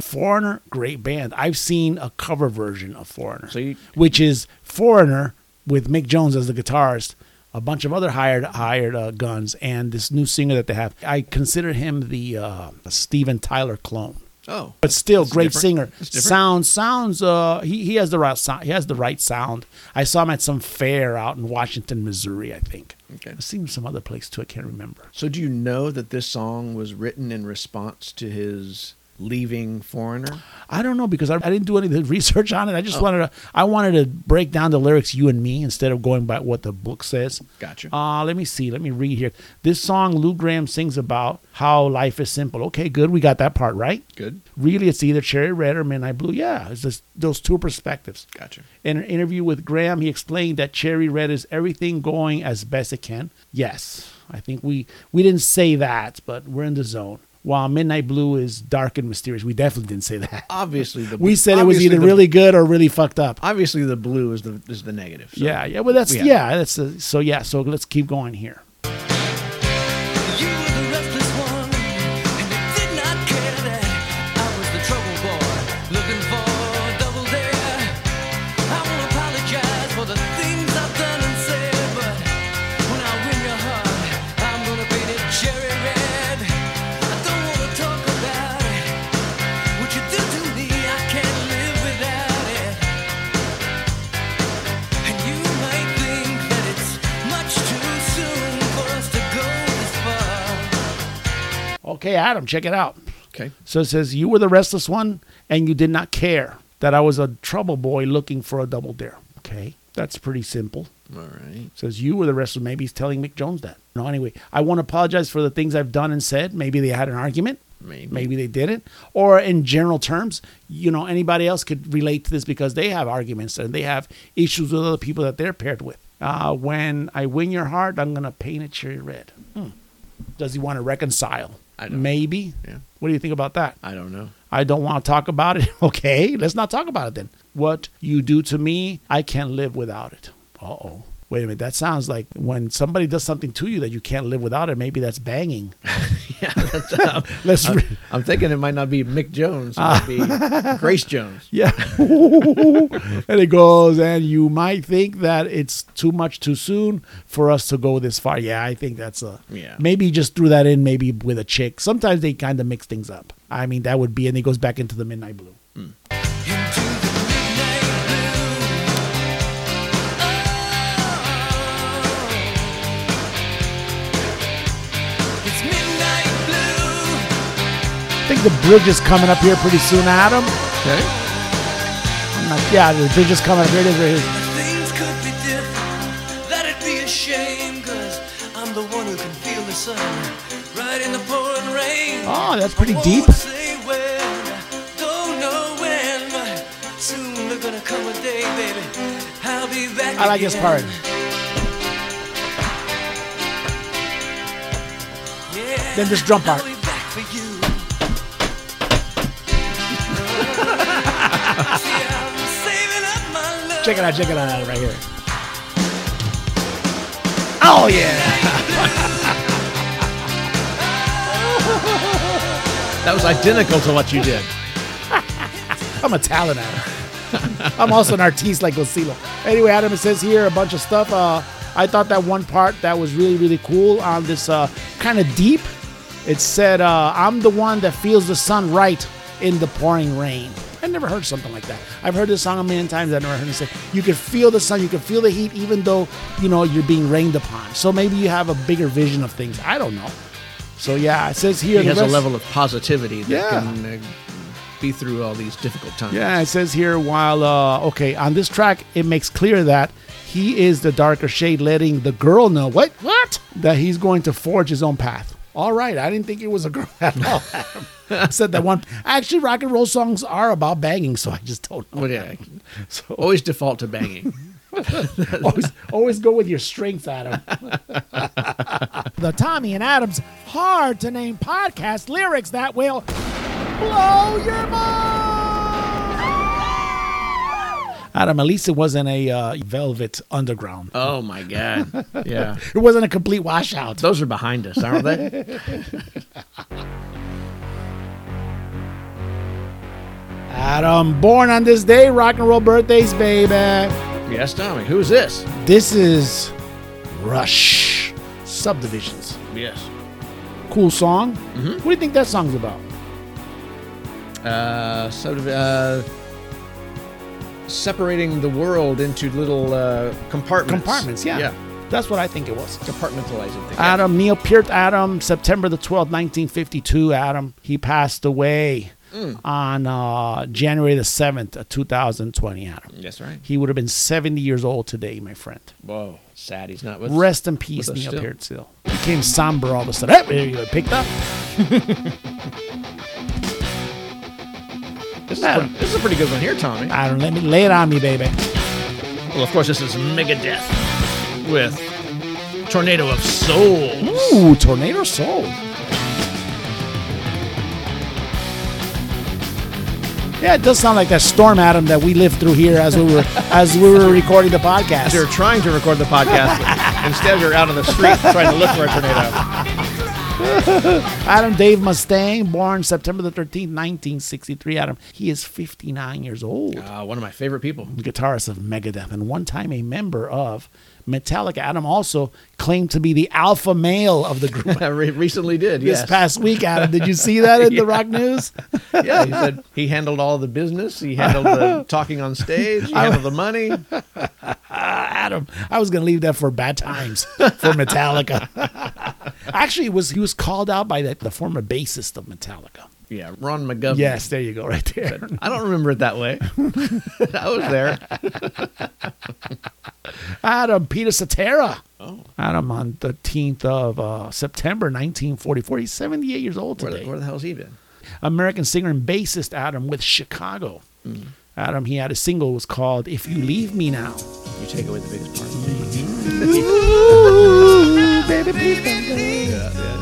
Speaker 1: Foreigner, great band. I've seen a cover version of Foreigner, which is Foreigner with Mick Jones as the guitarist, a bunch of other hired hired uh, guns, and this new singer that they have. I consider him the uh, Steven Tyler clone.
Speaker 2: Oh,
Speaker 1: But still,
Speaker 2: that's
Speaker 1: great
Speaker 2: different.
Speaker 1: singer.
Speaker 2: That's different.
Speaker 1: Sounds sounds. Uh, he he has the right sound. He has the right sound. I saw him at some fair out in Washington, Missouri, I think.
Speaker 2: Okay.
Speaker 1: I've seen him some other place too. I can't remember.
Speaker 2: So do you know that this song was written in response to his leaving Foreigner?
Speaker 1: I don't know because I, I didn't do any of the research on it. I just
Speaker 2: Oh.
Speaker 1: wanted to. I wanted to break down the lyrics, you and me, instead of going by what the book says.
Speaker 2: Gotcha.
Speaker 1: Uh, let me see. Let me read here. This song Lou Graham sings about how life is simple. Okay, good. We got that part right.
Speaker 2: Good.
Speaker 1: Really, it's either cherry red or midnight blue. Yeah, it's just those two perspectives.
Speaker 2: Gotcha.
Speaker 1: In an interview with Graham, he explained that cherry red is everything going as best it can. Yes, I think we we didn't say that, but we're in the zone. While midnight blue is dark and mysterious, we definitely didn't say that.
Speaker 2: Obviously the
Speaker 1: We said it was
Speaker 2: Uh, obviously
Speaker 1: either
Speaker 2: the-
Speaker 1: really good or really fucked up.
Speaker 2: obviously the blue is the is the negative. So
Speaker 1: yeah, yeah. Well, that's
Speaker 2: we
Speaker 1: yeah.
Speaker 2: have-
Speaker 1: that's a, so yeah. So let's keep going here.
Speaker 17: You were the restless one, and I did not care that I was the trouble boy, looking for a double dare. I won't apologize for the things I've done and said, but when I win your heart, I'm gonna be the cherry red. I don't wanna talk about it. What you do to me, I can't live without it. And you might think that it's much too soon for us to go this far.
Speaker 1: Okay, Adam, check it out.
Speaker 2: Okay.
Speaker 1: So it says, You were the restless one, and you did not care that I was a trouble boy looking for a double dare. Okay. That's pretty simple.
Speaker 2: All right.
Speaker 1: Says, You were the restless. Maybe he's telling Mick Jones that. No, anyway, I won't apologize for the things I've done and said. Maybe they had an argument.
Speaker 2: Maybe.
Speaker 1: Maybe they didn't. Or in general terms, you know, anybody else could relate to this because they have arguments and they have issues with other people that they're paired with. Uh, when I win your heart, I'm going to paint it cherry red. Hmm. Does he want to reconcile?
Speaker 2: I don't-
Speaker 1: Maybe.
Speaker 2: Yeah.
Speaker 1: What do you think about that?
Speaker 2: I don't know.
Speaker 1: I don't want to talk about it. Okay, let's not talk about it then. What you do to me, I can't live without it. Uh oh. Wait a minute. That sounds like when somebody does something to you that you can't live without it. Maybe that's banging. Let's.
Speaker 2: I'm,
Speaker 1: re- Ah.
Speaker 2: I'm thinking it might not be Mick Jones. It might be Grace Jones.
Speaker 1: yeah. and it goes, and you might think that it's too much too soon for us to go this far. Yeah, I think that's a.
Speaker 2: Yeah.
Speaker 1: Maybe you just threw that in, maybe with a chick. Sometimes they kind of mix things up. I mean, that would be, and it goes back into the midnight blue.
Speaker 17: It's midnight blue.
Speaker 1: I think the bridge is coming up here pretty soon, Adam.
Speaker 2: Okay.
Speaker 1: I'm not, yeah, the bridge is coming up. Here it is, right here.
Speaker 17: Things could be different. That'd be a shame, cause I'm the one who can feel the sun right in the pouring rain.
Speaker 1: Oh, that's pretty
Speaker 17: I
Speaker 1: deep.
Speaker 17: won't say when, don't know when, but soon there's gonna come a day, baby. I'll be back.
Speaker 1: I like this
Speaker 17: again.
Speaker 1: part.
Speaker 17: Yeah.
Speaker 1: Then this drum part.
Speaker 17: I'll be back for you. See, I'm saving up my love.
Speaker 1: Check it out, check it out Adam, right here. Oh, yeah.
Speaker 2: That was identical to what you did.
Speaker 1: I'm a talent Adam. I'm also an artiste like Lucilo. Anyway, Adam, it says here a bunch of stuff. Uh, I thought that one part that was really, really cool on this uh, kind of deep. It said, uh, I'm the one that feels the sun right in the pouring rain. I never heard something like that. I've heard this song a million times. I've never heard it say, you can feel the sun, you can feel the heat, even though, you know, you're being rained upon. So maybe you have a bigger vision of things. I don't know. So yeah, it says here.
Speaker 2: He
Speaker 1: the
Speaker 2: has a
Speaker 1: rest-
Speaker 2: level of positivity that
Speaker 1: Yeah.
Speaker 2: can uh, be through all these difficult times.
Speaker 1: Yeah, it says here while uh, okay on this track, it makes clear that he is the darker shade, letting the girl know what what that he's going to forge his own path. All right, I didn't think it was a girl at all. I said that one. Actually, rock and roll songs are about banging, so I just don't know.
Speaker 2: Well, yeah. Always default to banging.
Speaker 1: always, always go with your strength, Adam.
Speaker 16: the Tommy and Adams hard to name podcast lyrics that will blow your
Speaker 1: Adam, at least it wasn't a uh, Velvet Underground.
Speaker 2: Oh my god. Yeah.
Speaker 1: it wasn't a complete washout.
Speaker 2: Those are behind us, aren't they?
Speaker 1: Adam, born on this day, rock and roll birthdays, baby.
Speaker 2: yes, Tommy. Who's this?
Speaker 1: This is Rush Subdivisions.
Speaker 2: Yes.
Speaker 1: Cool song.
Speaker 16: Mm-hmm.
Speaker 1: What do you think that song's about?
Speaker 2: Uh, sort of uh, separating the world into little uh, compartments.
Speaker 1: Compartments, yeah. Ah. That's what I think it was.
Speaker 2: Compartmentalizing things.
Speaker 1: Adam, Neil Peart Adam, September the 12th, 1952. Adam, he passed away
Speaker 2: Mm.
Speaker 1: on uh, January the 7th, of 2020. Adam.
Speaker 2: That's right.
Speaker 1: He would have been 70 years old today, my friend.
Speaker 2: Whoa. Sad he's not with
Speaker 1: Rest in peace,
Speaker 2: with us
Speaker 1: Neil
Speaker 2: still.
Speaker 1: Peart still. Became somber all of a sudden. Hey, you picked up.
Speaker 2: This is, a, pre- this is a pretty good one here, Tommy.
Speaker 1: Adam, let me lay it on me, baby.
Speaker 2: Well, of course, this is Megadeth with Tornado of Soul.
Speaker 1: Ooh, Tornado Soul. Yeah, it does sound like that storm, Adam, that we lived through here as we were as we were recording the podcast.
Speaker 2: They're trying to record the podcast. Instead, you're out on the street trying to look for a tornado.
Speaker 1: Adam Dave Mustang, born September the 13th, 1963. Adam, he is 59 years old.
Speaker 2: Uh, one of my favorite people.
Speaker 1: Guitarist of Megadeth and one time a member of Metallica. Adam also claimed to be the alpha male of the group.
Speaker 2: I re- recently did.
Speaker 1: This
Speaker 2: yes.
Speaker 1: past week, Adam, did you see that in the rock news?
Speaker 2: yeah, he said he handled all the business. He handled the talking on stage. He handled the money.
Speaker 1: Uh, Adam. I was gonna leave that for bad times for Metallica. Actually, it was he was called out by the, the former bassist of Metallica.
Speaker 2: Yeah, Ron McGovern.
Speaker 1: Yes, there you go, right there.
Speaker 2: I don't remember it that way. I was there.
Speaker 1: Adam Peter Cetera.
Speaker 2: Oh.
Speaker 1: Adam on the 10th of uh, September 1944. He's 78 years old
Speaker 2: Where the,
Speaker 1: today.
Speaker 2: where the hell's he been?
Speaker 1: American singer and bassist Adam with Chicago.
Speaker 2: Mm.
Speaker 1: Adam, he had a single was called "If You Leave Me Now."
Speaker 2: You take away the biggest part.
Speaker 1: Ooh, baby, please don't go.
Speaker 2: Yeah, yeah.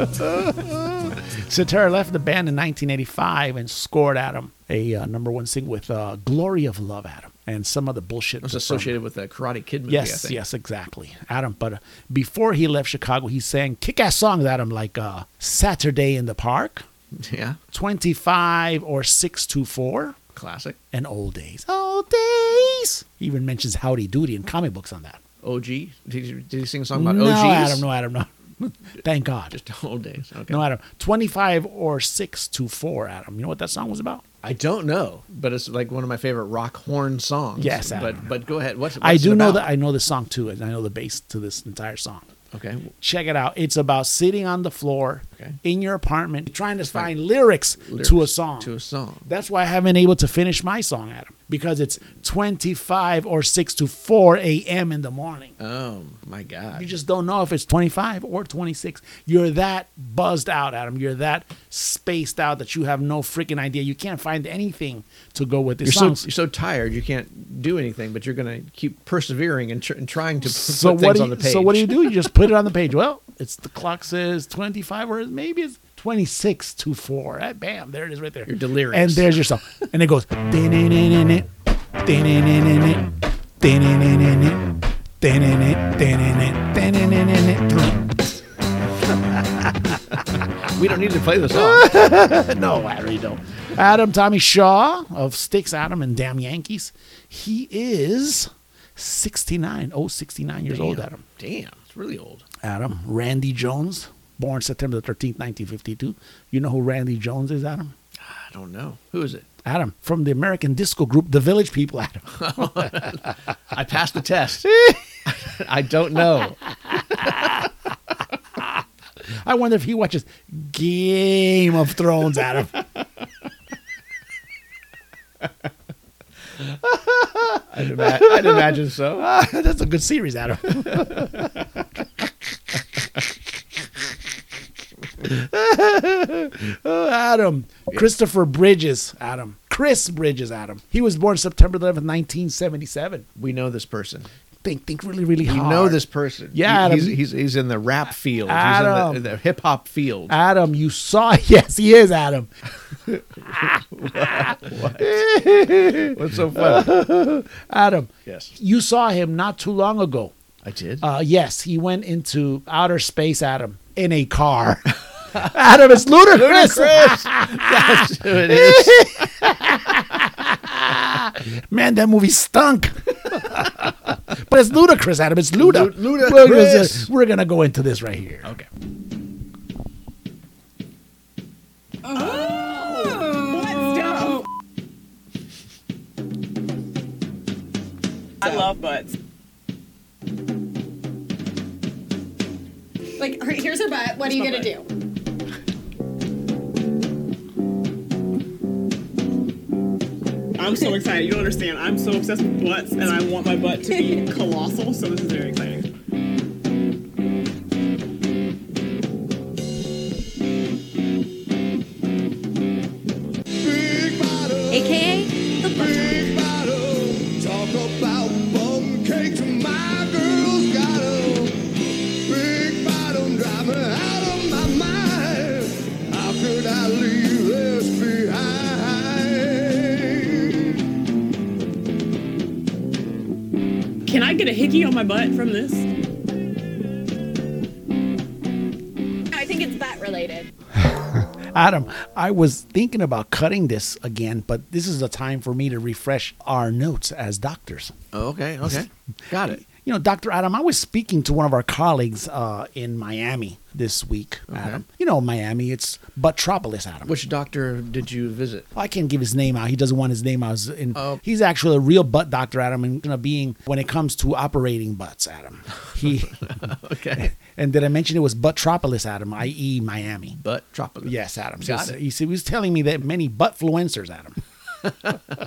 Speaker 2: That's the one.
Speaker 1: Cetera left the band in 1985 and scored Adam a uh, number one single with uh, "Glory of Love," Adam, and some of the bullshit.
Speaker 2: It was
Speaker 1: from-
Speaker 2: associated with the Karate Kid movie. I
Speaker 1: Yes,
Speaker 2: think.
Speaker 1: yes, exactly, Adam. But uh, before he left Chicago, he sang kick-ass songs, Adam, like uh, "Saturday in the Park,"
Speaker 2: Yeah.
Speaker 1: "25" or "Six to Four,"
Speaker 2: Classic.
Speaker 1: and "Old Days." Old days. He even mentions "Howdy Doody" in comic books on that.
Speaker 2: OG. Did you, did you sing a song about
Speaker 1: no,
Speaker 2: OGs?
Speaker 1: Adam. No, Adam. No. Thank God.
Speaker 2: Just old days. Okay.
Speaker 1: no, Adam. Twenty-five or six to four, Adam. You know what that song was about?
Speaker 2: I don't know, but it's like one of my favorite rock horn songs.
Speaker 1: Yes, Adam.
Speaker 2: but but go ahead. What's, what's
Speaker 1: I do
Speaker 2: it
Speaker 1: know
Speaker 2: about?
Speaker 1: that I know the song too, and I know the bass to this entire song.
Speaker 2: Okay,
Speaker 1: Check it out. It's about sitting on the floor
Speaker 2: Okay.
Speaker 1: in your apartment trying to find lyrics,
Speaker 2: lyrics
Speaker 1: to a song.
Speaker 2: To a song.
Speaker 1: That's why I haven't been able to finish my song, Adam, because it's 25 or 6 to 4 a.m. in the morning.
Speaker 2: Oh my God.
Speaker 1: You just don't know if it's 25 or 26. You're that buzzed out, Adam. You're that spaced out that you have no freaking idea. You can't find anything to go with this
Speaker 2: you're so
Speaker 1: song.
Speaker 2: you're so tired you can't do anything, but you're gonna keep persevering and, tr- and trying to
Speaker 1: so
Speaker 2: put
Speaker 1: what
Speaker 2: things
Speaker 1: do you,
Speaker 2: on the page.
Speaker 1: So what do you do? You just put it on the page. Well, it's the clock says 25 or maybe it's 26 to 4. Ah, Bam, there it is right there.
Speaker 2: You're delirious.
Speaker 1: And there's your song. And it goes "Din-din-din-din-din, din-din-din-din-din, din-din-din-din-din, din-din-din-din-din, din-din-din-din-din."
Speaker 2: We don't need to play the song.
Speaker 1: No, I really don't. Adam Tommy Shaw of Sticks Adam and Damn Yankees. He is 69, oh, 69 years old,
Speaker 2: Damn.
Speaker 1: Adam.
Speaker 2: Damn, it's really old.
Speaker 1: Adam, Randy Jones, born September the 13th, 1952. You know who Randy Jones is, Adam?
Speaker 2: I don't know. Who is it?
Speaker 1: Adam, from the American disco group The Village People, Adam.
Speaker 2: I passed the test. I don't know.
Speaker 1: I wonder if he watches Game of Thrones, Adam.
Speaker 2: I'd, ima- I'd imagine so.
Speaker 1: That's a good series, Adam. Oh, Adam. Christopher Bridges, Adam. Chris Bridges, Adam. He was born September 11th, 1977.
Speaker 2: We know this person.
Speaker 1: Think, think really, really
Speaker 2: You
Speaker 1: hard.
Speaker 2: know this person.
Speaker 1: Yeah,
Speaker 2: He- he's,
Speaker 1: Adam.
Speaker 2: he's, he's in the rap field. He's
Speaker 1: Adam.
Speaker 2: in the, the hip hop field.
Speaker 1: Adam, you saw. Yes, he is, Adam.
Speaker 2: What's
Speaker 1: Uh,
Speaker 2: so funny?
Speaker 1: Adam.
Speaker 2: Yes.
Speaker 1: You saw him not too long ago.
Speaker 2: I did.
Speaker 1: Uh, yes, he went into outer space, Adam, in a car. Adam, it's ludicrous.
Speaker 2: That's who it is.
Speaker 1: Man, that movie stunk. but it's ludicrous, Adam. It's luda.
Speaker 2: Lu- ludicrous.
Speaker 1: We're gonna, we're gonna go into this right here.
Speaker 2: Okay.
Speaker 18: I love butts.
Speaker 19: Like, all right, here's her butt. What are you gonna do?
Speaker 18: I'm so excited. You don't understand. I'm so obsessed with butts, and I want my butt to be colossal. So this is very exciting.
Speaker 11: AKA the butt.
Speaker 10: Talk about bum cakes. My girl's got a big bottom drive me out of my mind. How could I leave this behind?
Speaker 18: Can I get a hickey on my butt from this?
Speaker 19: I think it's butt related.
Speaker 1: Adam, I was thinking about cutting this again, but this is a time for me to refresh our notes as doctors.
Speaker 2: Okay, okay. Got it.
Speaker 1: You know, Dr. Adam, I was speaking to one of our colleagues uh, in Miami this week, Adam. You know, Miami, it's Buttropolis, Adam.
Speaker 2: Which doctor did you visit?
Speaker 1: Oh, I can't give his name out. He doesn't want his name out. He's In,
Speaker 2: Oh.
Speaker 1: He's actually a real butt doctor, Adam, and gonna being when it comes to operating butts, Adam. He
Speaker 2: Okay.
Speaker 1: and did I mention it was Buttropolis, Adam, i.e. Miami.
Speaker 2: Buttropolis.
Speaker 1: Yes, Adam. So
Speaker 2: Got
Speaker 1: it's-
Speaker 2: it.
Speaker 1: He, said- he was telling me that many buttfluencers, Adam.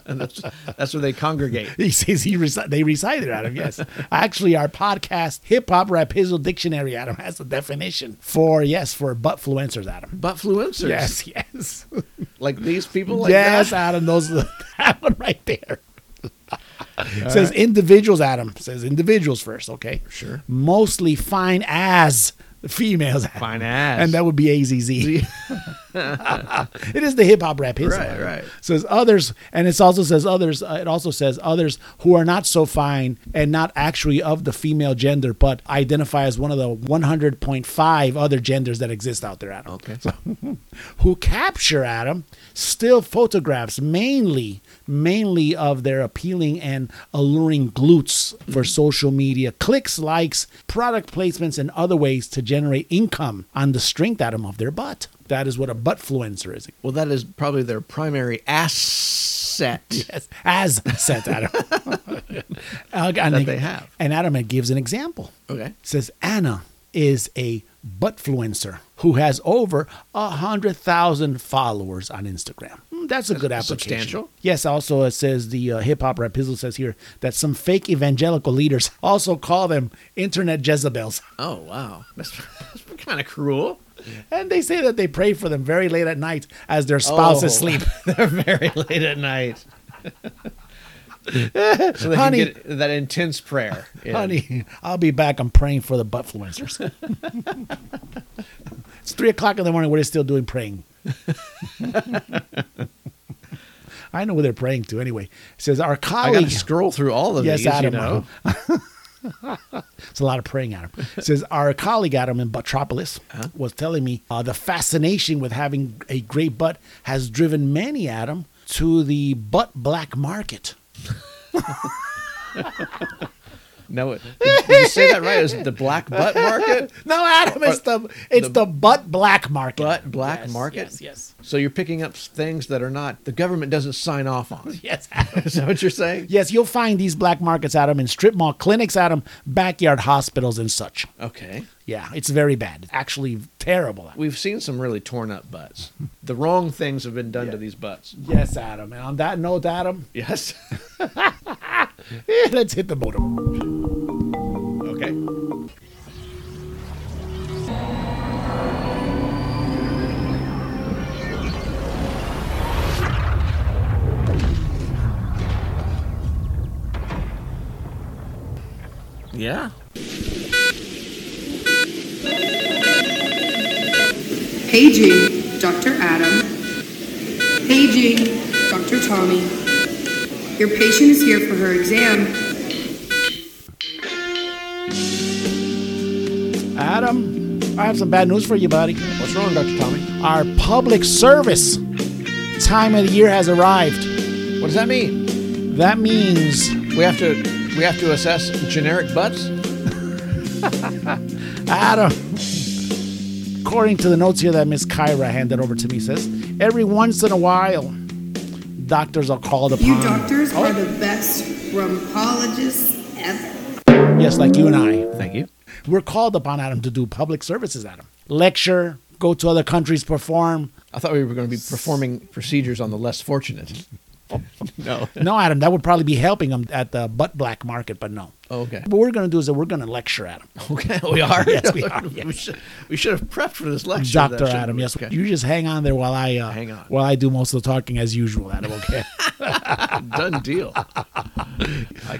Speaker 2: that's, that's where they congregate.
Speaker 1: He says he reci- they recited out of yes. Actually, our podcast hip hop rapizzle dictionary Adam has a definition for yes for buttfluencers Adam.
Speaker 2: Buttfluencers.
Speaker 1: Yes, yes,
Speaker 2: Like these people. Like
Speaker 1: yes,
Speaker 2: that?
Speaker 1: Adam. Those that one right there. says individuals Adam says individuals first. Okay,
Speaker 2: Sure.
Speaker 1: Mostly fine as females. Adam.
Speaker 2: Fine ass.
Speaker 1: And that would be AZZ. it is the hip hop rap. hits,
Speaker 2: Right,
Speaker 1: Adam.
Speaker 2: right.
Speaker 1: Says others, and it also says others. Uh, it also says others who are not so fine and not actually of the female gender, but identify as one of the 100.5 other genders that exist out there, Adam.
Speaker 2: Okay.
Speaker 1: who capture Adam still photographs mainly, mainly of their appealing and alluring glutes for social media clicks, likes, product placements, and other ways to generate income on the strength, Adam, of their butt. That is what a buttfluencer is.
Speaker 2: Well, that is probably their primary asset.
Speaker 1: Yes, as said Adam. and
Speaker 2: That they have.
Speaker 1: And Adam it gives an example.
Speaker 2: Okay.
Speaker 1: Says Anna is a buttfluencer who has over a hundred thousand followers on Instagram. Mm, That's a good application.
Speaker 2: Hmm, substantial.
Speaker 1: Yes. Also, it says the uh, hip hop rapizzle says here that some fake evangelical leaders also call them internet Jezebels,
Speaker 2: Oh wow, that's, that's kind of cruel.
Speaker 1: and they say that they pray for them very late at night as their spouse is
Speaker 2: Oh.
Speaker 1: asleep.
Speaker 2: They're very late at night. so they
Speaker 1: Honey.
Speaker 2: can get that intense prayer. in.
Speaker 1: Honey, I'll be back. I'm praying for the buttfluencers. it's three o'clock in the morning. We're still doing praying. I know who they're praying to anyway. It says our
Speaker 2: I
Speaker 1: colleague.
Speaker 2: got to scroll through all of
Speaker 1: yes,
Speaker 2: these.
Speaker 1: Adam.
Speaker 2: you know,
Speaker 1: it's a lot of praying, Adam. It says our colleague Adam in Buttropolis was telling me uh, the fascination with having a great butt has driven many Adam to the butt black market.
Speaker 2: No, it, did you say that right? Is it the black butt market?
Speaker 16: No, Adam, it's the it's the, butt black market.
Speaker 2: Butt black market.
Speaker 16: yes, yes.
Speaker 2: So you're picking up things that are not the government doesn't sign off on.
Speaker 16: yes.
Speaker 2: Is that what you're saying?
Speaker 1: Yes, you'll find these black markets, Adam, in strip mall clinics, Adam, backyard hospitals, and such.
Speaker 2: Okay.
Speaker 1: Yeah, it's very bad. Actually, terrible.
Speaker 2: We've seen some really torn up butts. The wrong things have been done to these butts.
Speaker 1: Yes, Adam. And on that note, Adam,
Speaker 2: Yes.
Speaker 1: eh, let's hit the modem.
Speaker 2: okay. Yeah.
Speaker 20: Paging Dr. Adam. Paging Dr. Tommy. Your patient is here for her exam.
Speaker 1: Adam, I have some bad news for you, buddy.
Speaker 2: What's wrong, Dr. Tommy?
Speaker 1: Our public service time of the year has arrived.
Speaker 2: What does that mean?
Speaker 1: That means
Speaker 2: We have to we have to assess generic butts.
Speaker 1: Adam, according to the notes here that Miss Kyra handed over to me, says every once in a while, doctors are called upon. Oh,
Speaker 20: You doctors are the best rheumatologists ever.
Speaker 1: Yes, like you and I.
Speaker 2: Thank you.
Speaker 1: We're called upon, Adam, to do public services, Adam. Lecture, go to other countries, perform.
Speaker 2: I thought we were going to be performing procedures on the less fortunate. no.
Speaker 1: No, Adam, that would probably be helping them at the butt black market, but no.
Speaker 2: Oh, Okay. Oh,
Speaker 1: What we're going to do is that we're going to lecture Adam.
Speaker 2: Okay, we are.
Speaker 1: Yes, we are,
Speaker 2: We should, we should have prepped for this lecture. then,
Speaker 1: Dr.
Speaker 2: shouldn't
Speaker 1: Adam,
Speaker 2: we?
Speaker 1: yes.
Speaker 2: Okay.
Speaker 1: You just hang on there while I uh,
Speaker 2: Hang on.
Speaker 1: while I do most of the talking as usual, Adam, okay?
Speaker 2: Done deal.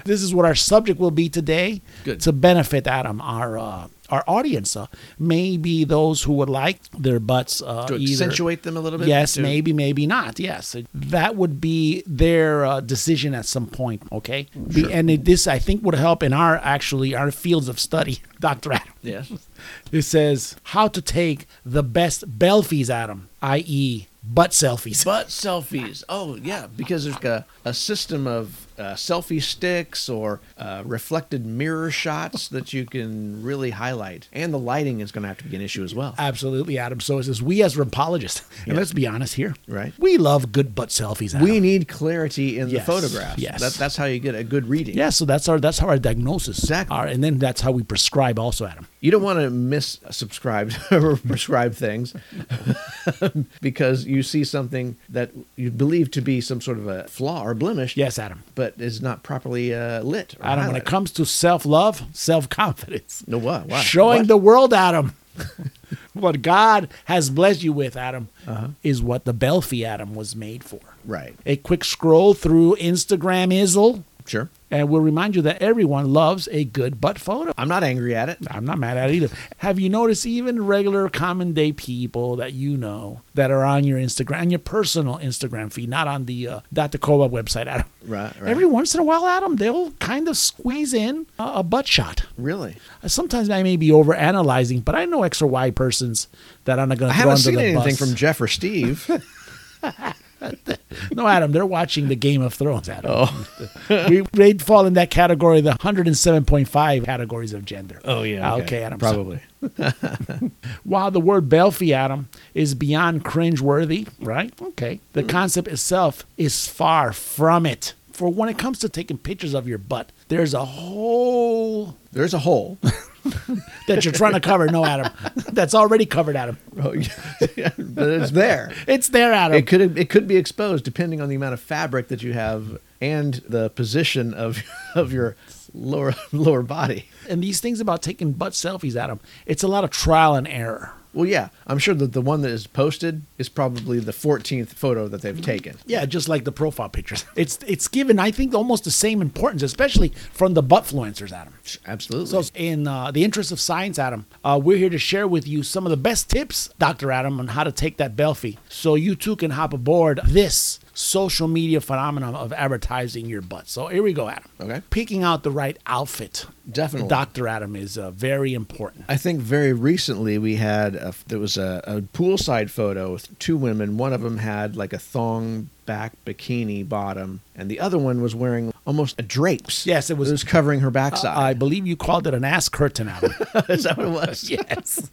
Speaker 1: this is what our subject will be today
Speaker 2: Good.
Speaker 1: to benefit Adam our uh, our audience uh, maybe those who would like their butts uh,
Speaker 2: To
Speaker 1: either-
Speaker 2: accentuate them a little bit?
Speaker 1: yes
Speaker 2: To-
Speaker 1: maybe maybe not yes that would be their uh, decision at some point okay Be- and it, this I think would help in our actually our fields of study Dr. Adam
Speaker 2: Yes.
Speaker 1: it says how to take the best belfies Adam i.e. butt selfies
Speaker 2: Butt selfies. Oh, yeah, because there's a, a system of uh, selfie sticks or uh, reflected mirror shots that you can really highlight. And the lighting is going to have to be an issue as well.
Speaker 1: Absolutely, Adam. So it says we as rheumatologists, and
Speaker 2: Yeah.
Speaker 1: let's be honest here,
Speaker 2: Right.
Speaker 1: We love good butt selfies. Adam.
Speaker 2: We need clarity in
Speaker 1: Yes,
Speaker 2: the photographs.
Speaker 1: yes.
Speaker 2: That, that's how you get a good reading.
Speaker 1: yeah. So that's our that's how our diagnosis
Speaker 2: Exactly.
Speaker 1: are, and then that's how we prescribe also, Adam.
Speaker 2: You don't want to miss subscribed or prescribe things because you see something that you believe to be some sort of a flaw or blemish.
Speaker 1: Yes, Adam.
Speaker 2: But is not properly uh, lit. Or
Speaker 1: Adam, when it
Speaker 2: highlighted.
Speaker 1: comes to self love, self confidence,
Speaker 2: No, what? Why?
Speaker 1: showing
Speaker 2: What?
Speaker 1: the world, Adam, what God has blessed you with, Adam, is what the belfie Adam was made for.
Speaker 2: Uh-huh. Right.
Speaker 1: A quick scroll through Instagram isle,
Speaker 2: Sure.
Speaker 1: and we'll remind you that everyone loves a good butt photo.
Speaker 2: I'm not angry at it.
Speaker 1: I'm not mad at it either. Have you noticed even regular common day people that you know that are on your Instagram, on your personal Instagram feed, not on the uh, Dr. Koba website, Adam?
Speaker 2: Right, right.
Speaker 1: Every once in a while, Adam, they'll kind of squeeze in a, a butt shot.
Speaker 2: Really?
Speaker 1: Sometimes I may be over analyzing, but I know X or Y persons that I'm not going
Speaker 2: I
Speaker 1: to throw
Speaker 2: haven't
Speaker 1: under
Speaker 2: seen
Speaker 1: the
Speaker 2: anything
Speaker 1: bus.
Speaker 2: from Jeff or Steve.
Speaker 1: no, Adam, they're watching the Game of Thrones, Adam.
Speaker 2: Oh.
Speaker 1: we, they'd fall in that category, the 107.5 categories of gender.
Speaker 2: Oh,
Speaker 1: Ah, Okay, Adam. so- While the word belfie, Adam, is beyond cringeworthy, right? Okay. The concept itself is far from it. For when it comes to taking pictures of your butt, there's a hole
Speaker 2: There's a hole.
Speaker 1: that you're trying to cover. No, Adam. That's already covered, Adam.
Speaker 2: Oh, yeah. but it's there.
Speaker 1: It's there, Adam.
Speaker 2: It could it could be exposed depending on the amount of fabric that you have and the position of of your lower lower body.
Speaker 1: and these things about taking butt selfies, Adam, it's a lot of trial and error.
Speaker 2: Well, yeah, I'm sure that the one that is posted is probably the 14th photo that they've taken.
Speaker 1: Yeah, just like the profile pictures. It's it's given, I think, almost the same importance, especially from the butt fluencers, Adam.
Speaker 2: Absolutely.
Speaker 1: So, in uh, the interest of science, Adam, uh, we're here to share with you some of the best tips, Dr. Adam, on how to take that belfie so you too can hop aboard this social media phenomenon of advertising your butt. So, here we go, Adam.
Speaker 2: Okay.
Speaker 1: Picking out the right outfit.
Speaker 2: Definitely.
Speaker 1: Dr. Adam is uh, very important.
Speaker 2: I think very recently we had a, there was a, a poolside photo with two women. One of them had like a thong back bikini bottom, and the other one was wearing almost a drapes.
Speaker 1: Yes, it was. uh,
Speaker 2: It was covering her backside.
Speaker 1: I believe you called it an ass curtain. Adam.
Speaker 2: Is that what it was?
Speaker 1: yes.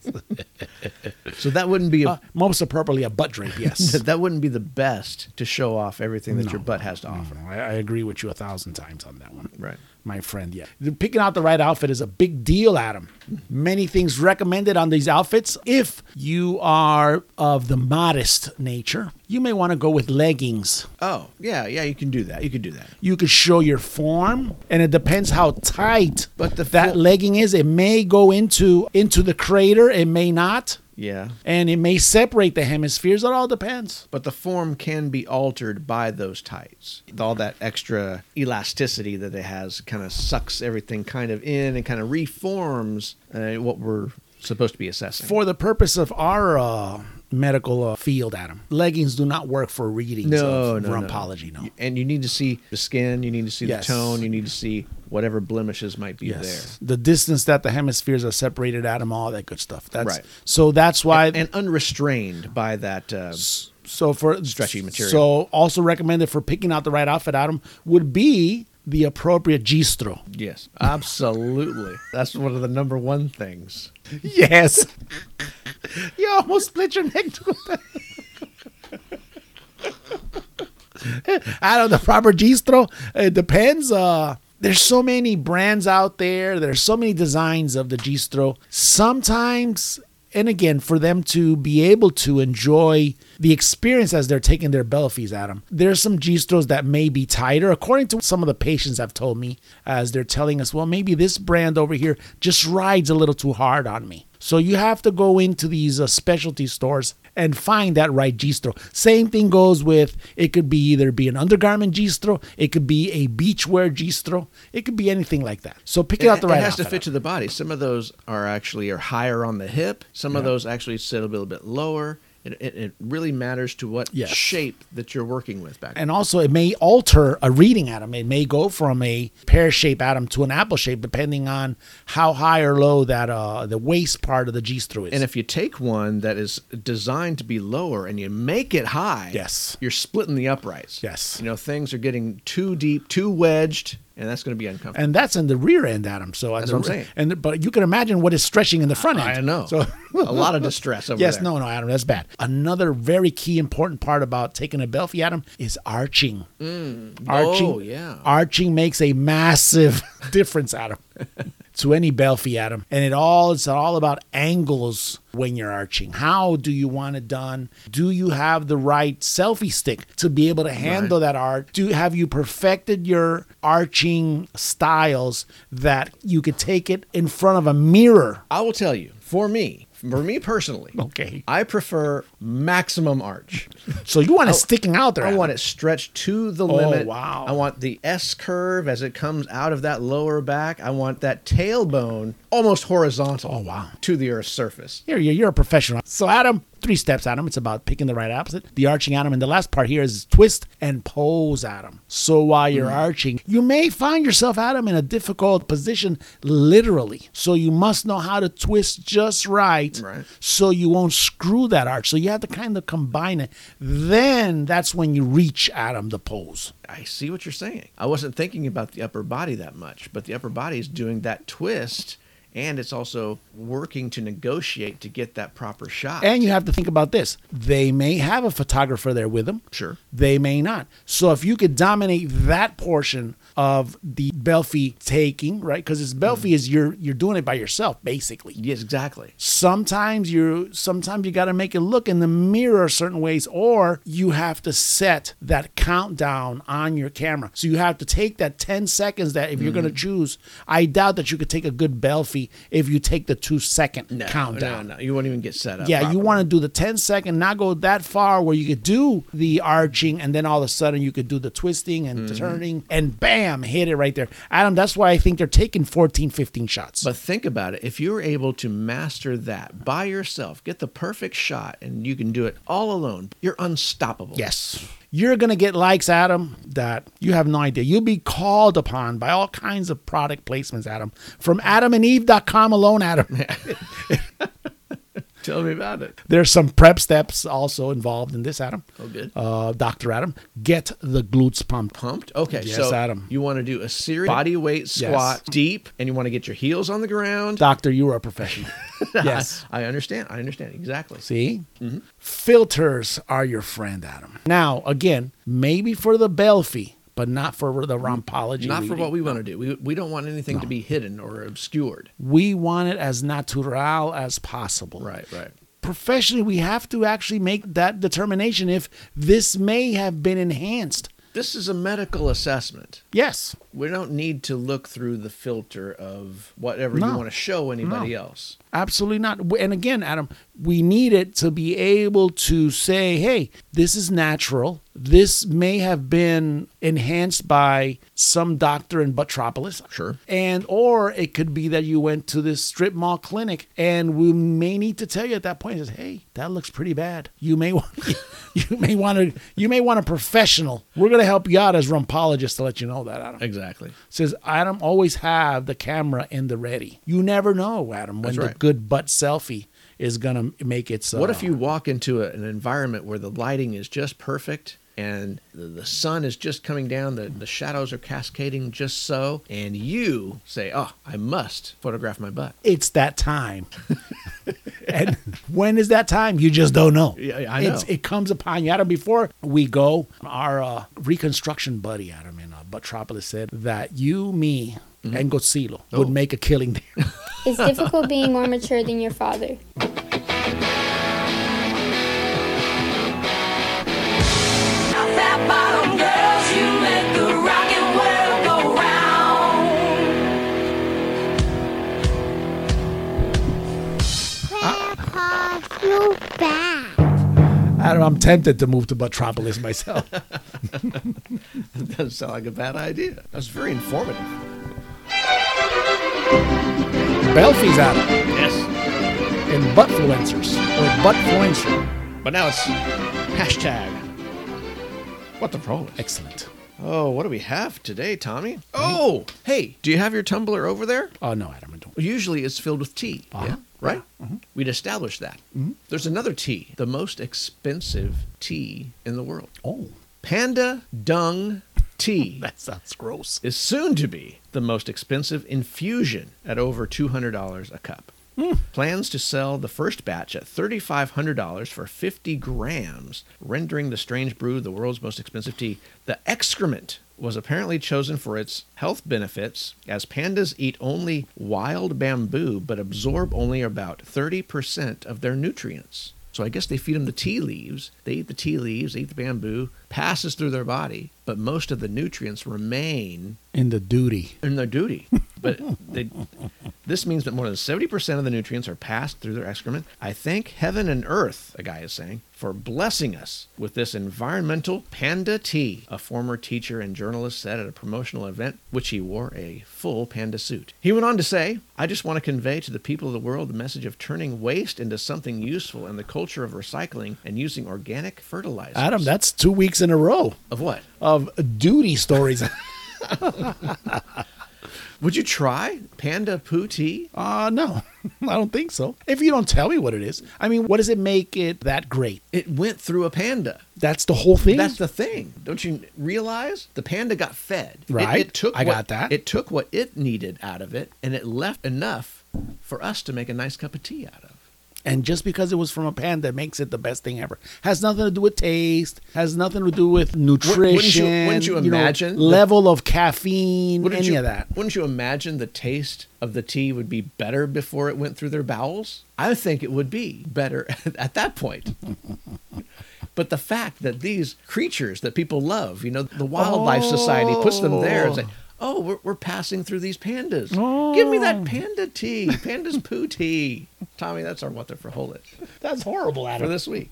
Speaker 2: So that wouldn't be a,
Speaker 1: Uh, most appropriately a butt drape. Yes.
Speaker 2: that, that wouldn't be the best to show off everything that your butt has to offer.
Speaker 1: I, I agree with you a thousand times on that one.
Speaker 2: Right.
Speaker 1: My friend, yeah. Picking out the right outfit is a big deal, Adam. Many things recommended on these outfits. If you are of the modest nature, you may want to go with leggings.
Speaker 2: Oh, yeah, yeah, you can do that. You could do that.
Speaker 1: You could show your form, and it depends how tight
Speaker 2: But the
Speaker 1: that
Speaker 2: full-
Speaker 1: legging is. It may go into into the crater, it may not,
Speaker 2: Yeah.
Speaker 1: and it may separate the hemispheres. It all depends.
Speaker 2: But the form can be altered by those tights. All that extra elasticity that it has kind of sucks everything kind of in and kind of reforms uh, what we're supposed to be assessing.
Speaker 1: For the purpose of our uh, medical uh, field, Adam, leggings do not work for readings
Speaker 2: no,
Speaker 1: of
Speaker 2: no,
Speaker 1: rumpology. No.
Speaker 2: And you need to see the skin, you need to see
Speaker 1: Yes.
Speaker 2: the tone, you need to see whatever blemishes might be there.
Speaker 1: The distance that the hemispheres are separated, Adam, all that good stuff. That's
Speaker 2: Right.
Speaker 1: So that's why.
Speaker 2: And, and unrestrained by that uh,
Speaker 1: so for
Speaker 2: stretchy material.
Speaker 1: So also recommended for picking out the right outfit, Adam, would be the appropriate gistro.
Speaker 2: Yes, absolutely. That's one of the number one things.
Speaker 1: Yes. you almost split your neck. Out of the proper gistro, it depends. Uh, there's so many brands out there. There's so many designs of the gistro. Sometimes, and again, for them to be able to enjoy the experience as they're taking their bellies, Adam. There's some gistros that may be tighter, according to some of the patients have told me, as they're telling us, well, maybe this brand over here just rides a little too hard on me. So you have to go into these uh, specialty stores and find that right gistro. Same thing goes with it could be either be an undergarment gistro, it could be a beachwear gistro, it could be anything like that. So picking out the
Speaker 2: It-
Speaker 1: right
Speaker 2: It has to
Speaker 1: outfit.
Speaker 2: fit to the body. Some of those are actually are higher on the hip. Some of
Speaker 1: Yeah.
Speaker 2: those actually sit a little bit lower. It, it, it really matters to what
Speaker 1: Yes.
Speaker 2: shape that you're working with back.
Speaker 1: and also it may alter a reading atom. It may go from a pear shape atom to an apple shape, depending on how high or low that uh, the waist part of the gistro is.
Speaker 2: and if you take one that is designed to be lower and you make it high,
Speaker 1: Yes.
Speaker 2: you're splitting the uprights.
Speaker 1: Yes.
Speaker 2: you know things are getting too deep, too wedged, and that's going to be uncomfortable.
Speaker 1: and that's in the rear end, Adam. So at
Speaker 2: That's
Speaker 1: the
Speaker 2: what I'm
Speaker 1: re-
Speaker 2: saying.
Speaker 1: And but you can imagine what is stretching in the front end.
Speaker 2: I know.
Speaker 1: So
Speaker 2: a lot of distress over
Speaker 1: yes,
Speaker 2: there.
Speaker 1: no, no, Adam, that's bad. Another very key important part about taking a belfie, Adam, is arching. Arching,
Speaker 2: Oh, yeah.
Speaker 1: arching makes a massive difference, Adam, to any belfie, Adam. And it all it's all about angles when you're arching. How do you want it done? Do you have the right selfie stick to be able to handle that arch? Do have you perfected your arching styles that you could take it in front of a mirror?
Speaker 2: I will tell you, for me, for me personally,
Speaker 1: Okay.
Speaker 2: I prefer maximum arch.
Speaker 1: So you want it sticking out there.
Speaker 2: Oh. I
Speaker 1: Adam.
Speaker 2: want it stretched to the limit.
Speaker 1: wow.
Speaker 2: I want the S curve as it comes out of that lower back. I want that tailbone almost horizontal.
Speaker 1: Oh, wow.
Speaker 2: To the earth's surface.
Speaker 1: Here, you're, you're a professional. So, Adam, three steps, Adam. It's about picking the right opposite, the arching, Adam. And the last part here is twist and pose, Adam. So, while you're arching, you may find yourself, Adam, in a difficult position, literally. So, you must know how to twist just right,
Speaker 2: Right.
Speaker 1: so you won't screw that arch. So, you have to kind of combine it. Then that's when you reach, Adam, the pose.
Speaker 2: I see what you're saying. I wasn't thinking about the upper body that much, but the upper body is doing that twist and it's also working to negotiate to get that proper shot.
Speaker 1: And you have to think about this. They may have a photographer there with them.
Speaker 2: Sure.
Speaker 1: They may not. So if you could dominate that portion of the belfie taking, right? Because it's
Speaker 2: Mm.
Speaker 1: belfie is you're you're doing it by yourself, basically.
Speaker 2: yes, exactly.
Speaker 1: Sometimes you sometimes you gotta make it look in the mirror certain ways, or you have to set that countdown on your camera. So you have to take that 10 seconds that if you're
Speaker 2: Mm-hmm.
Speaker 1: gonna choose, I doubt that you could take a good belfie if you take the two second
Speaker 2: No,
Speaker 1: countdown.
Speaker 2: No, no, you won't even get set up.
Speaker 1: Yeah, you
Speaker 2: properly.
Speaker 1: want to do the 10 second, not go that far where you could do the arching and then all of a sudden you could do the twisting and turning and bam, hit it right there. Adam, that's why I think they're taking 14, 15 shots.
Speaker 2: But think about it. If you're able to master that by yourself, get the perfect shot, and you can do it all alone, you're unstoppable.
Speaker 1: yes. You're going to get likes, Adam, that you have no idea. You'll be called upon by all kinds of product placements, Adam, from adamandeve.com alone, Adam.
Speaker 2: Tell me about it.
Speaker 1: There's some prep steps also involved in this, Adam.
Speaker 2: Oh, good.
Speaker 1: Uh, Dr. Adam, get the glutes pumped.
Speaker 2: Pumped? Okay,
Speaker 1: Yes,
Speaker 2: so
Speaker 1: Adam.
Speaker 2: you want to do a series body weight
Speaker 1: Yes.
Speaker 2: squat deep, and you want to get your heels on the ground.
Speaker 1: Doctor, you are a professional. yes.
Speaker 2: I, I understand. I understand exactly.
Speaker 1: See?
Speaker 2: Mm-hmm.
Speaker 1: Filters are your friend, Adam. Now, again, maybe for the Belfi, but not for the rompology.
Speaker 2: Not for
Speaker 1: reading.
Speaker 2: what we want to do. We, we don't want anything to be hidden or obscured.
Speaker 1: we want it as natural as possible.
Speaker 2: Right, right.
Speaker 1: Professionally, we have to actually make that determination if this may have been enhanced.
Speaker 2: This is a medical assessment.
Speaker 1: Yes.
Speaker 2: We don't need to look through the filter of whatever
Speaker 1: No.
Speaker 2: you want to show anybody
Speaker 1: No.
Speaker 2: else.
Speaker 1: Absolutely not. W- And again, Adam, we need it to be able to say, hey, this is natural. This may have been enhanced by some doctor in Butropolis.
Speaker 2: Sure.
Speaker 1: And or it could be that you went to this strip mall clinic and we may need to tell you at that point is, hey, that looks pretty bad. You may want you may want to you may want a professional. We're gonna help you out as rumpologists to let you know that, Adam
Speaker 2: Exactly.
Speaker 1: says Adam always have the camera in the ready. You never know, Adam, when
Speaker 2: That's
Speaker 1: the
Speaker 2: right.
Speaker 1: good butt selfie is gonna make its.
Speaker 2: What
Speaker 1: uh,
Speaker 2: if you walk into a, an environment where the lighting is just perfect and the, the sun is just coming down, the, the shadows are cascading just so, and you say, Oh, I must photograph my butt?
Speaker 1: It's that time. and when is that time? You just don't know.
Speaker 2: Yeah, I
Speaker 1: It's,
Speaker 2: know.
Speaker 1: it comes upon you, Adam. Before we go, our uh, reconstruction buddy, Adam, in uh, Butropolis said that you, me,
Speaker 2: Mm-hmm.
Speaker 1: and Godzilla
Speaker 2: Oh.
Speaker 1: would make a killing there.
Speaker 21: It's difficult being more mature than your father.
Speaker 11: Fat bottom girls, you make the rockin' world go round.
Speaker 1: you back. Adam, I'm tempted to move to Butropolis myself.
Speaker 2: That doesn't sound like a bad idea. That was very informative.
Speaker 1: Belfi's Adam.
Speaker 2: Yes.
Speaker 1: and buttfluencers or buttfluencer.
Speaker 2: But now it's hashtag. What the pro?
Speaker 1: Excellent.
Speaker 2: Oh, what do we have today, Tommy? Oh, hey, do you have your tumbler over there?
Speaker 1: Oh no, Adam, I don't.
Speaker 2: Usually it's filled with tea. Yeah. Right? We'd established that. There's another tea, the most expensive tea in the world.
Speaker 1: Oh.
Speaker 2: Panda dung tea.
Speaker 1: that sounds gross.
Speaker 2: Is soon to be the most expensive infusion at over $200 a cup. Plans to sell the first batch at $3,500 for 50 grams, rendering the strange brew the world's most expensive tea. The excrement was apparently chosen for its health benefits, as pandas eat only wild bamboo but absorb only about 30% of their nutrients. So I guess they feed them the tea leaves. They eat the tea leaves, they eat the bamboo, passes through their body, but most of the nutrients remain
Speaker 1: In the duty.
Speaker 2: in their duty. But they, this means that more than 70% of the nutrients are passed through their excrement. I thank heaven and earth, a guy is saying, for blessing us with this environmental panda tea, a former teacher and journalist said at a promotional event, which he wore a full panda suit. He went on to say, I just want to convey to the people of the world the message of turning waste into something useful and the culture of recycling and using organic fertilizers.
Speaker 1: Adam, that's two weeks in a row
Speaker 2: Of what?
Speaker 1: of duty stories.
Speaker 2: Would you try panda poo tea?
Speaker 1: Uh no, I don't think so. If you don't tell me what it is, I mean, what does it make it that great?
Speaker 2: It went through a panda.
Speaker 1: That's the whole thing.
Speaker 2: That's the thing. Don't you realize the panda got fed? It-
Speaker 1: Right.
Speaker 2: It, took.
Speaker 1: I
Speaker 2: what,
Speaker 1: got that.
Speaker 2: It took what it needed out of it, and it left enough for us to make a nice cup of tea out of.
Speaker 1: and just because it was from a panda makes it the best thing ever. Has nothing to do with taste. Has nothing to do with nutrition.
Speaker 2: wouldn't you
Speaker 1: know,
Speaker 2: imagine the-
Speaker 1: level of caffeine?
Speaker 2: Wouldn't
Speaker 1: Any
Speaker 2: you,
Speaker 1: of that?
Speaker 2: Wouldn't you imagine the taste of the tea would be better before it went through their bowels? I think it would be better at that point. But the fact that these creatures that people love, you know, the Wildlife Society puts them there and say, oh, we're, we're passing through these pandas. Give me that panda tea, panda's poo tea. Tommy, that's our what the for whole is
Speaker 1: That's horrible,
Speaker 2: for
Speaker 1: Adam.
Speaker 2: this week.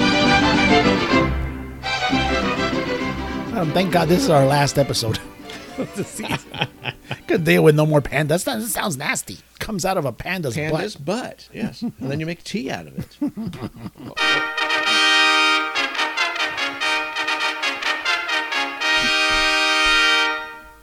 Speaker 1: Adam, Um, thank God this is our last episode. Good deal with no more pandas. That that sounds nasty. Comes out of a panda's,
Speaker 2: Panda's
Speaker 1: butt.
Speaker 2: butt, yes. And then you make tea out of it.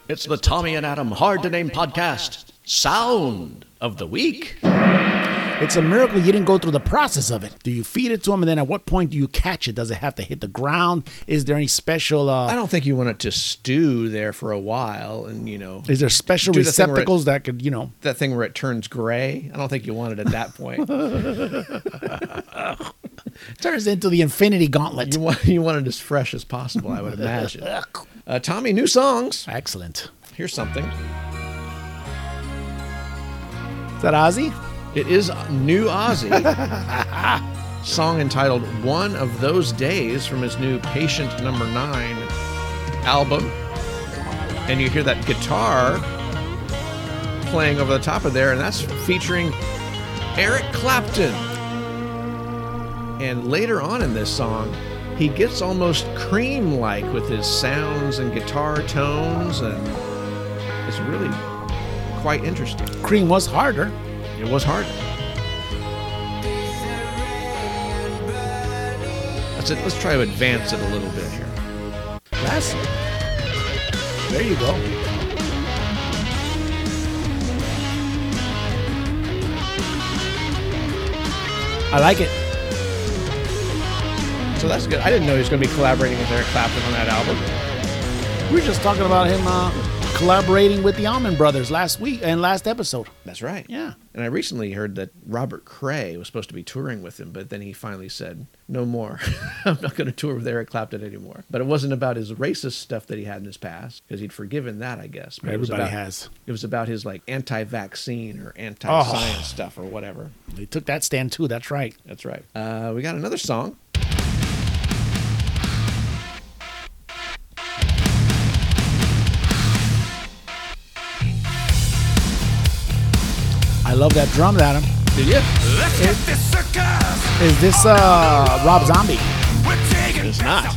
Speaker 2: It's the Tommy and Adam Hard to Name Podcast Sound of the Week.
Speaker 1: It's a miracle you didn't go through the process of it. Do you feed it to him, and then at what point do you catch it? Does it have to hit the ground? Is there any special? Uh,
Speaker 2: I don't think you want it to stew there for a while and, you know.
Speaker 1: Is there special
Speaker 2: do the thing where it-
Speaker 1: receptacles that could, you know?
Speaker 2: that thing where it turns gray? I don't think you want it at that point.
Speaker 1: turns into the Infinity Gauntlet.
Speaker 2: You want, you want it as fresh as possible, I would imagine. Uh, Tommy, new songs.
Speaker 1: Excellent.
Speaker 2: Here's something.
Speaker 1: Is that Ozzy?
Speaker 2: It is new Ozzy. Song entitled One of Those Days from his new Patient Number Nine album. And you hear that guitar playing over the top of there, and that's featuring Eric Clapton. And later on in this song, he gets almost cream like with his sounds and guitar tones, and it's really quite interesting.
Speaker 1: Cream was harder.
Speaker 2: It was hard. Let's, let's try to advance it a little bit here.
Speaker 1: That's There you go. I like it.
Speaker 2: So that's good. I didn't know he was going to be collaborating with Eric Clapton on that album.
Speaker 1: We were just talking about him uh, collaborating with the Almond Brothers last week and last episode.
Speaker 2: That's right.
Speaker 1: Yeah.
Speaker 2: And I recently heard that Robert Cray was supposed to be touring with him, but then he finally said, no more. I'm not going to tour with Eric Clapton anymore. But it wasn't about his racist stuff that he had in his past, because he'd forgiven that, I guess. But it was
Speaker 1: Everybody
Speaker 2: about-
Speaker 1: has.
Speaker 2: It was about his like anti-vaccine or anti-science
Speaker 1: Oh.
Speaker 2: stuff or whatever.
Speaker 1: They took that stand too. That's right.
Speaker 2: That's right. Uh, we got another song.
Speaker 1: I love that drum, Adam.
Speaker 2: Did you?
Speaker 17: Let's hit this circus.
Speaker 1: Is this uh, Rob Zombie?
Speaker 17: We're taking
Speaker 2: It's not.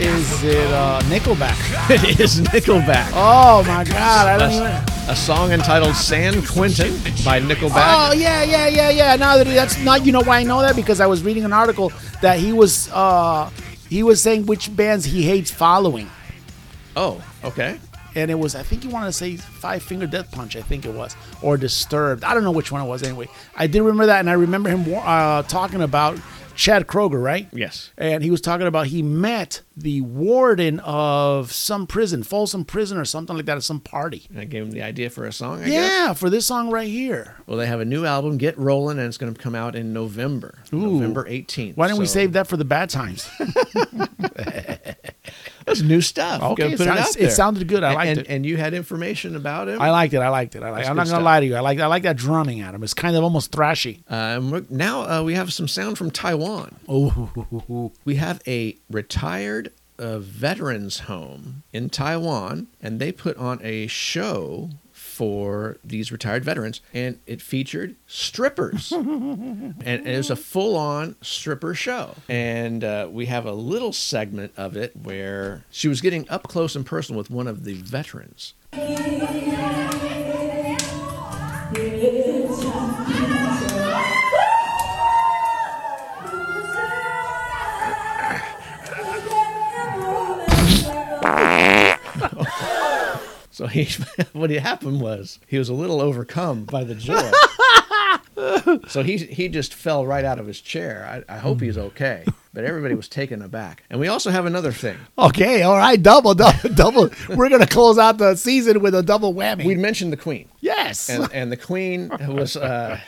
Speaker 1: Is it uh, Nickelback?
Speaker 2: it is Nickelback.
Speaker 1: Oh my God! I
Speaker 2: a,
Speaker 1: don't even.
Speaker 2: a song entitled San Quentin by Nickelback.
Speaker 1: Oh yeah, yeah, yeah, yeah. Now that that's not, you know why I know that because I was reading an article that he was uh he was saying which bands he hates following,
Speaker 2: Oh, okay.
Speaker 1: and it was I think he wanted to say Five Finger Death Punch, I think it was, or Disturbed. I don't know which one it was. Anyway, I did remember that, and I remember him wa- uh, talking about Chad Kroger, right?
Speaker 2: Yes.
Speaker 1: and he was talking about he met the warden of some prison, Folsom Prison or something like that, at some party.
Speaker 2: And I gave him the idea for a song, I guess.
Speaker 1: Yeah, for this song right here.
Speaker 2: Well, they have a new album, Get Rolling, and it's going to come out in November, November 18th.
Speaker 1: Why didn't we
Speaker 2: So
Speaker 1: save that for the bad times?
Speaker 2: That's new stuff.
Speaker 1: Okay,
Speaker 2: Gotta
Speaker 1: it
Speaker 2: put it,
Speaker 1: sounds-
Speaker 2: out
Speaker 1: it
Speaker 2: there.
Speaker 1: sounded good. I
Speaker 2: And-
Speaker 1: liked
Speaker 2: and,
Speaker 1: it.
Speaker 2: And you had information about him.
Speaker 1: I liked it. I liked it. I like,
Speaker 2: That's
Speaker 1: I'm
Speaker 2: good
Speaker 1: not gonna
Speaker 2: stuff.
Speaker 1: lie to you. I like I like that drumming, Adam. It's kind of almost thrashy.
Speaker 2: Um, we're- now uh, we have some sound from Taiwan.
Speaker 1: Oh,
Speaker 2: We have a retired uh, veterans home in Taiwan, and they put on a show for these retired veterans, and it featured strippers. and it was a full on stripper show. And uh, we have a little segment of it where she was getting up close and personal with one of the veterans. So he, what had happened was he was a little overcome by the joy. so he he just fell right out of his chair. I, I hope
Speaker 1: Hmm.
Speaker 2: he's okay, but everybody was taken aback. And we also have another thing.
Speaker 1: okay, all right, double, double, double. We're gonna close out the season with a double whammy.
Speaker 2: We mentioned the Queen,
Speaker 1: yes,
Speaker 2: and and the Queen was. Uh,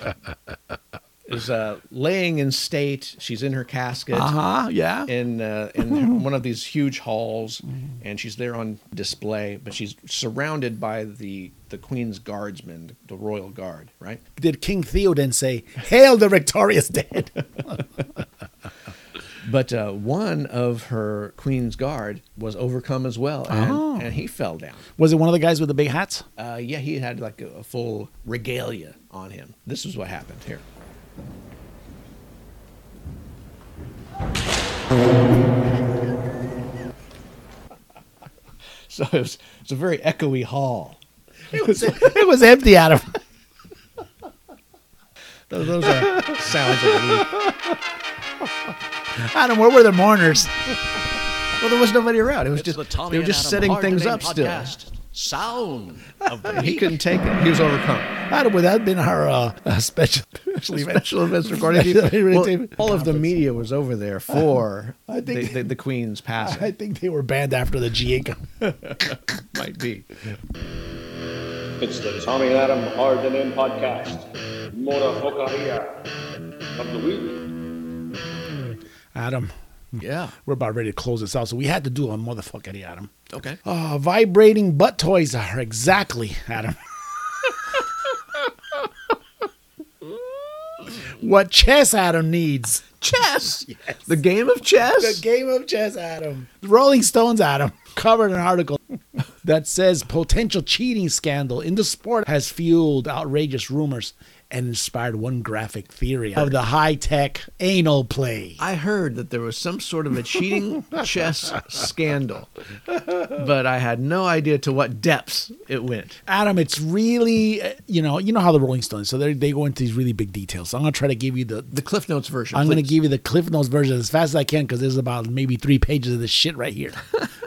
Speaker 2: is uh, laying in state. She's in her casket.
Speaker 1: uh-huh, Mm-hmm. yeah.
Speaker 2: in uh, in one of these huge halls,
Speaker 1: Mm.
Speaker 2: and she's there on display. But she's surrounded by the the queen's guardsmen, the royal guard, right?
Speaker 1: Did King Theoden say, "Hail the victorious dead"?
Speaker 2: But uh, one of her queen's guard was overcome as well, and,
Speaker 1: Oh.
Speaker 2: and he fell down.
Speaker 1: Was it one of the guys with the big hats?
Speaker 2: Uh, yeah, he had like a, a full regalia on him. This is what happened here. So it was, it's a very echoey hall.
Speaker 1: It was it was empty, Adam.
Speaker 2: Those, those are sounds of the week.
Speaker 1: Adam, where were the mourners?
Speaker 2: Well, there was nobody around. It was
Speaker 14: It's
Speaker 2: just
Speaker 14: the Tommy
Speaker 2: they were
Speaker 14: and
Speaker 2: just
Speaker 14: Adam
Speaker 2: setting
Speaker 14: Hard to
Speaker 2: things
Speaker 14: Name
Speaker 2: up
Speaker 14: podcast.
Speaker 2: still.
Speaker 14: sound of the
Speaker 2: He couldn't take it. He was overcome.
Speaker 1: That would have been our uh, uh, special, special event.
Speaker 2: Special events recording. team.
Speaker 1: Recording
Speaker 2: Well,
Speaker 1: team.
Speaker 2: all of the media was over there for
Speaker 1: I think-
Speaker 2: the, the, the Queen's passing.
Speaker 1: I think they were banned after the GA. com-
Speaker 2: Might be.
Speaker 22: It's the Tommy and Adam Hard and In podcast. Mora Focaria of the week.
Speaker 1: Adam.
Speaker 2: Yeah.
Speaker 1: We're about ready to close this out, so we had to do a motherfucker, Adam.
Speaker 2: Okay.
Speaker 1: Oh, vibrating butt toys are exactly, Adam. what chess Adam needs.
Speaker 2: Chess. The game of chess.
Speaker 1: The game of chess, Adam. Rolling Stones, Adam, covered an article that says potential cheating scandal in the sport has fueled outrageous rumors and inspired one graphic theory of the high tech anal play.
Speaker 2: I heard that there was some sort of a cheating chess scandal, but I had no idea to what depths it went.
Speaker 1: Adam, it's really uh, you know you know how the Rolling Stones, so they they go into these really big details. So I'm gonna try to give you the
Speaker 2: The Cliff Notes version.
Speaker 1: I'm going to
Speaker 2: please.
Speaker 1: give you the Cliff Notes version as fast as I can because there's about maybe three pages of this shit right here.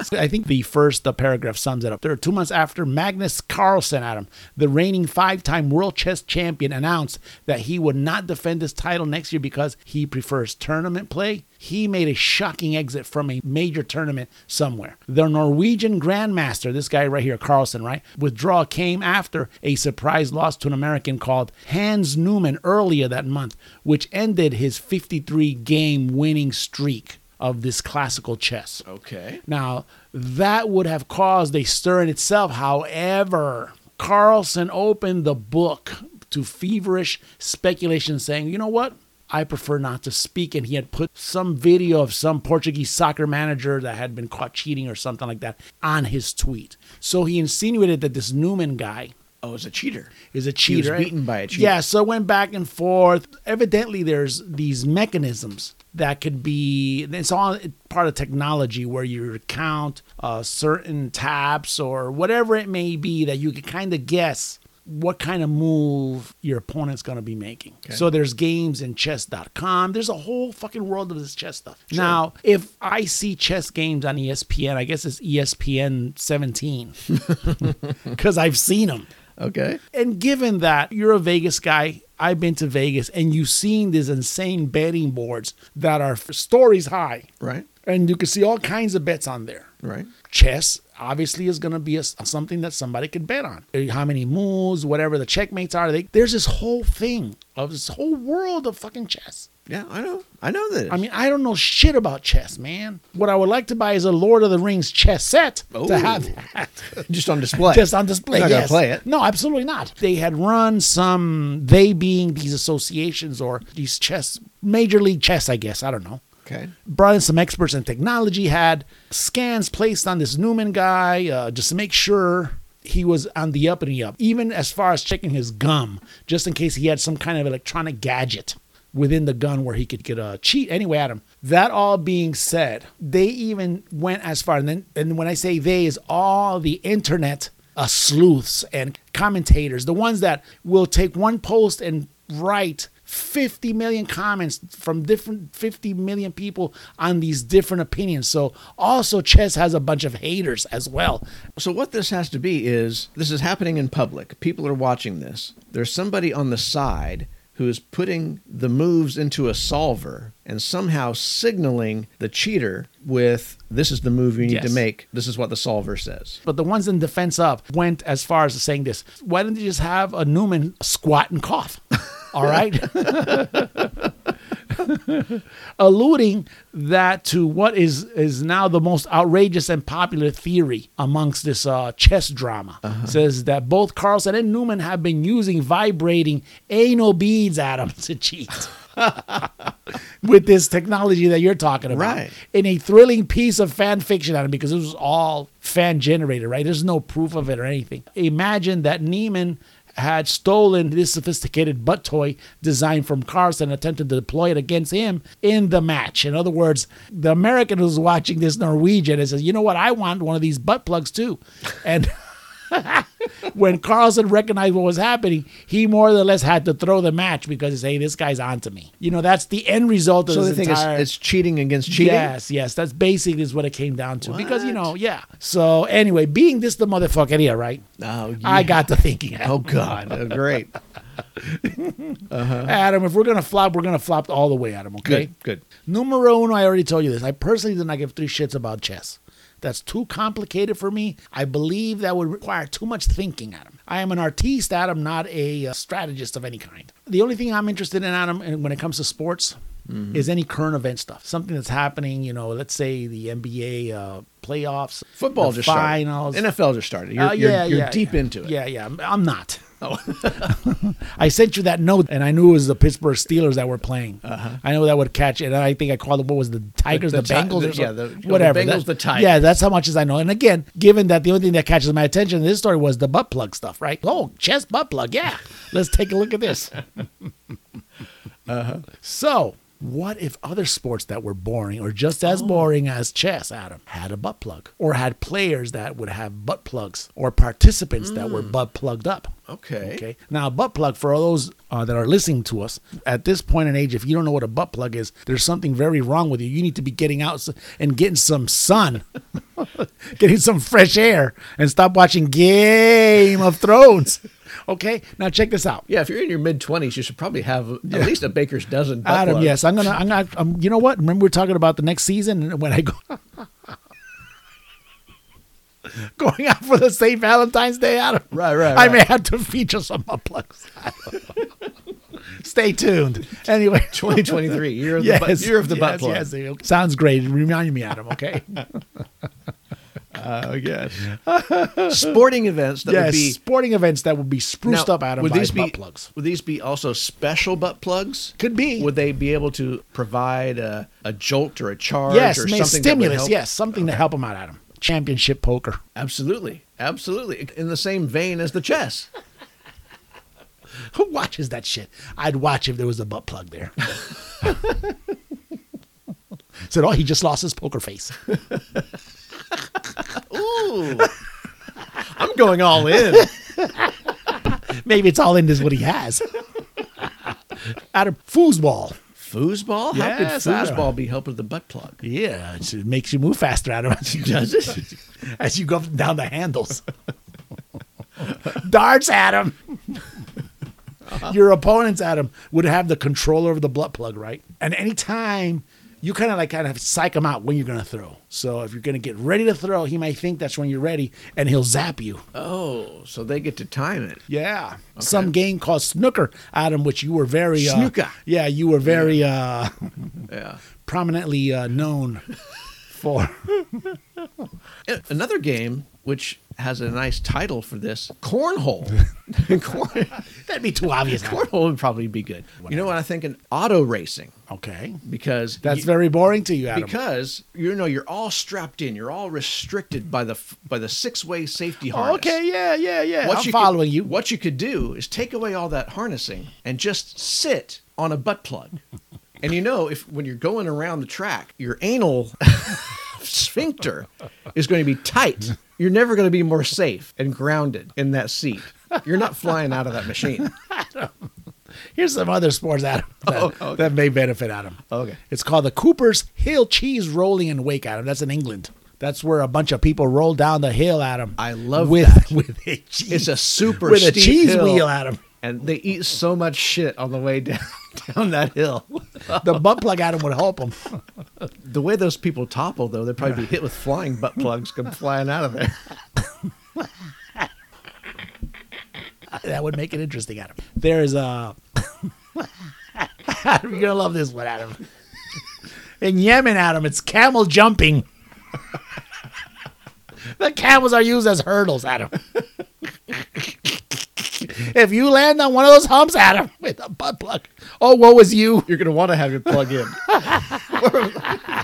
Speaker 1: So I think the first uh, paragraph sums it up. There are two months after Magnus Carlsen, Adam, the reigning five time world chess champion, announced that he would not defend his title next year because he prefers tournament play. He made a shocking exit from a major tournament somewhere. The Norwegian Grandmaster, this guy right here, Carlsen, right? Withdrawal came after a surprise loss to an American called Hans Newman earlier that month, which ended his 53 game winning streak of this classical chess.
Speaker 2: Okay.
Speaker 1: Now, that would have caused a stir in itself. However, Carlson opened the book to feverish speculation, saying, you know what? I prefer not to speak. And he had put some video of some Portuguese soccer manager that had been caught cheating or something like that on his tweet. So he insinuated that this Newman guy
Speaker 2: Oh, it's a cheater.
Speaker 1: is a
Speaker 2: He was
Speaker 1: cheater.
Speaker 2: beaten by a cheater.
Speaker 1: Yeah, so it went back and forth. Evidently, there's these mechanisms that could be. It's all part of technology where you count uh, certain taps or whatever it may be that you can kind of guess what kind of move your opponent's going to be making.
Speaker 2: Okay.
Speaker 1: So there's games in chess.com. There's a whole fucking world of this chess stuff. Now, if I see chess games on E ESPN, I guess it's E ESPN 17 because I've seen them.
Speaker 2: Okay.
Speaker 1: And given that you're a Vegas guy, I've been to Vegas, and you've seen these insane betting boards that are stories high,
Speaker 2: Right.
Speaker 1: and you can see all kinds of bets on there.
Speaker 2: Right.
Speaker 1: Chess obviously is going to be a, something that somebody could bet on. Eh, How many moves, whatever the checkmates are. They, there's this whole thing of this whole world of fucking chess.
Speaker 2: Yeah, I know. I know that.
Speaker 1: I mean, I don't know shit about chess, man. What I would like to buy is a Lord of the Rings chess set
Speaker 2: Oh.
Speaker 1: to have that.
Speaker 2: just on display.
Speaker 1: Just on display.
Speaker 2: You're not gonna
Speaker 1: yes.
Speaker 2: play it.
Speaker 1: No, absolutely not. They had run some they being these associations or these chess major league chess, I guess. I don't know.
Speaker 2: Okay.
Speaker 1: Brought in some experts in technology, had scans placed on this Newman guy uh, just to make sure he was on the up and the up, even as far as checking his gum, just in case he had some kind of electronic gadget within the gun where he could get a cheat. Anyway, Adam, that all being said, they even went as far, and then and when I say they is all the internet uh, sleuths and commentators, the ones that will take one post and write 50 million comments from different 50 million people on these different opinions. So also chess has a bunch of haters as well.
Speaker 2: So what this has to be is this is happening in public. People are watching this. There's somebody on the side who is putting the moves into a solver and somehow signaling the cheater with this is the move you need
Speaker 1: Yes.
Speaker 2: to make. This is what the solver says.
Speaker 1: But the ones in defense of went as far as saying this. Why didn't you just have a Newman squat and cough? All right. Alluding that to what is is now the most outrageous and popular theory amongst this uh, chess drama says that both Carlson and Newman have been using vibrating anal beads at him to cheat. With this technology that you're talking about
Speaker 2: Right.
Speaker 1: in a thrilling piece of fan fiction on it because it was all fan generated, right? There's no proof of it or anything. Imagine that Neiman had stolen this sophisticated butt toy designed from Carson and attempted to deploy it against him in the match. In other words, the American who's watching this Norwegian and says, you know what, I want one of these butt plugs too. And when Carlson recognized what was happening, he more or less had to throw the match because he said, hey, this guy's onto me. You know, that's the end result of
Speaker 2: So
Speaker 1: this
Speaker 2: they think it's-
Speaker 1: entire.
Speaker 2: it's cheating against cheating?
Speaker 1: Yes, yes. That's basically is what it came down to. Because, you know, yeah. So anyway, being this the motherfuckeria, right?
Speaker 2: Oh,
Speaker 1: I got to thinking.
Speaker 2: Oh God, oh, great. Uh-huh.
Speaker 1: Adam, if we're gonna flop, we're gonna flop all the way, Adam. Okay.
Speaker 2: Good, good.
Speaker 1: Numero uno, I already told you this. I personally did not give three shits about chess. That's too complicated for me. I believe that would require too much thinking, Adam. I am an artiste, Adam, not a uh, strategist of any kind. The only thing I'm interested in, Adam, and when it comes to sports,
Speaker 2: Mhm.
Speaker 1: is any current event stuff. Something that's happening, you know, let's say the NBA uh, playoffs,
Speaker 2: Football
Speaker 1: the
Speaker 2: just
Speaker 1: finals,
Speaker 2: started. NFL just started. You're,
Speaker 1: Uh,
Speaker 2: you're-
Speaker 1: yeah,
Speaker 2: you're
Speaker 1: yeah,
Speaker 2: deep
Speaker 1: yeah.
Speaker 2: into it. Oh.
Speaker 1: Yeah, yeah. I'm- I'm not. I sent you that note, and I knew it was the Pittsburgh Steelers that were playing. I know that would catch it, and I think I called it what was the Tigers, the,
Speaker 2: Uh-huh. the Ti-
Speaker 1: Bengals,
Speaker 2: the-
Speaker 1: or
Speaker 2: yeah,
Speaker 1: something.
Speaker 2: the- the
Speaker 1: whatever.
Speaker 2: Bengals,
Speaker 1: That-
Speaker 2: the Tigers.
Speaker 1: Yeah, that's how much as I know. And again, given that the only thing that catches my attention in this story was the butt plug stuff, right? Oh, chest butt plug. Yeah, let's take a look at this. uh-huh. So, what if other sports that were boring or just as boring as chess, Adam, had a butt plug or had players that would have butt plugs or participants that were butt plugged up?
Speaker 2: Okay.
Speaker 1: Okay. Now, a butt plug for all those uh, that are listening to us at this point in age, if you don't know what a butt plug is, there's something very wrong with you. You need to be getting out s- and getting some sun, getting some fresh air, and stop watching Game of Thrones. Okay. Now check this out.
Speaker 2: Yeah, if you're in your mid twenties, you should probably have at least a baker's dozen. butt
Speaker 1: Adam,
Speaker 2: plugs.
Speaker 1: yes, I'm gonna, I'm gonna, um, you know what? Remember we are talking about the next season and when I go going out for the St. Valentine's Day, Adam.
Speaker 2: Right, right,
Speaker 1: I may
Speaker 2: right.
Speaker 1: have to feature some butt plugs. Stay tuned. Anyway,
Speaker 2: 2023, year of the butt- year of the butt plug.
Speaker 1: yes, okay. sounds great. Remind me, Adam. Okay.
Speaker 2: Oh yes. Sporting events that would
Speaker 1: yes,
Speaker 2: be
Speaker 1: sporting events that would be spruced
Speaker 2: Now,
Speaker 1: up, Adam.
Speaker 2: Would
Speaker 1: by
Speaker 2: these be
Speaker 1: butt plugs.
Speaker 2: Would these be also special butt plugs? Could be. Would they be able to provide a, a jolt or a charge?
Speaker 1: Yes,
Speaker 2: or
Speaker 1: may-
Speaker 2: something That would
Speaker 1: stimulus.
Speaker 2: help?
Speaker 1: Yes, something to help them out, Adam. Championship poker.
Speaker 2: absolutely, absolutely. In the same vein as the chess.
Speaker 1: Who watches that shit? I'd watch if there was a butt plug there. Said, oh, he just lost his poker face.
Speaker 2: Ooh, I'm going all in.
Speaker 1: Maybe it's all in this what he has. Out of foosball.
Speaker 2: Foosball? How could
Speaker 1: Yes, Adam.
Speaker 2: foosball be helped with the butt plug?
Speaker 1: Yeah, it's- it makes you move faster, Adam.
Speaker 2: Does it?
Speaker 1: As you go up and down the handles. Darts, Adam. Your opponents, Adam, would have the controller of the blood plug, right? And anytime you kind of like kind of psych him out when you're going to throw. So if you're going to get ready to throw, he might think that's when you're ready and he'll zap you.
Speaker 2: Oh, so they get to time it.
Speaker 1: Yeah. Some game called snooker, Adam, which you were very uh,
Speaker 2: Snooker.
Speaker 1: Yeah, you were very uh,
Speaker 2: Yeah.
Speaker 1: prominently uh, known for.
Speaker 2: A- Another game which has a nice title for this cornhole. Corn-
Speaker 1: That'd be too obvious.
Speaker 2: cornhole would probably be good. You know what I think? An auto racing
Speaker 1: Okay,
Speaker 2: because
Speaker 1: that's
Speaker 2: you-
Speaker 1: very boring to you, Adam.
Speaker 2: because you know you're all strapped in, you're all restricted by the f- by the six way safety harness.
Speaker 1: okay, yeah, yeah, yeah. I'm
Speaker 2: you
Speaker 1: following
Speaker 2: could,
Speaker 1: you.
Speaker 2: What you could do is take away all that harnessing and just sit on a butt plug. and you know, if when you're going around the track, your anal sphincter is going to be tight. You're never going to be more safe and grounded in that seat. You're not flying out of that machine.
Speaker 1: Here's some other sports, Adam, that, that may benefit Adam.
Speaker 2: Okay.
Speaker 1: It's called the Cooper's Hill Cheese Rolling and Wake, Adam. That's in England. That's where a bunch of people roll down the hill, Adam. I
Speaker 2: Love
Speaker 1: with
Speaker 2: that.
Speaker 1: with a cheese.
Speaker 2: It's a super
Speaker 1: with a
Speaker 2: steep
Speaker 1: cheese
Speaker 2: hill,
Speaker 1: wheel, Adam.
Speaker 2: and they eat so much shit on the way down down that hill.
Speaker 1: The butt plug Adam would help him.
Speaker 2: The way those people topple, though, they'd probably be hit with flying butt plugs come flying out of there.
Speaker 1: That would make it interesting, Adam. There is a. Adam, you're gonna love this one, Adam. In Yemen, Adam, it's camel jumping. the camels are used as hurdles, Adam. if you land on one of those humps, Adam, with a butt plug, oh, what was you?
Speaker 2: You're gonna want to have your plug in.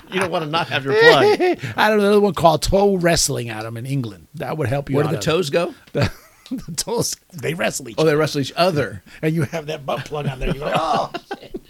Speaker 2: you don't want to not have your plug.
Speaker 1: Adam, another one called toe wrestling, Adam, in England. That would help you.
Speaker 2: Where do
Speaker 1: out,
Speaker 2: the
Speaker 1: Adam.
Speaker 2: toes go?
Speaker 1: The toes, they wrestle each
Speaker 2: Oh, they wrestle each other.
Speaker 1: and you have that butt plug on there. You go, oh, shit.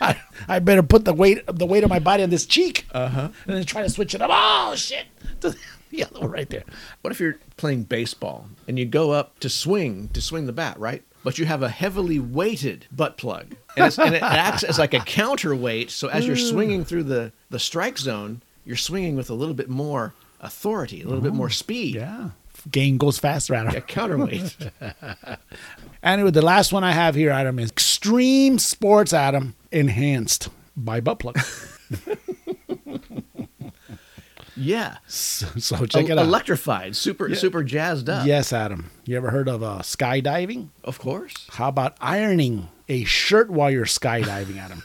Speaker 1: I, I better put the weight the weight of my body on this cheek, uh-huh. and then try to switch it up. Oh shit! yellow right there.
Speaker 2: What if you're playing baseball and you go up to swing to swing the bat, right? But you have a heavily weighted butt plug, and, it's, and it acts as like a counterweight. So as you're
Speaker 1: Mm.
Speaker 2: swinging through the the strike zone, you're swinging with a little bit more authority, a little bit more speed.
Speaker 1: Yeah, Game goes faster, Adam.
Speaker 2: a counterweight.
Speaker 1: Anyway, the last one I have here, Adam, is Extreme Sports Adam Enhanced by Butt Plug.
Speaker 2: yeah.
Speaker 1: So, so check it out.
Speaker 2: Electrified, super
Speaker 1: Yeah.
Speaker 2: super jazzed up.
Speaker 1: Yes, Adam. You ever heard of uh, skydiving?
Speaker 2: Of course.
Speaker 1: How about ironing a shirt while you're skydiving, Adam?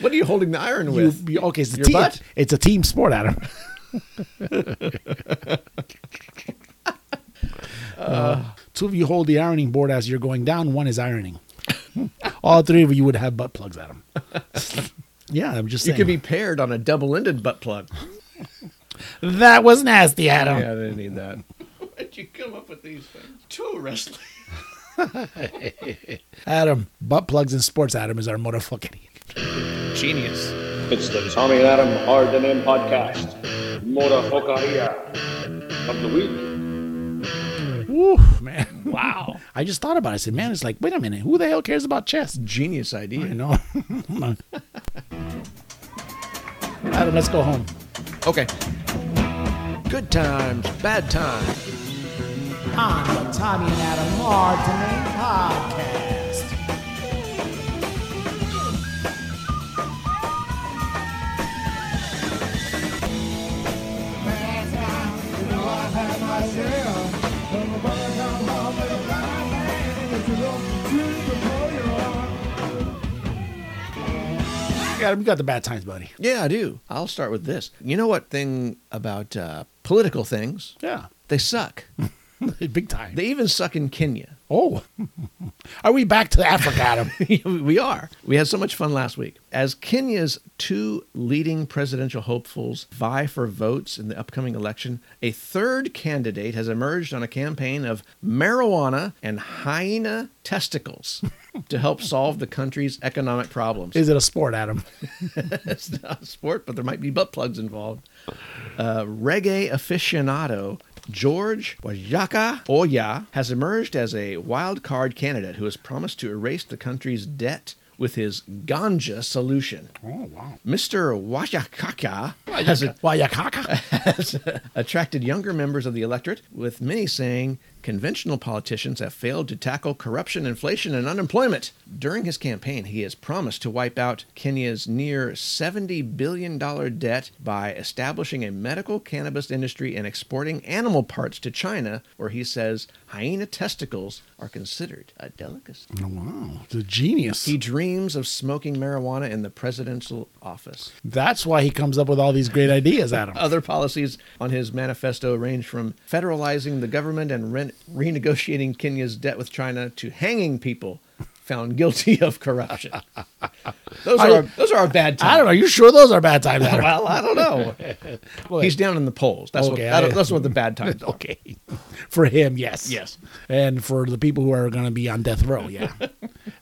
Speaker 2: What are you holding the iron
Speaker 1: You-
Speaker 2: with?
Speaker 1: you- okay, it's a
Speaker 2: Your
Speaker 1: team.
Speaker 2: butt?
Speaker 1: It's a team sport, Adam. Uh, two of you hold the ironing board as you're going down. One is ironing. Hmm. All three of you would have butt plugs, Adam. yeah, I'm just
Speaker 2: You
Speaker 1: saying.
Speaker 2: could be paired on a double-ended butt plug.
Speaker 1: that was nasty, Adam.
Speaker 2: Yeah, I didn't need that. Why'd you come up with these things? Tool wrestling.
Speaker 1: Adam, butt plugs in sports, Adam, is our motherfucking.
Speaker 2: Genius.
Speaker 22: It's the Tommy and Adam Hard and M podcast. Mora Focaria of the week.
Speaker 1: Woo, man. Wow. I just thought about it. I said, man, it's like, wait a minute. Who the hell cares about chess?
Speaker 2: Genius idea.
Speaker 1: I know. Adam, let's go home.
Speaker 2: Okay. Good times, bad times.
Speaker 16: On the Tommy and Adam Martin podcast.
Speaker 1: Adam, you got the bad times, buddy.
Speaker 2: Yeah, I do. I'll start with this. You know what thing about uh, political things?
Speaker 1: Yeah.
Speaker 2: They suck.
Speaker 1: Big time.
Speaker 2: They even suck in Kenya.
Speaker 1: Oh. Are we back to Africa, Adam?
Speaker 2: we are. We had so much fun last week. As Kenya's two leading presidential hopefuls vie for votes in the upcoming election, a third candidate has emerged on a campaign of marijuana and hyena testicles to help solve the country's economic problems.
Speaker 1: Is it a sport, Adam?
Speaker 2: it's not a sport, but there might be butt plugs involved. Uh, reggae aficionado George Wajaka Oya has emerged as a wild card candidate who has promised to erase the country's debt with his ganja solution.
Speaker 1: Oh, wow.
Speaker 2: Mr. Wajakaka has, a- has attracted younger members of the electorate, with many saying conventional politicians have failed to tackle corruption, inflation, and unemployment. During his campaign, he has promised to wipe out Kenya's near $70 billion debt by establishing a medical cannabis industry and exporting animal parts to China, where he says hyena testicles are considered a delicacy.
Speaker 1: Oh, Wow. The genius.
Speaker 2: He dreams of smoking marijuana in the presidential office.
Speaker 1: That's why he comes up with all these great ideas, Adam.
Speaker 2: Other policies on his manifesto range from federalizing the government and ren- renegotiating Kenya's debt with China to hanging people found guilty of corruption. Those are,
Speaker 1: I-
Speaker 2: our, those are our bad times.
Speaker 1: I don't know. You sure those are bad times, Adam?
Speaker 2: Well, I don't know. He's down in the polls. That's
Speaker 1: Okay,
Speaker 2: what
Speaker 1: I-
Speaker 2: that's what the bad times. Are.
Speaker 1: okay. For him, yes.
Speaker 2: Yes.
Speaker 1: And for the people who are going to be on death row, yeah.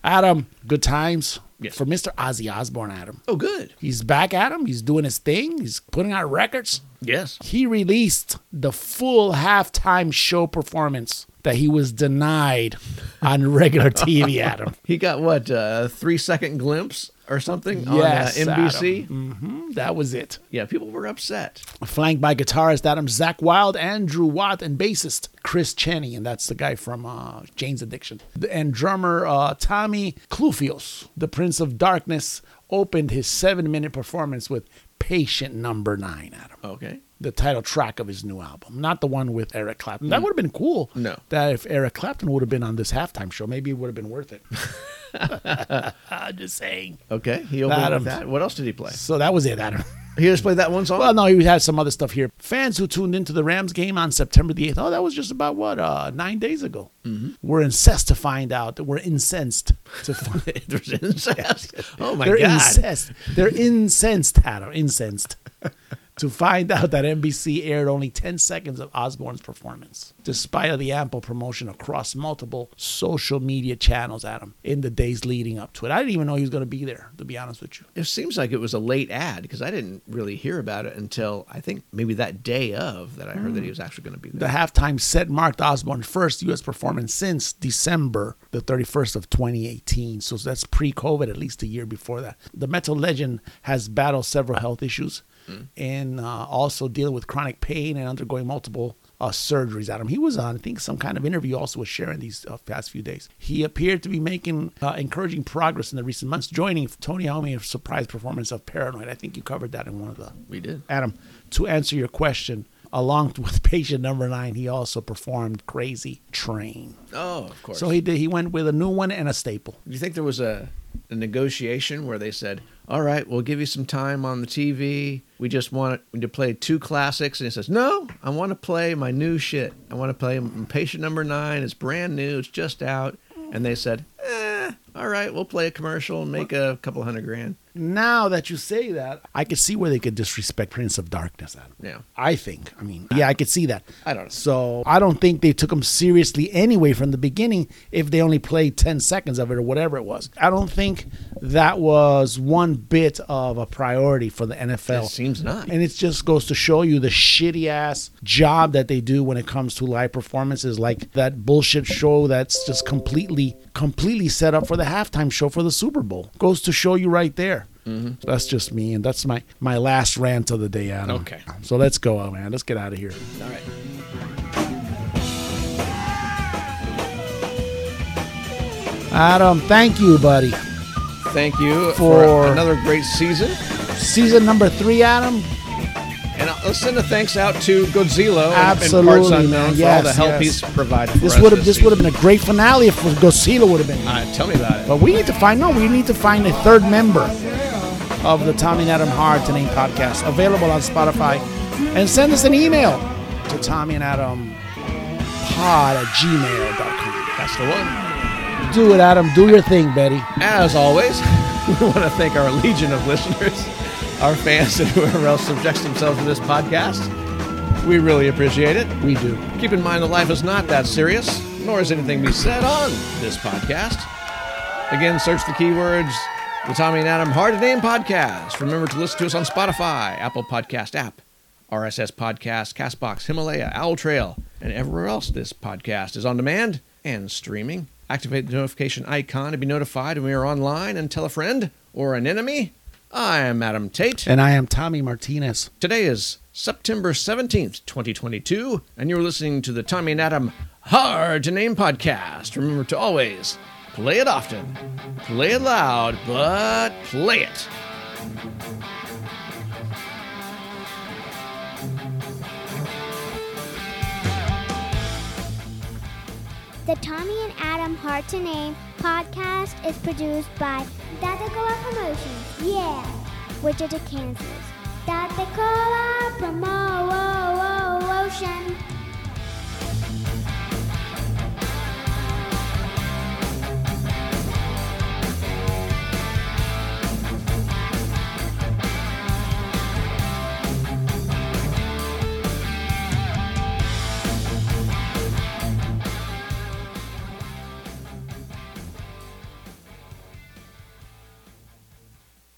Speaker 1: Adam, good times. For Mr. Ozzy Osbourne, Adam.
Speaker 2: Oh, good.
Speaker 1: He's back at him. He's doing his thing. He's putting out records.
Speaker 2: Yes.
Speaker 1: He released the full halftime show performance that he was denied on regular TV, Adam.
Speaker 2: He got what a three second glimpse or something
Speaker 1: Yes,
Speaker 2: on uh, NBC.
Speaker 1: hmm That was it.
Speaker 2: Yeah, people were upset.
Speaker 1: Flanked by guitarist Adam Zach Wild, Andrew Watt, and bassist Chris Cheney, and that's the guy from uh, Jane's Addiction, and drummer uh, Tommy Clufios, the Prince of Darkness, opened his seven-minute performance with "Patient Number Nine, Adam.
Speaker 2: Okay.
Speaker 1: the title track of his new album, not the one with Eric Clapton. That would have been cool.
Speaker 2: No.
Speaker 1: That if Eric Clapton would have been on this halftime show, maybe it would have been worth it. I'm just saying.
Speaker 2: Okay. He opened
Speaker 1: Adam.
Speaker 2: with that. What else did he play?
Speaker 1: So that was it, Adam.
Speaker 2: He just played that one song.
Speaker 1: Well, no, he had some other stuff here. Fans who tuned into the Rams game on September the 8th, oh, that was just about what, uh, nine days ago, were incensed to find out that we're incensed to find
Speaker 2: There's incest. Oh my
Speaker 1: They're
Speaker 2: god.
Speaker 1: incensed. They're incensed, Adam. Incensed to find out that NBC aired only 10 seconds of Osborne's performance, despite the ample promotion across multiple social media channels, Adam, in the days leading up to it. I didn't even know he was going to be there, to be honest with you.
Speaker 2: It seems like it was a late ad because I didn't really hear about it until I think maybe that day of that I heard that he was actually going to be
Speaker 1: The
Speaker 2: there.
Speaker 1: halftime set marked Osborne's first U.S. performance since December the 31st of 2018. So that's pre-COVID, at least a year before that. The metal legend has battled several health issues
Speaker 2: Mm.
Speaker 1: and uh, also dealing with chronic pain and undergoing multiple uh, surgeries. Adam, he was on, I think, some kind of interview also with Sharon these uh, past few days. He appeared to be making uh, encouraging progress in the recent months, joining Tony Iommi in a surprise performance of Paranoid. I think you covered that in one of the
Speaker 2: We did.
Speaker 1: Adam, to answer your question, along with patient number nine, he also performed Crazy Train.
Speaker 2: Oh, of course.
Speaker 1: So he did. He went with a new one and a staple.
Speaker 2: Do you think there was a, a negotiation where they said, "All right, we'll give you some time on the TV. We just want to play two classics," and he says, "No, I want to play my new shit. I want to play Patient Number Nine. It's brand new. It's just out." And they said, eh, "All right, we'll play a commercial and make a couple hundred grand."
Speaker 1: Now that you say that, I could see where they could disrespect Prince of Darkness. Adam.
Speaker 2: Yeah,
Speaker 1: I think. I mean, yeah, I could see that.
Speaker 2: I don't know.
Speaker 1: So I don't think they took him seriously anyway from the beginning if they only played 10 seconds of it or whatever it was. I don't think that was one bit of a priority for the NFL.
Speaker 2: It seems not.
Speaker 1: And it just goes to show you the shitty ass job that they do when it comes to live performances like that bullshit show that's just completely, completely set up for the halftime show for the Super Bowl. Goes to show you right there.
Speaker 2: Mm-hmm.
Speaker 1: That's just me, and that's my my last rant of the day, Adam.
Speaker 2: Okay.
Speaker 1: So let's go, man. Let's get out of here.
Speaker 2: All right.
Speaker 1: Adam, thank you, buddy.
Speaker 2: Thank you for,
Speaker 1: For-
Speaker 2: another great season.
Speaker 1: Season number three, Adam.
Speaker 2: And uh, let's send a thanks out to Godzilla and- and Parts
Speaker 1: Absolutely, man.
Speaker 2: Unknown for all
Speaker 1: Yes,
Speaker 2: the help
Speaker 1: yes.
Speaker 2: he's provided for
Speaker 1: This
Speaker 2: us
Speaker 1: would have this
Speaker 2: season.
Speaker 1: would have been a great finale if Godzilla would have been.
Speaker 2: All right, tell me about it.
Speaker 1: But we need to find no, we need to find a third member of the Tommy and Adam Hard to Name podcast, available on Spotify. And send us an email to Tommy and Adam pod at gmail.com.
Speaker 2: That's the one.
Speaker 1: Do it, Adam. Do your thing, Betty.
Speaker 2: As always, we want to thank our legion of listeners, our fans, and whoever else subjects themselves to this podcast. We really appreciate it.
Speaker 1: We do.
Speaker 2: Keep in mind that life is not that serious, nor is anything we said on this podcast. Again, search the keywords the Tommy and Adam Hard to Name Podcast. Remember to listen to us on Spotify, Apple Podcast app, RSS Podcast, Castbox, Himalaya, Owl Trail, and everywhere else this podcast is on demand and streaming. Activate the notification icon to be notified when we are online and tell a friend or an enemy. I am Adam Tate.
Speaker 1: And I am Tommy Martinez.
Speaker 2: Today is September 17th, 2022, and you're listening to the Tommy and Adam Hard to Name podcast. Remember to always play it often, play it loud, but play it.
Speaker 23: The Tommy and Adam Hard to Name podcast is produced by Datacola Promotions, yeah, Wichita, Kansas. Datacola Promotion.